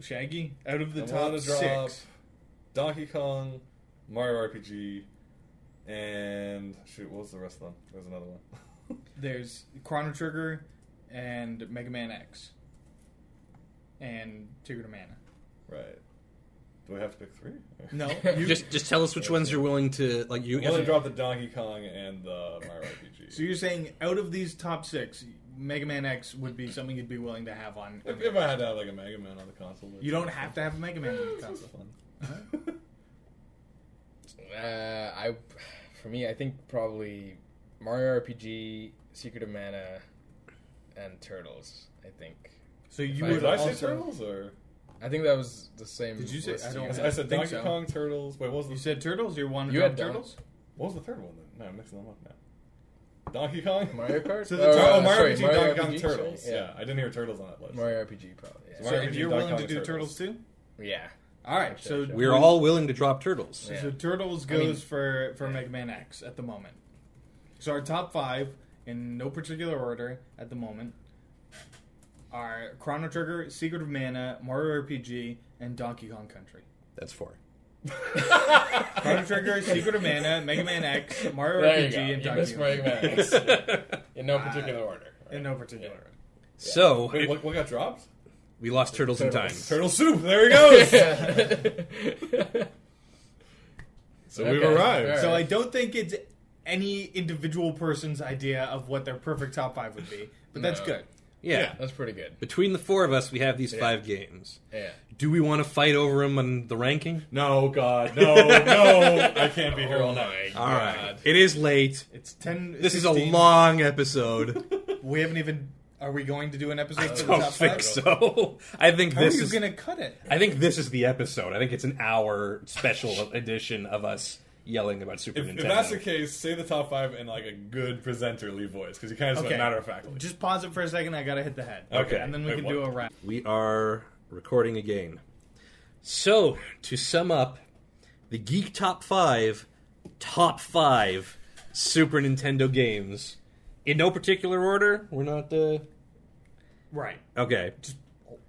Speaker 5: Shaggy out of the
Speaker 2: I
Speaker 5: top
Speaker 2: wanna drop
Speaker 5: six.
Speaker 2: Donkey Kong, Mario RPG, and shoot, what was the rest of them? There's another one.
Speaker 5: There's Chrono Trigger and Mega Man X and Secret of Mana.
Speaker 2: right. Do I have to pick three?
Speaker 5: No, you,
Speaker 4: just just tell us which ones you're willing to like. You
Speaker 2: I'm gonna drop the Donkey Kong and the Mario RPG.
Speaker 5: so you're saying out of these top six, Mega Man X would be something you'd be willing to have on.
Speaker 2: if, if I had to have like a Mega Man on the console,
Speaker 5: you don't have to have a Mega Man in the
Speaker 2: That's
Speaker 5: console.
Speaker 2: fun.
Speaker 3: Uh, I, for me, I think probably Mario RPG, Secret of Mana, and Turtles. I think.
Speaker 5: So you
Speaker 3: If I-
Speaker 5: would
Speaker 2: Did I say
Speaker 5: also.
Speaker 2: Turtles or
Speaker 3: I think that was the same.
Speaker 5: Did you say-
Speaker 3: list
Speaker 5: I don't-
Speaker 2: I
Speaker 3: you
Speaker 2: said-
Speaker 3: had.
Speaker 2: I said
Speaker 5: think
Speaker 2: Donkey
Speaker 5: so.
Speaker 2: Kong, Turtles. Wait, what was the
Speaker 5: You said Turtles. You're one.
Speaker 3: You
Speaker 5: drop
Speaker 3: had
Speaker 5: Turtles.
Speaker 2: what was the third one? Then? No, I'm mixing them up now. Donkey Kong,
Speaker 3: Mario Kart.
Speaker 5: So
Speaker 2: Oh,
Speaker 5: the
Speaker 3: Or,
Speaker 5: Tur-
Speaker 3: uh,
Speaker 2: oh, Mario
Speaker 3: sorry,
Speaker 2: RPG,
Speaker 3: Mario
Speaker 2: Donkey Kong,
Speaker 3: RPG, sorry,
Speaker 2: Turtles. Yeah. I didn't hear Turtles on that list.
Speaker 3: Mario RPG probably. Yeah.
Speaker 5: So
Speaker 2: Mario
Speaker 5: if
Speaker 2: RPG,
Speaker 5: you're
Speaker 2: Donkey
Speaker 5: willing to
Speaker 2: Kong,
Speaker 5: do Turtles
Speaker 2: Turtles.
Speaker 5: too.
Speaker 3: yeah.
Speaker 5: All right.
Speaker 3: Sure,
Speaker 5: So
Speaker 3: sure.
Speaker 4: We're all willing to drop turtles.
Speaker 3: Yeah.
Speaker 5: So Turtles
Speaker 3: I mean-
Speaker 5: goes for for Mega Man X at the moment. So our top five, in no particular order at the moment, are Chrono Trigger, Secret of Mana, Mario RPG, and Donkey Kong Country.
Speaker 4: That's four.
Speaker 5: Chrono Trigger, Secret of Mana, Mega Man X, Mario
Speaker 3: There you
Speaker 5: RPG,
Speaker 3: go.
Speaker 5: and
Speaker 3: You
Speaker 5: Donkey
Speaker 3: missed
Speaker 5: Kong.
Speaker 3: Mario
Speaker 5: Country.
Speaker 3: Man X. in no particular order.
Speaker 5: In no particular order.
Speaker 4: So
Speaker 2: Wait, what, what got dropped?
Speaker 4: we lost turtles, in time.
Speaker 3: Turtles.
Speaker 2: Turtle Soup. There he goes.
Speaker 3: so
Speaker 2: we've arrived.
Speaker 5: So I don't think it's any individual person's idea of what their perfect top five would be, but that's
Speaker 3: No.
Speaker 5: good.
Speaker 4: Yeah.
Speaker 3: that's pretty good.
Speaker 4: Between the four of us, we have these five games.
Speaker 3: Yeah.
Speaker 4: Do we want to fight over them on the ranking?
Speaker 2: No, God, no, no! I can't be here all night.
Speaker 3: Oh
Speaker 4: All right. It is late.
Speaker 5: It's ten.
Speaker 4: This is a
Speaker 5: 16.
Speaker 4: long episode.
Speaker 5: We haven't even. Are we going to do an episode?
Speaker 4: I
Speaker 5: for the
Speaker 4: don't
Speaker 5: top
Speaker 4: think
Speaker 5: five?
Speaker 4: so. I think
Speaker 5: How
Speaker 4: this
Speaker 5: are you
Speaker 4: is.
Speaker 5: gonna cut it?
Speaker 4: I think this is the episode. I think it's an hour special edition of us yelling about Super
Speaker 2: If,
Speaker 4: Nintendo.
Speaker 2: if that's the case, say the top five in like a good presenterly voice because you kind of just went matter of fact.
Speaker 5: Just pause it for a second. I gotta hit the head.
Speaker 2: Okay.
Speaker 5: And then we
Speaker 2: Wait,
Speaker 5: can do
Speaker 2: what?
Speaker 5: a wrap.
Speaker 4: we are recording again. So, to sum up, the Geek Top 5, top 5 Super Nintendo games. In no particular order, we're not, uh...
Speaker 5: Right.
Speaker 4: Okay.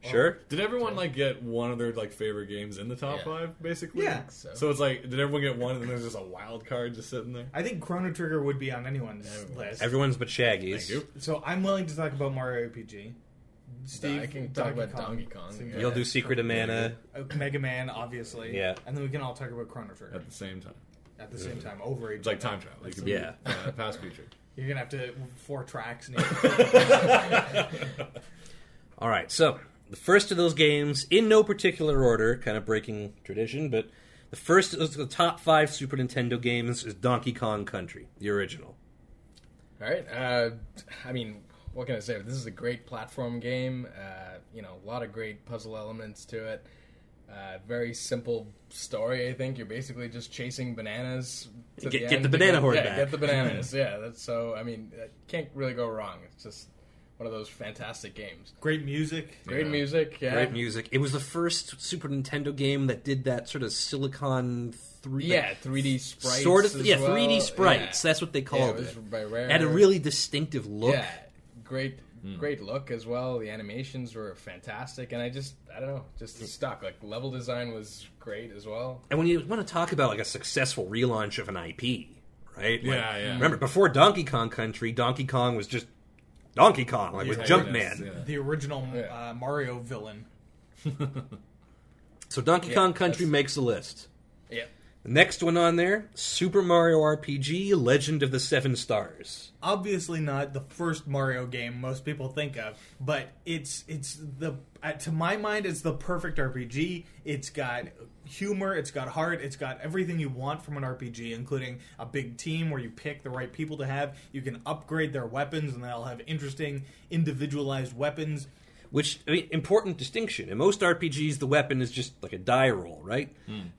Speaker 4: Sure?
Speaker 2: Did everyone like get one of their like favorite games in the top
Speaker 3: Yeah.
Speaker 2: five? Basically,
Speaker 5: Yeah.
Speaker 2: So. it's like, did everyone get one, and then there's just a wild card just sitting there?
Speaker 5: I think Chrono Trigger would be on anyone's list.
Speaker 4: Everyone's but Shaggy's.
Speaker 2: Thank you.
Speaker 5: so I'm willing to talk about Mario RPG. Steve,
Speaker 3: I can talk
Speaker 5: Donkey
Speaker 3: about
Speaker 5: Kong,
Speaker 3: Donkey Kong.
Speaker 5: Sing-
Speaker 3: Yeah.
Speaker 4: will do Secret of Mana.
Speaker 5: uh, Mega Man, obviously.
Speaker 4: Yeah.
Speaker 5: And then we can all talk about Chrono Trigger
Speaker 2: At the same time,
Speaker 5: at the same time over each.
Speaker 2: Mm-hmm. it's like time travel. It could be,
Speaker 4: Yeah.
Speaker 2: uh, past future.
Speaker 5: You're gonna have to four tracks. And
Speaker 4: All right, so the first of those games, in no particular order, kind of breaking tradition, but the first of the top five Super Nintendo games is Donkey Kong Country, the original.
Speaker 3: All right. Uh, I mean, what can I say? This is a great platform game. Uh, you know, a lot of great puzzle elements to it. Uh, very simple story. I think you're basically just chasing bananas. To
Speaker 4: Get-
Speaker 3: the
Speaker 4: get
Speaker 3: end
Speaker 4: the
Speaker 3: to
Speaker 4: banana
Speaker 3: go-
Speaker 4: horde
Speaker 3: yeah,
Speaker 4: back.
Speaker 3: Get the bananas. yeah. That's so. I mean, that can't really go wrong. It's just one of those fantastic games.
Speaker 5: Great music.
Speaker 3: Great
Speaker 2: Yeah.
Speaker 3: music. Yeah.
Speaker 4: Great music. It was the first Super Nintendo game that did that sort of silicon three,
Speaker 3: Yeah, 3D sprites.
Speaker 4: sort of,
Speaker 3: as
Speaker 4: yeah,
Speaker 3: well.
Speaker 4: 3D sprites.
Speaker 3: Yeah.
Speaker 4: That's what they
Speaker 3: Yeah, it
Speaker 4: called
Speaker 3: was
Speaker 4: it.
Speaker 3: by Rare.
Speaker 4: Had a really distinctive look. Hmm.
Speaker 3: yeah, great Great look as well. The animations were fantastic, and I just I don't know, just stuck. Like level design was great as well.
Speaker 4: And when you want to talk about like a successful relaunch of an IP, right? Like,
Speaker 2: Yeah, yeah.
Speaker 4: Remember before Donkey Kong Country, Donkey Kong was just Donkey Kong, like with
Speaker 2: Yeah,
Speaker 4: Jumpman.
Speaker 2: yeah.
Speaker 5: The original
Speaker 3: Yeah.
Speaker 5: uh, Mario villain.
Speaker 4: So Donkey
Speaker 3: Yeah,
Speaker 4: Kong Country
Speaker 3: that's-
Speaker 4: makes the list.
Speaker 3: Yeah.
Speaker 4: The next one on there, Super Mario RPG: Legend of the Seven Stars.
Speaker 5: Obviously not the first Mario game most people think of, but it's it's the uh, to my mind it's the perfect RPG. It's got humor, it's got heart, it's got everything you want from an RPG, including a big team where you pick the right people to have. You can upgrade their weapons, and they'll have interesting individualized weapons.
Speaker 4: which I mean, important distinction. In most RPGs, the weapon is just like a die roll, right?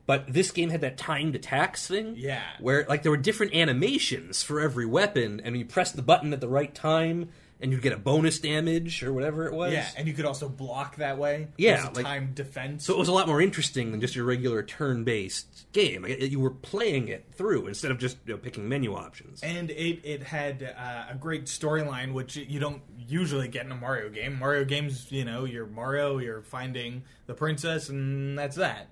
Speaker 4: But this game had that timed attacks thing,
Speaker 5: Hmm. Yeah.
Speaker 4: where like there were different animations for every weapon, and you press the button at the right time, and you'd get a bonus damage or whatever it was.
Speaker 5: Yeah, and you could also block that way.
Speaker 4: Yeah,
Speaker 5: There's a
Speaker 4: like-
Speaker 5: timed defense.
Speaker 4: so it was a lot more interesting than just your regular turn-based game. Like, you were playing it through instead of just you know, picking menu options.
Speaker 5: and it it had uh, a great storyline, which you don't usually get in a Mario game. Mario games, you know, you're Mario, you're finding the princess, and that's that.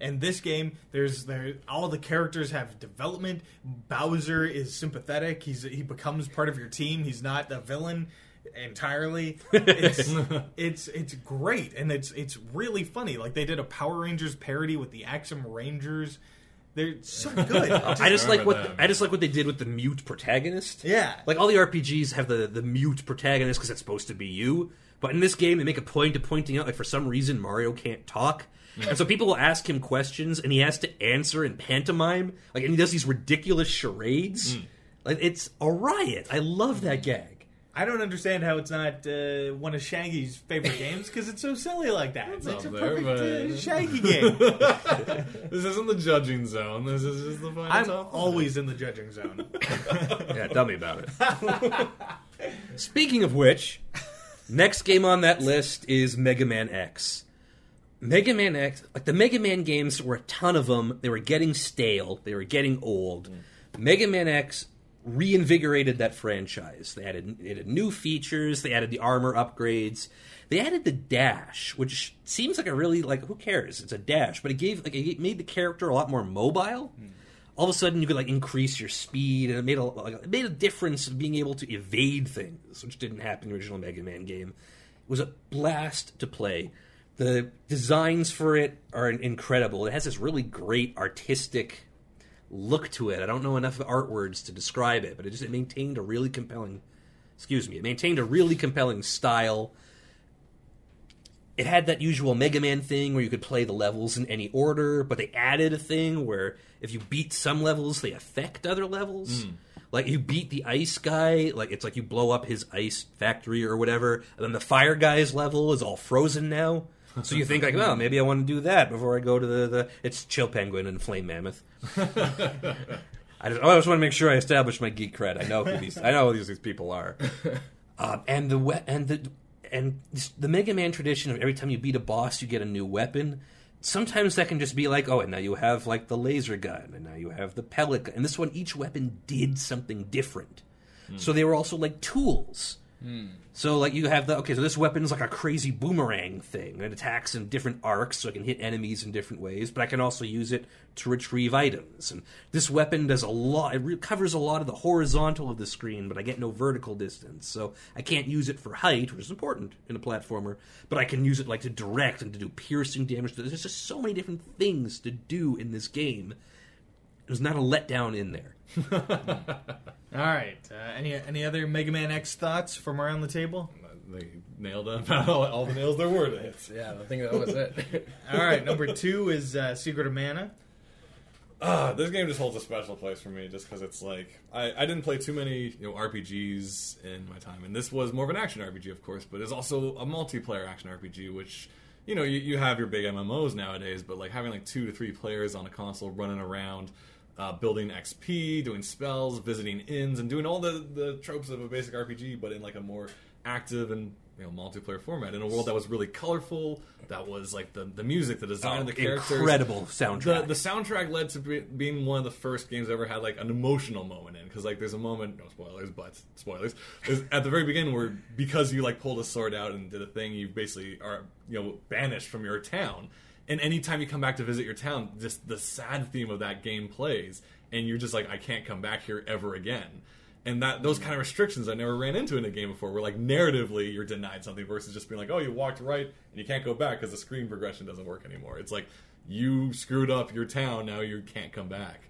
Speaker 5: And this game, there's there all the characters have development. Bowser is sympathetic. He's he becomes part of your team. He's not the villain entirely. It's it's it's great and it's it's really funny. Like they did a Power Rangers parody with the Axum Rangers. They're so good.
Speaker 4: I just like what
Speaker 2: remember that.
Speaker 4: I just like what they did with the mute protagonist.
Speaker 5: Yeah.
Speaker 4: like all the RPGs have the the mute protagonist because it's supposed to be you. But in this game, they make a point of pointing out like for some reason Mario can't talk, and so people will ask him questions, and he has to answer in pantomime. Like, and he does these ridiculous charades. Like, it's a riot. I love that gag.
Speaker 5: I don't understand how it's not uh, one of Shaggy's favorite games because it's so silly like that. It's,
Speaker 2: up
Speaker 5: a
Speaker 2: there,
Speaker 5: perfect uh,
Speaker 2: but-
Speaker 5: Shaggy game.
Speaker 2: This isn't the judging zone. This is just the final.
Speaker 5: I'm
Speaker 2: top.
Speaker 5: always in the judging zone.
Speaker 4: Yeah, tell me about it. Speaking of which, next game on that list is Mega Man X. Mega Man X, like the Mega Man games were a ton of them. They were getting stale, they were getting old. Mega Man X reinvigorated that franchise. They added, they added new features, they added the armor upgrades. They added the dash, which seems like a really like who cares? It's a dash, but it gave like it made the character a lot more mobile all of a sudden you could like increase your speed and it made a like, it made a difference of being able to evade things which didn't happen in the original mega man game it was a blast to play the designs for it are incredible it has this really great artistic look to it i don't know enough art words to describe it but it just it maintained a really compelling excuse me it maintained a really compelling style it had that usual Mega Man thing where you could play the levels in any order, but they added a thing where if you beat some levels, they affect other levels. Like you beat the ice guy, like it's like you blow up his ice factory or whatever, and then the fire guy's level is all frozen now. So you think like, well, maybe I want to do that before I go to the, the it's Chill Penguin and Flame Mammoth. I just, oh, I just want to make sure I establish my geek cred. I know who these I know who these people are. Um, and the we- and the and this- the Mega Man tradition of every time you beat a boss, you get a new weapon. Sometimes that can just be like, oh, and now you have like the laser gun, and now you have the pellet gun. And this one, each weapon did something different. So they were also like tools. So like you have the okay, so this weapon's like a crazy boomerang thing. It attacks in different arcs, so I can hit enemies in different ways. But I can also use it to retrieve items. And this weapon does a lot. It re- covers a lot of the horizontal of the screen, but I get no vertical distance, so I can't use it for height, which is important in a platformer. But I can use it like to direct and to do piercing damage. There's just so many different things to do in this game. It was not a letdown in there.
Speaker 5: All right. Uh, any any other Mega Man X thoughts from around the table?
Speaker 2: They nailed them about all, all the nails there were to hit.
Speaker 3: Yeah, I think that was it.
Speaker 5: All right. Number two is uh, Secret of Mana.
Speaker 2: Ah, this game just holds a special place for me, just because it's like I, I didn't play too many you know RPGs in my time, and this was more of an action RPG, of course, but it's also a multiplayer action RPG, which you know you, you have your big MMOs nowadays, but like having like two to three players on a console running around, uh, building XP, doing spells, visiting inns, and doing all the the tropes of a basic RPG, but in like a more active and you know multiplayer format in a world that was really colorful. That was like the the music, the design of the characters,
Speaker 4: Oh, incredible
Speaker 2: the,
Speaker 4: soundtrack.
Speaker 2: the soundtrack led to be, being one of the first games I ever had like an emotional moment in because like there's a moment no spoilers but spoilers there's, at the very beginning where because you like pulled a sword out and did a thing you basically are you know banished from your town and anytime you come back to visit your town just the sad theme of that game plays and you're just like I can't come back here ever again and that those kind of restrictions I never ran into in a game before where like narratively you're denied something versus just being like oh you walked right and you can't go back because the screen progression doesn't work anymore it's like you screwed up your town now you can't come back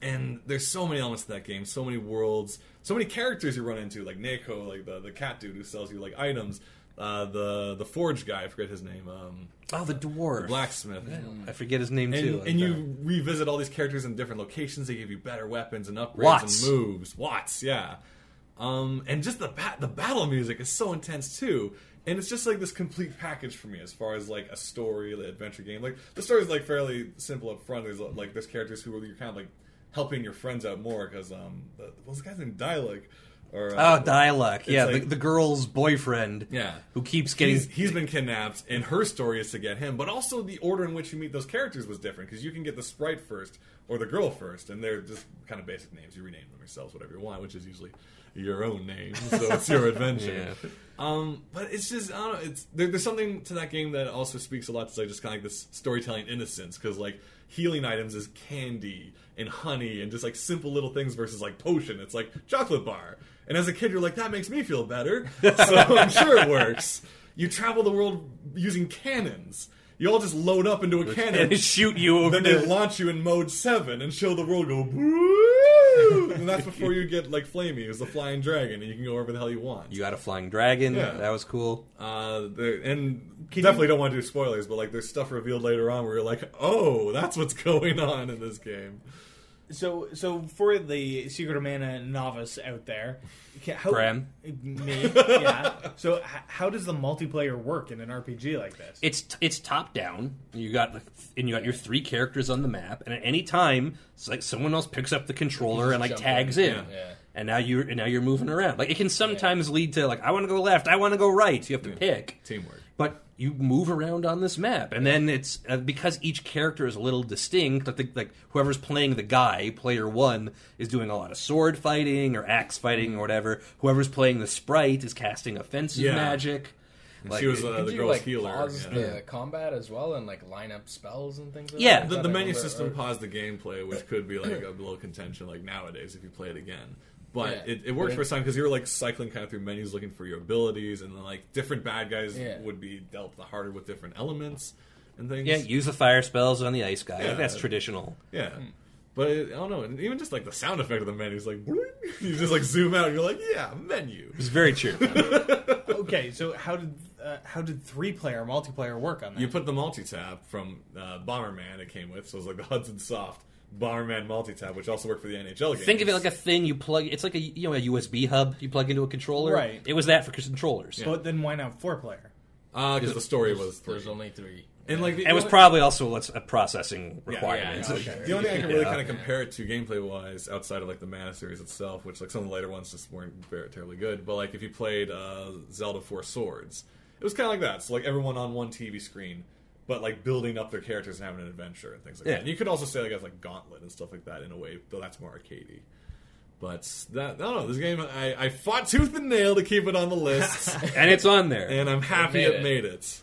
Speaker 2: and there's so many elements to that game so many worlds so many characters you run into like Neko like the, the cat dude who sells you like items uh, the the forge guy I forget his name um,
Speaker 4: oh, the dwarf.
Speaker 2: blacksmith
Speaker 4: I forget his name
Speaker 2: and,
Speaker 4: too.
Speaker 2: and you revisit all these characters in different locations. They give you better weapons and upgrades
Speaker 4: Watts.
Speaker 2: and moves. Watts, yeah. Um, and just the ba- the battle music is so intense too. And it's just like this complete package for me as far as like a story, the adventure game. Like the story's like fairly simple up front. There's like there's characters who are- you're kind of like helping your friends out more because um, the, what's the guy's name? Dialog. Or,
Speaker 4: Oh,
Speaker 2: uh,
Speaker 4: Dialog. Yeah,
Speaker 2: like-
Speaker 4: the, the girl's boyfriend.
Speaker 2: Yeah.
Speaker 4: Who keeps getting.
Speaker 2: He's- he's been kidnapped, and her story is to get him. But also, the order in which you meet those characters was different because you can get the sprite first or the girl first, and they're just kind of basic names. You rename them yourselves, whatever you want, which is usually your own name, so it's your adventure. Um, but it's just I don't know. It's there, there's something to that game that also speaks a lot to like just kind of like this storytelling innocence because like healing items is candy and honey and just like simple little things versus like potion. It's like chocolate bar. And as a kid, you're like that makes me feel better, so I'm sure it works. You travel the world using cannons. You all just load up into a cannon,
Speaker 4: and shoot you over
Speaker 2: then they
Speaker 4: the-
Speaker 2: launch you in mode seven and show the world go boo, and that's before you get like flamey as the flying dragon, and you can go wherever the hell you want.
Speaker 4: You got a flying dragon.
Speaker 2: Yeah.
Speaker 4: That was cool.
Speaker 2: Uh, there- and definitely don't want to do spoilers, but like there's stuff revealed later on where you're like, oh, that's what's going on in this game.
Speaker 5: So, so for the Secret of Mana novice out there, ca- how,
Speaker 4: Graham.
Speaker 5: me, yeah. So, h- how does the multiplayer work in an RPG like this?
Speaker 4: It's it's top down. You got like, and you got your three characters on the map, and at any time, it's like someone else picks up the controller and like
Speaker 3: Jump
Speaker 4: tags
Speaker 3: in.
Speaker 4: in.
Speaker 3: Yeah.
Speaker 4: And now you're and now you're moving around. Like it can sometimes lead to like I want to go left, I want to go right. You have to pick.
Speaker 2: Teamwork.
Speaker 4: but you move around on this map and then it's uh, because each character is a little distinct i think like whoever's playing the guy player one is doing a lot of sword fighting or axe fighting or whatever whoever's playing the sprite is casting offensive
Speaker 2: Yeah.
Speaker 4: magic like,
Speaker 2: she was uh,
Speaker 3: Did
Speaker 2: the
Speaker 3: you,
Speaker 2: girl's
Speaker 3: like,
Speaker 2: healer.
Speaker 3: Pause
Speaker 2: yeah.
Speaker 3: the combat as well and like line up spells and things. Like
Speaker 4: Yeah.
Speaker 3: that?
Speaker 2: The,
Speaker 3: I
Speaker 2: the
Speaker 3: thought I
Speaker 2: menu
Speaker 3: remember-
Speaker 2: system
Speaker 3: or-
Speaker 2: paused the gameplay, which could be like a little contention, like nowadays if you play it again. But
Speaker 3: Yeah.
Speaker 2: it, it worked for some because you were like cycling kind of through menus, looking for your abilities, and then like different bad guys
Speaker 3: Yeah.
Speaker 2: would be dealt the harder with different elements and things.
Speaker 4: yeah use the fire spells on the ice guy
Speaker 2: Yeah.
Speaker 4: like, that's traditional
Speaker 2: Yeah.
Speaker 3: Hmm.
Speaker 2: But it, I don't know. and Even just like the sound effect of the menu is like, you just like zoom out and you're like, yeah, menu.
Speaker 4: it's very cheerful
Speaker 5: okay, so how did uh, how did three player multiplayer work on that?
Speaker 2: You put the multi tab from uh, Bomberman it came with, so it was like the Hudson Soft Bomberman multi tab, which also worked for the NHL game.
Speaker 4: think of it like a thing you plug it's like a you know a usb hub you plug into a controller
Speaker 5: Right.
Speaker 4: it was that for controllers
Speaker 5: but then why not four player?
Speaker 2: because Uh, the story was three.
Speaker 3: There's only three.
Speaker 2: and like the,
Speaker 4: it was
Speaker 2: only-
Speaker 4: probably also what's a processing
Speaker 2: yeah,
Speaker 4: requirement
Speaker 2: yeah, yeah. The only thing I can really kind of compare it to gameplay wise, outside of like the Mana series itself, which like some of the later ones just weren't very, terribly good. But like if you played uh, Zelda Four Swords, it was kind of like that. So like everyone on one TV screen, but like building up their characters and having an adventure and things like
Speaker 4: Yeah.
Speaker 2: that. And you could also say like as like Gauntlet and stuff like that in a way, though that's more arcadey. But that I don't know. This game, I, I fought tooth and nail to keep it on the list,
Speaker 4: and it's on there
Speaker 2: and I'm happy
Speaker 3: It
Speaker 2: it
Speaker 3: made
Speaker 2: made it.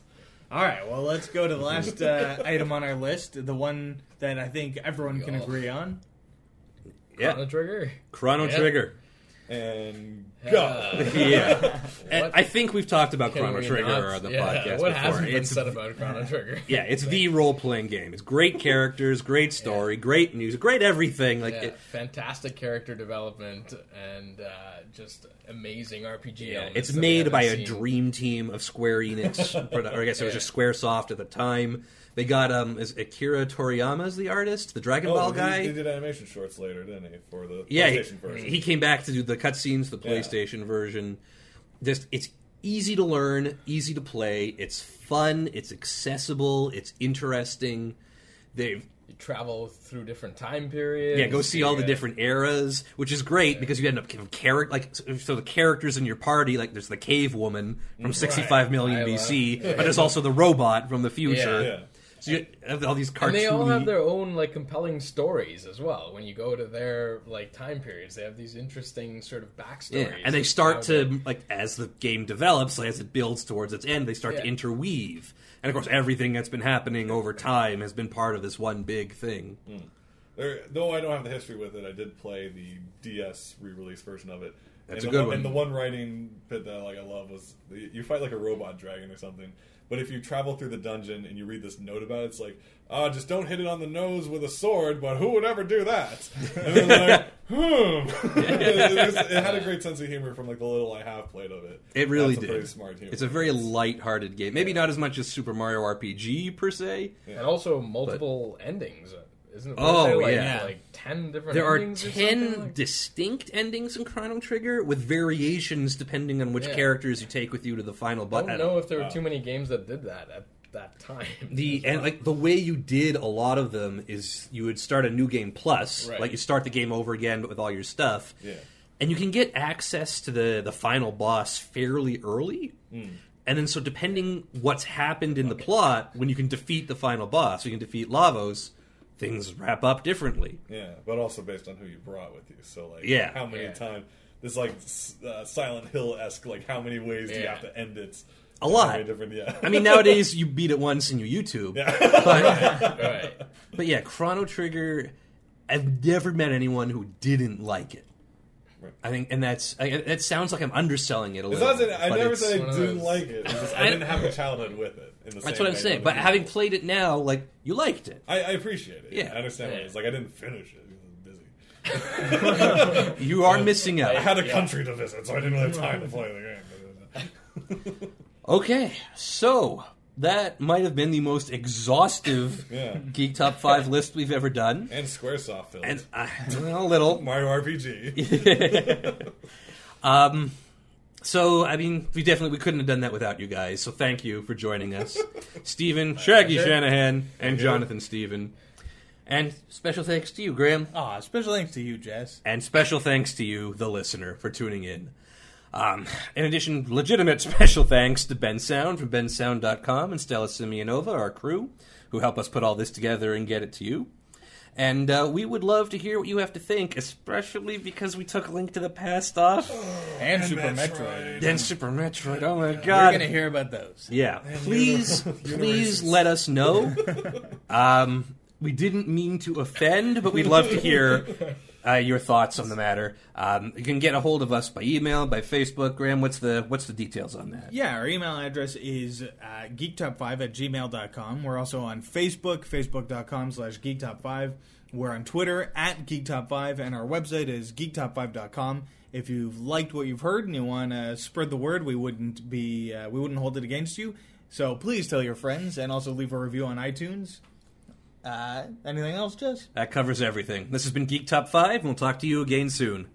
Speaker 5: All right, well, let's go to the last uh, item on our list, the one that I think everyone can
Speaker 3: all-
Speaker 5: agree on.
Speaker 4: yeah
Speaker 3: Chrono Trigger.
Speaker 4: Chrono
Speaker 3: Yeah.
Speaker 4: Trigger.
Speaker 2: And go.
Speaker 3: Uh,
Speaker 4: Yeah.
Speaker 3: What
Speaker 4: I think we've talked about
Speaker 3: can
Speaker 4: Chrono
Speaker 3: we
Speaker 4: Trigger
Speaker 3: not-
Speaker 4: on the
Speaker 3: yeah,
Speaker 4: podcast
Speaker 3: What
Speaker 4: before.
Speaker 3: hasn't been
Speaker 4: it's,
Speaker 3: said about Chrono Trigger?
Speaker 4: yeah, it's the role playing game. It's great characters, great story, great music, great everything. Like
Speaker 3: Yeah,
Speaker 4: it,
Speaker 3: fantastic character development and uh, just amazing RPG.
Speaker 4: yeah,
Speaker 3: elements
Speaker 4: it's
Speaker 3: that we
Speaker 4: made
Speaker 3: haven't
Speaker 4: by
Speaker 3: seen.
Speaker 4: a dream team of Square Enix, produ- or I guess it was
Speaker 3: Yeah.
Speaker 4: just SquareSoft at the time. They got um, is Akira Toriyama's the artist, the Dragon Ball
Speaker 2: Oh, he-
Speaker 4: guy.
Speaker 2: He did animation shorts later, didn't he? For the
Speaker 4: yeah, he,
Speaker 2: PlayStation version.
Speaker 4: he came back to do the cutscenes, the
Speaker 2: Yeah.
Speaker 4: PlayStation version. Just it's easy to learn, easy to play. It's fun. It's accessible. It's interesting. They've
Speaker 3: you travel through different time periods.
Speaker 4: Yeah, go see all the
Speaker 3: Yeah.
Speaker 4: different eras, which is great because you end up giving character like so so the characters in your party like there's the cave woman from 65 million
Speaker 3: I love-
Speaker 4: BC, but there's also the robot from the future.
Speaker 2: Yeah.
Speaker 4: So you have all these cartoony.
Speaker 3: And they all have their own like compelling stories as well. When you go to their like time periods, they have these interesting sort of backstories.
Speaker 4: yeah, and they
Speaker 3: of
Speaker 4: start
Speaker 3: how
Speaker 4: to like as the game develops, like, as it builds towards its end, they start to
Speaker 3: Yeah.
Speaker 4: interweave. And of course, everything that's been happening over time has been part of this one big thing.
Speaker 3: Mm.
Speaker 2: There, though I don't have the history with it, I did play the DS re-release version of it.
Speaker 4: That's a
Speaker 2: and the
Speaker 4: good
Speaker 2: one,
Speaker 4: one.
Speaker 2: And the one writing bit that like I love was you you fight like a robot dragon or something. But if you travel through the dungeon and you read this note about it, it's like, ah, just don't hit it on the nose with a sword. But who would ever do that? And then like, hmm. it, was- it had a great sense of humor from like the little I have played of it.
Speaker 4: It really
Speaker 2: That's a
Speaker 4: did.
Speaker 2: pretty smart humor.
Speaker 4: It's a very light-hearted game. Maybe not as much as Super Mario RPG per se.
Speaker 3: and also multiple endings, uh, isn't it?
Speaker 4: Oh,
Speaker 3: there, like,
Speaker 4: yeah.
Speaker 3: like ten different.
Speaker 4: There are
Speaker 3: endings or
Speaker 4: ten
Speaker 3: something? Like-
Speaker 4: distinct endings in Chrono Trigger with variations depending on which
Speaker 3: Yeah.
Speaker 4: characters you take with you to the final
Speaker 3: I
Speaker 4: button.
Speaker 3: don't know if there were too many games that did that at that time.
Speaker 4: the and like the way you did a lot of them is you would start a new game plus,
Speaker 3: Right.
Speaker 4: like you start the game over again but with all your stuff.
Speaker 2: Yeah.
Speaker 4: And you can get access to the the final boss fairly early.
Speaker 2: Hmm.
Speaker 4: And then, so depending what's happened in the plot, when you can defeat the final boss, you can defeat Lavos, things wrap up differently.
Speaker 2: Yeah, but also based on who you brought with you. So like,
Speaker 4: Yeah.
Speaker 2: how many
Speaker 3: Yeah.
Speaker 2: times this like s- uh, Silent Hill esque like how many ways do you
Speaker 3: Yeah.
Speaker 2: have to end it?
Speaker 4: A lot.
Speaker 2: How many different, yeah.
Speaker 4: I mean, nowadays you beat it once and you YouTube. But,
Speaker 3: right.
Speaker 4: but yeah, Chrono Trigger. I've never met anyone who didn't like it.
Speaker 2: Right.
Speaker 4: I think, and that's I, it. Sounds like I'm underselling it a
Speaker 2: It's
Speaker 4: little.
Speaker 2: not that I
Speaker 4: but
Speaker 2: never
Speaker 4: it's-
Speaker 2: said
Speaker 3: one
Speaker 2: I
Speaker 3: of
Speaker 2: didn't
Speaker 3: those-
Speaker 2: like it. It's just I,
Speaker 4: I-
Speaker 2: didn't have a childhood with it. In the
Speaker 4: that's
Speaker 2: same
Speaker 4: what I'm
Speaker 2: way
Speaker 4: saying.
Speaker 2: other
Speaker 4: But
Speaker 2: people
Speaker 4: having
Speaker 2: did.
Speaker 4: played it now, like you liked it.
Speaker 2: I, I appreciate it.
Speaker 4: Yeah.
Speaker 2: I understand what it is. Like I didn't finish it. because I was busy.
Speaker 4: You are missing
Speaker 2: I
Speaker 4: out.
Speaker 2: had a country to visit, so I didn't really have time to play the game.
Speaker 4: Okay, so that might have been the most exhaustive
Speaker 2: Yeah.
Speaker 4: Geek Top Five list we've ever done,
Speaker 2: And SquareSoft films.
Speaker 4: and I, a little.
Speaker 2: Mario RPG.
Speaker 4: Um, So I mean, we definitely we couldn't have done that without you guys. So thank you for joining us, Stephen Shaggy Shanahan and Jonathan Stephen. And special thanks to you, Graham,
Speaker 5: Aw, special Ah, thanks to you, Jess.
Speaker 4: and special thanks to you, the listener, for tuning in. Um, in addition, legitimate special thanks to Ben Sound from bensound.com and Stella Simeonova, our crew, who help us put all this together and get it to you. And uh, we would love to hear what you have to think, especially because we took Link to the Past off
Speaker 5: And, Super Metroid.
Speaker 4: and Super Metroid. Oh my
Speaker 5: You're
Speaker 4: god!
Speaker 5: going to hear about those.
Speaker 4: Yeah, please, please let us know. Um, we didn't mean to offend, but we'd love to hear uh, your thoughts on the matter. Um, you can get a hold of us by email, by Facebook. Graham, what's the what's the details on that?
Speaker 5: Yeah, our email address is uh, geektop5 at gmail.com. We're also on Facebook, facebook.com slash geektop5. We're on Twitter at geektop5, and our website is geektop5.com. If you've liked what you've heard and you want to spread the word, we wouldn't be uh, we wouldn't hold it against you. So please tell your friends and also leave a review on iTunes. Uh, anything else, Jess?
Speaker 4: That covers everything. This has been Geek Top Five, and we'll talk to you again soon.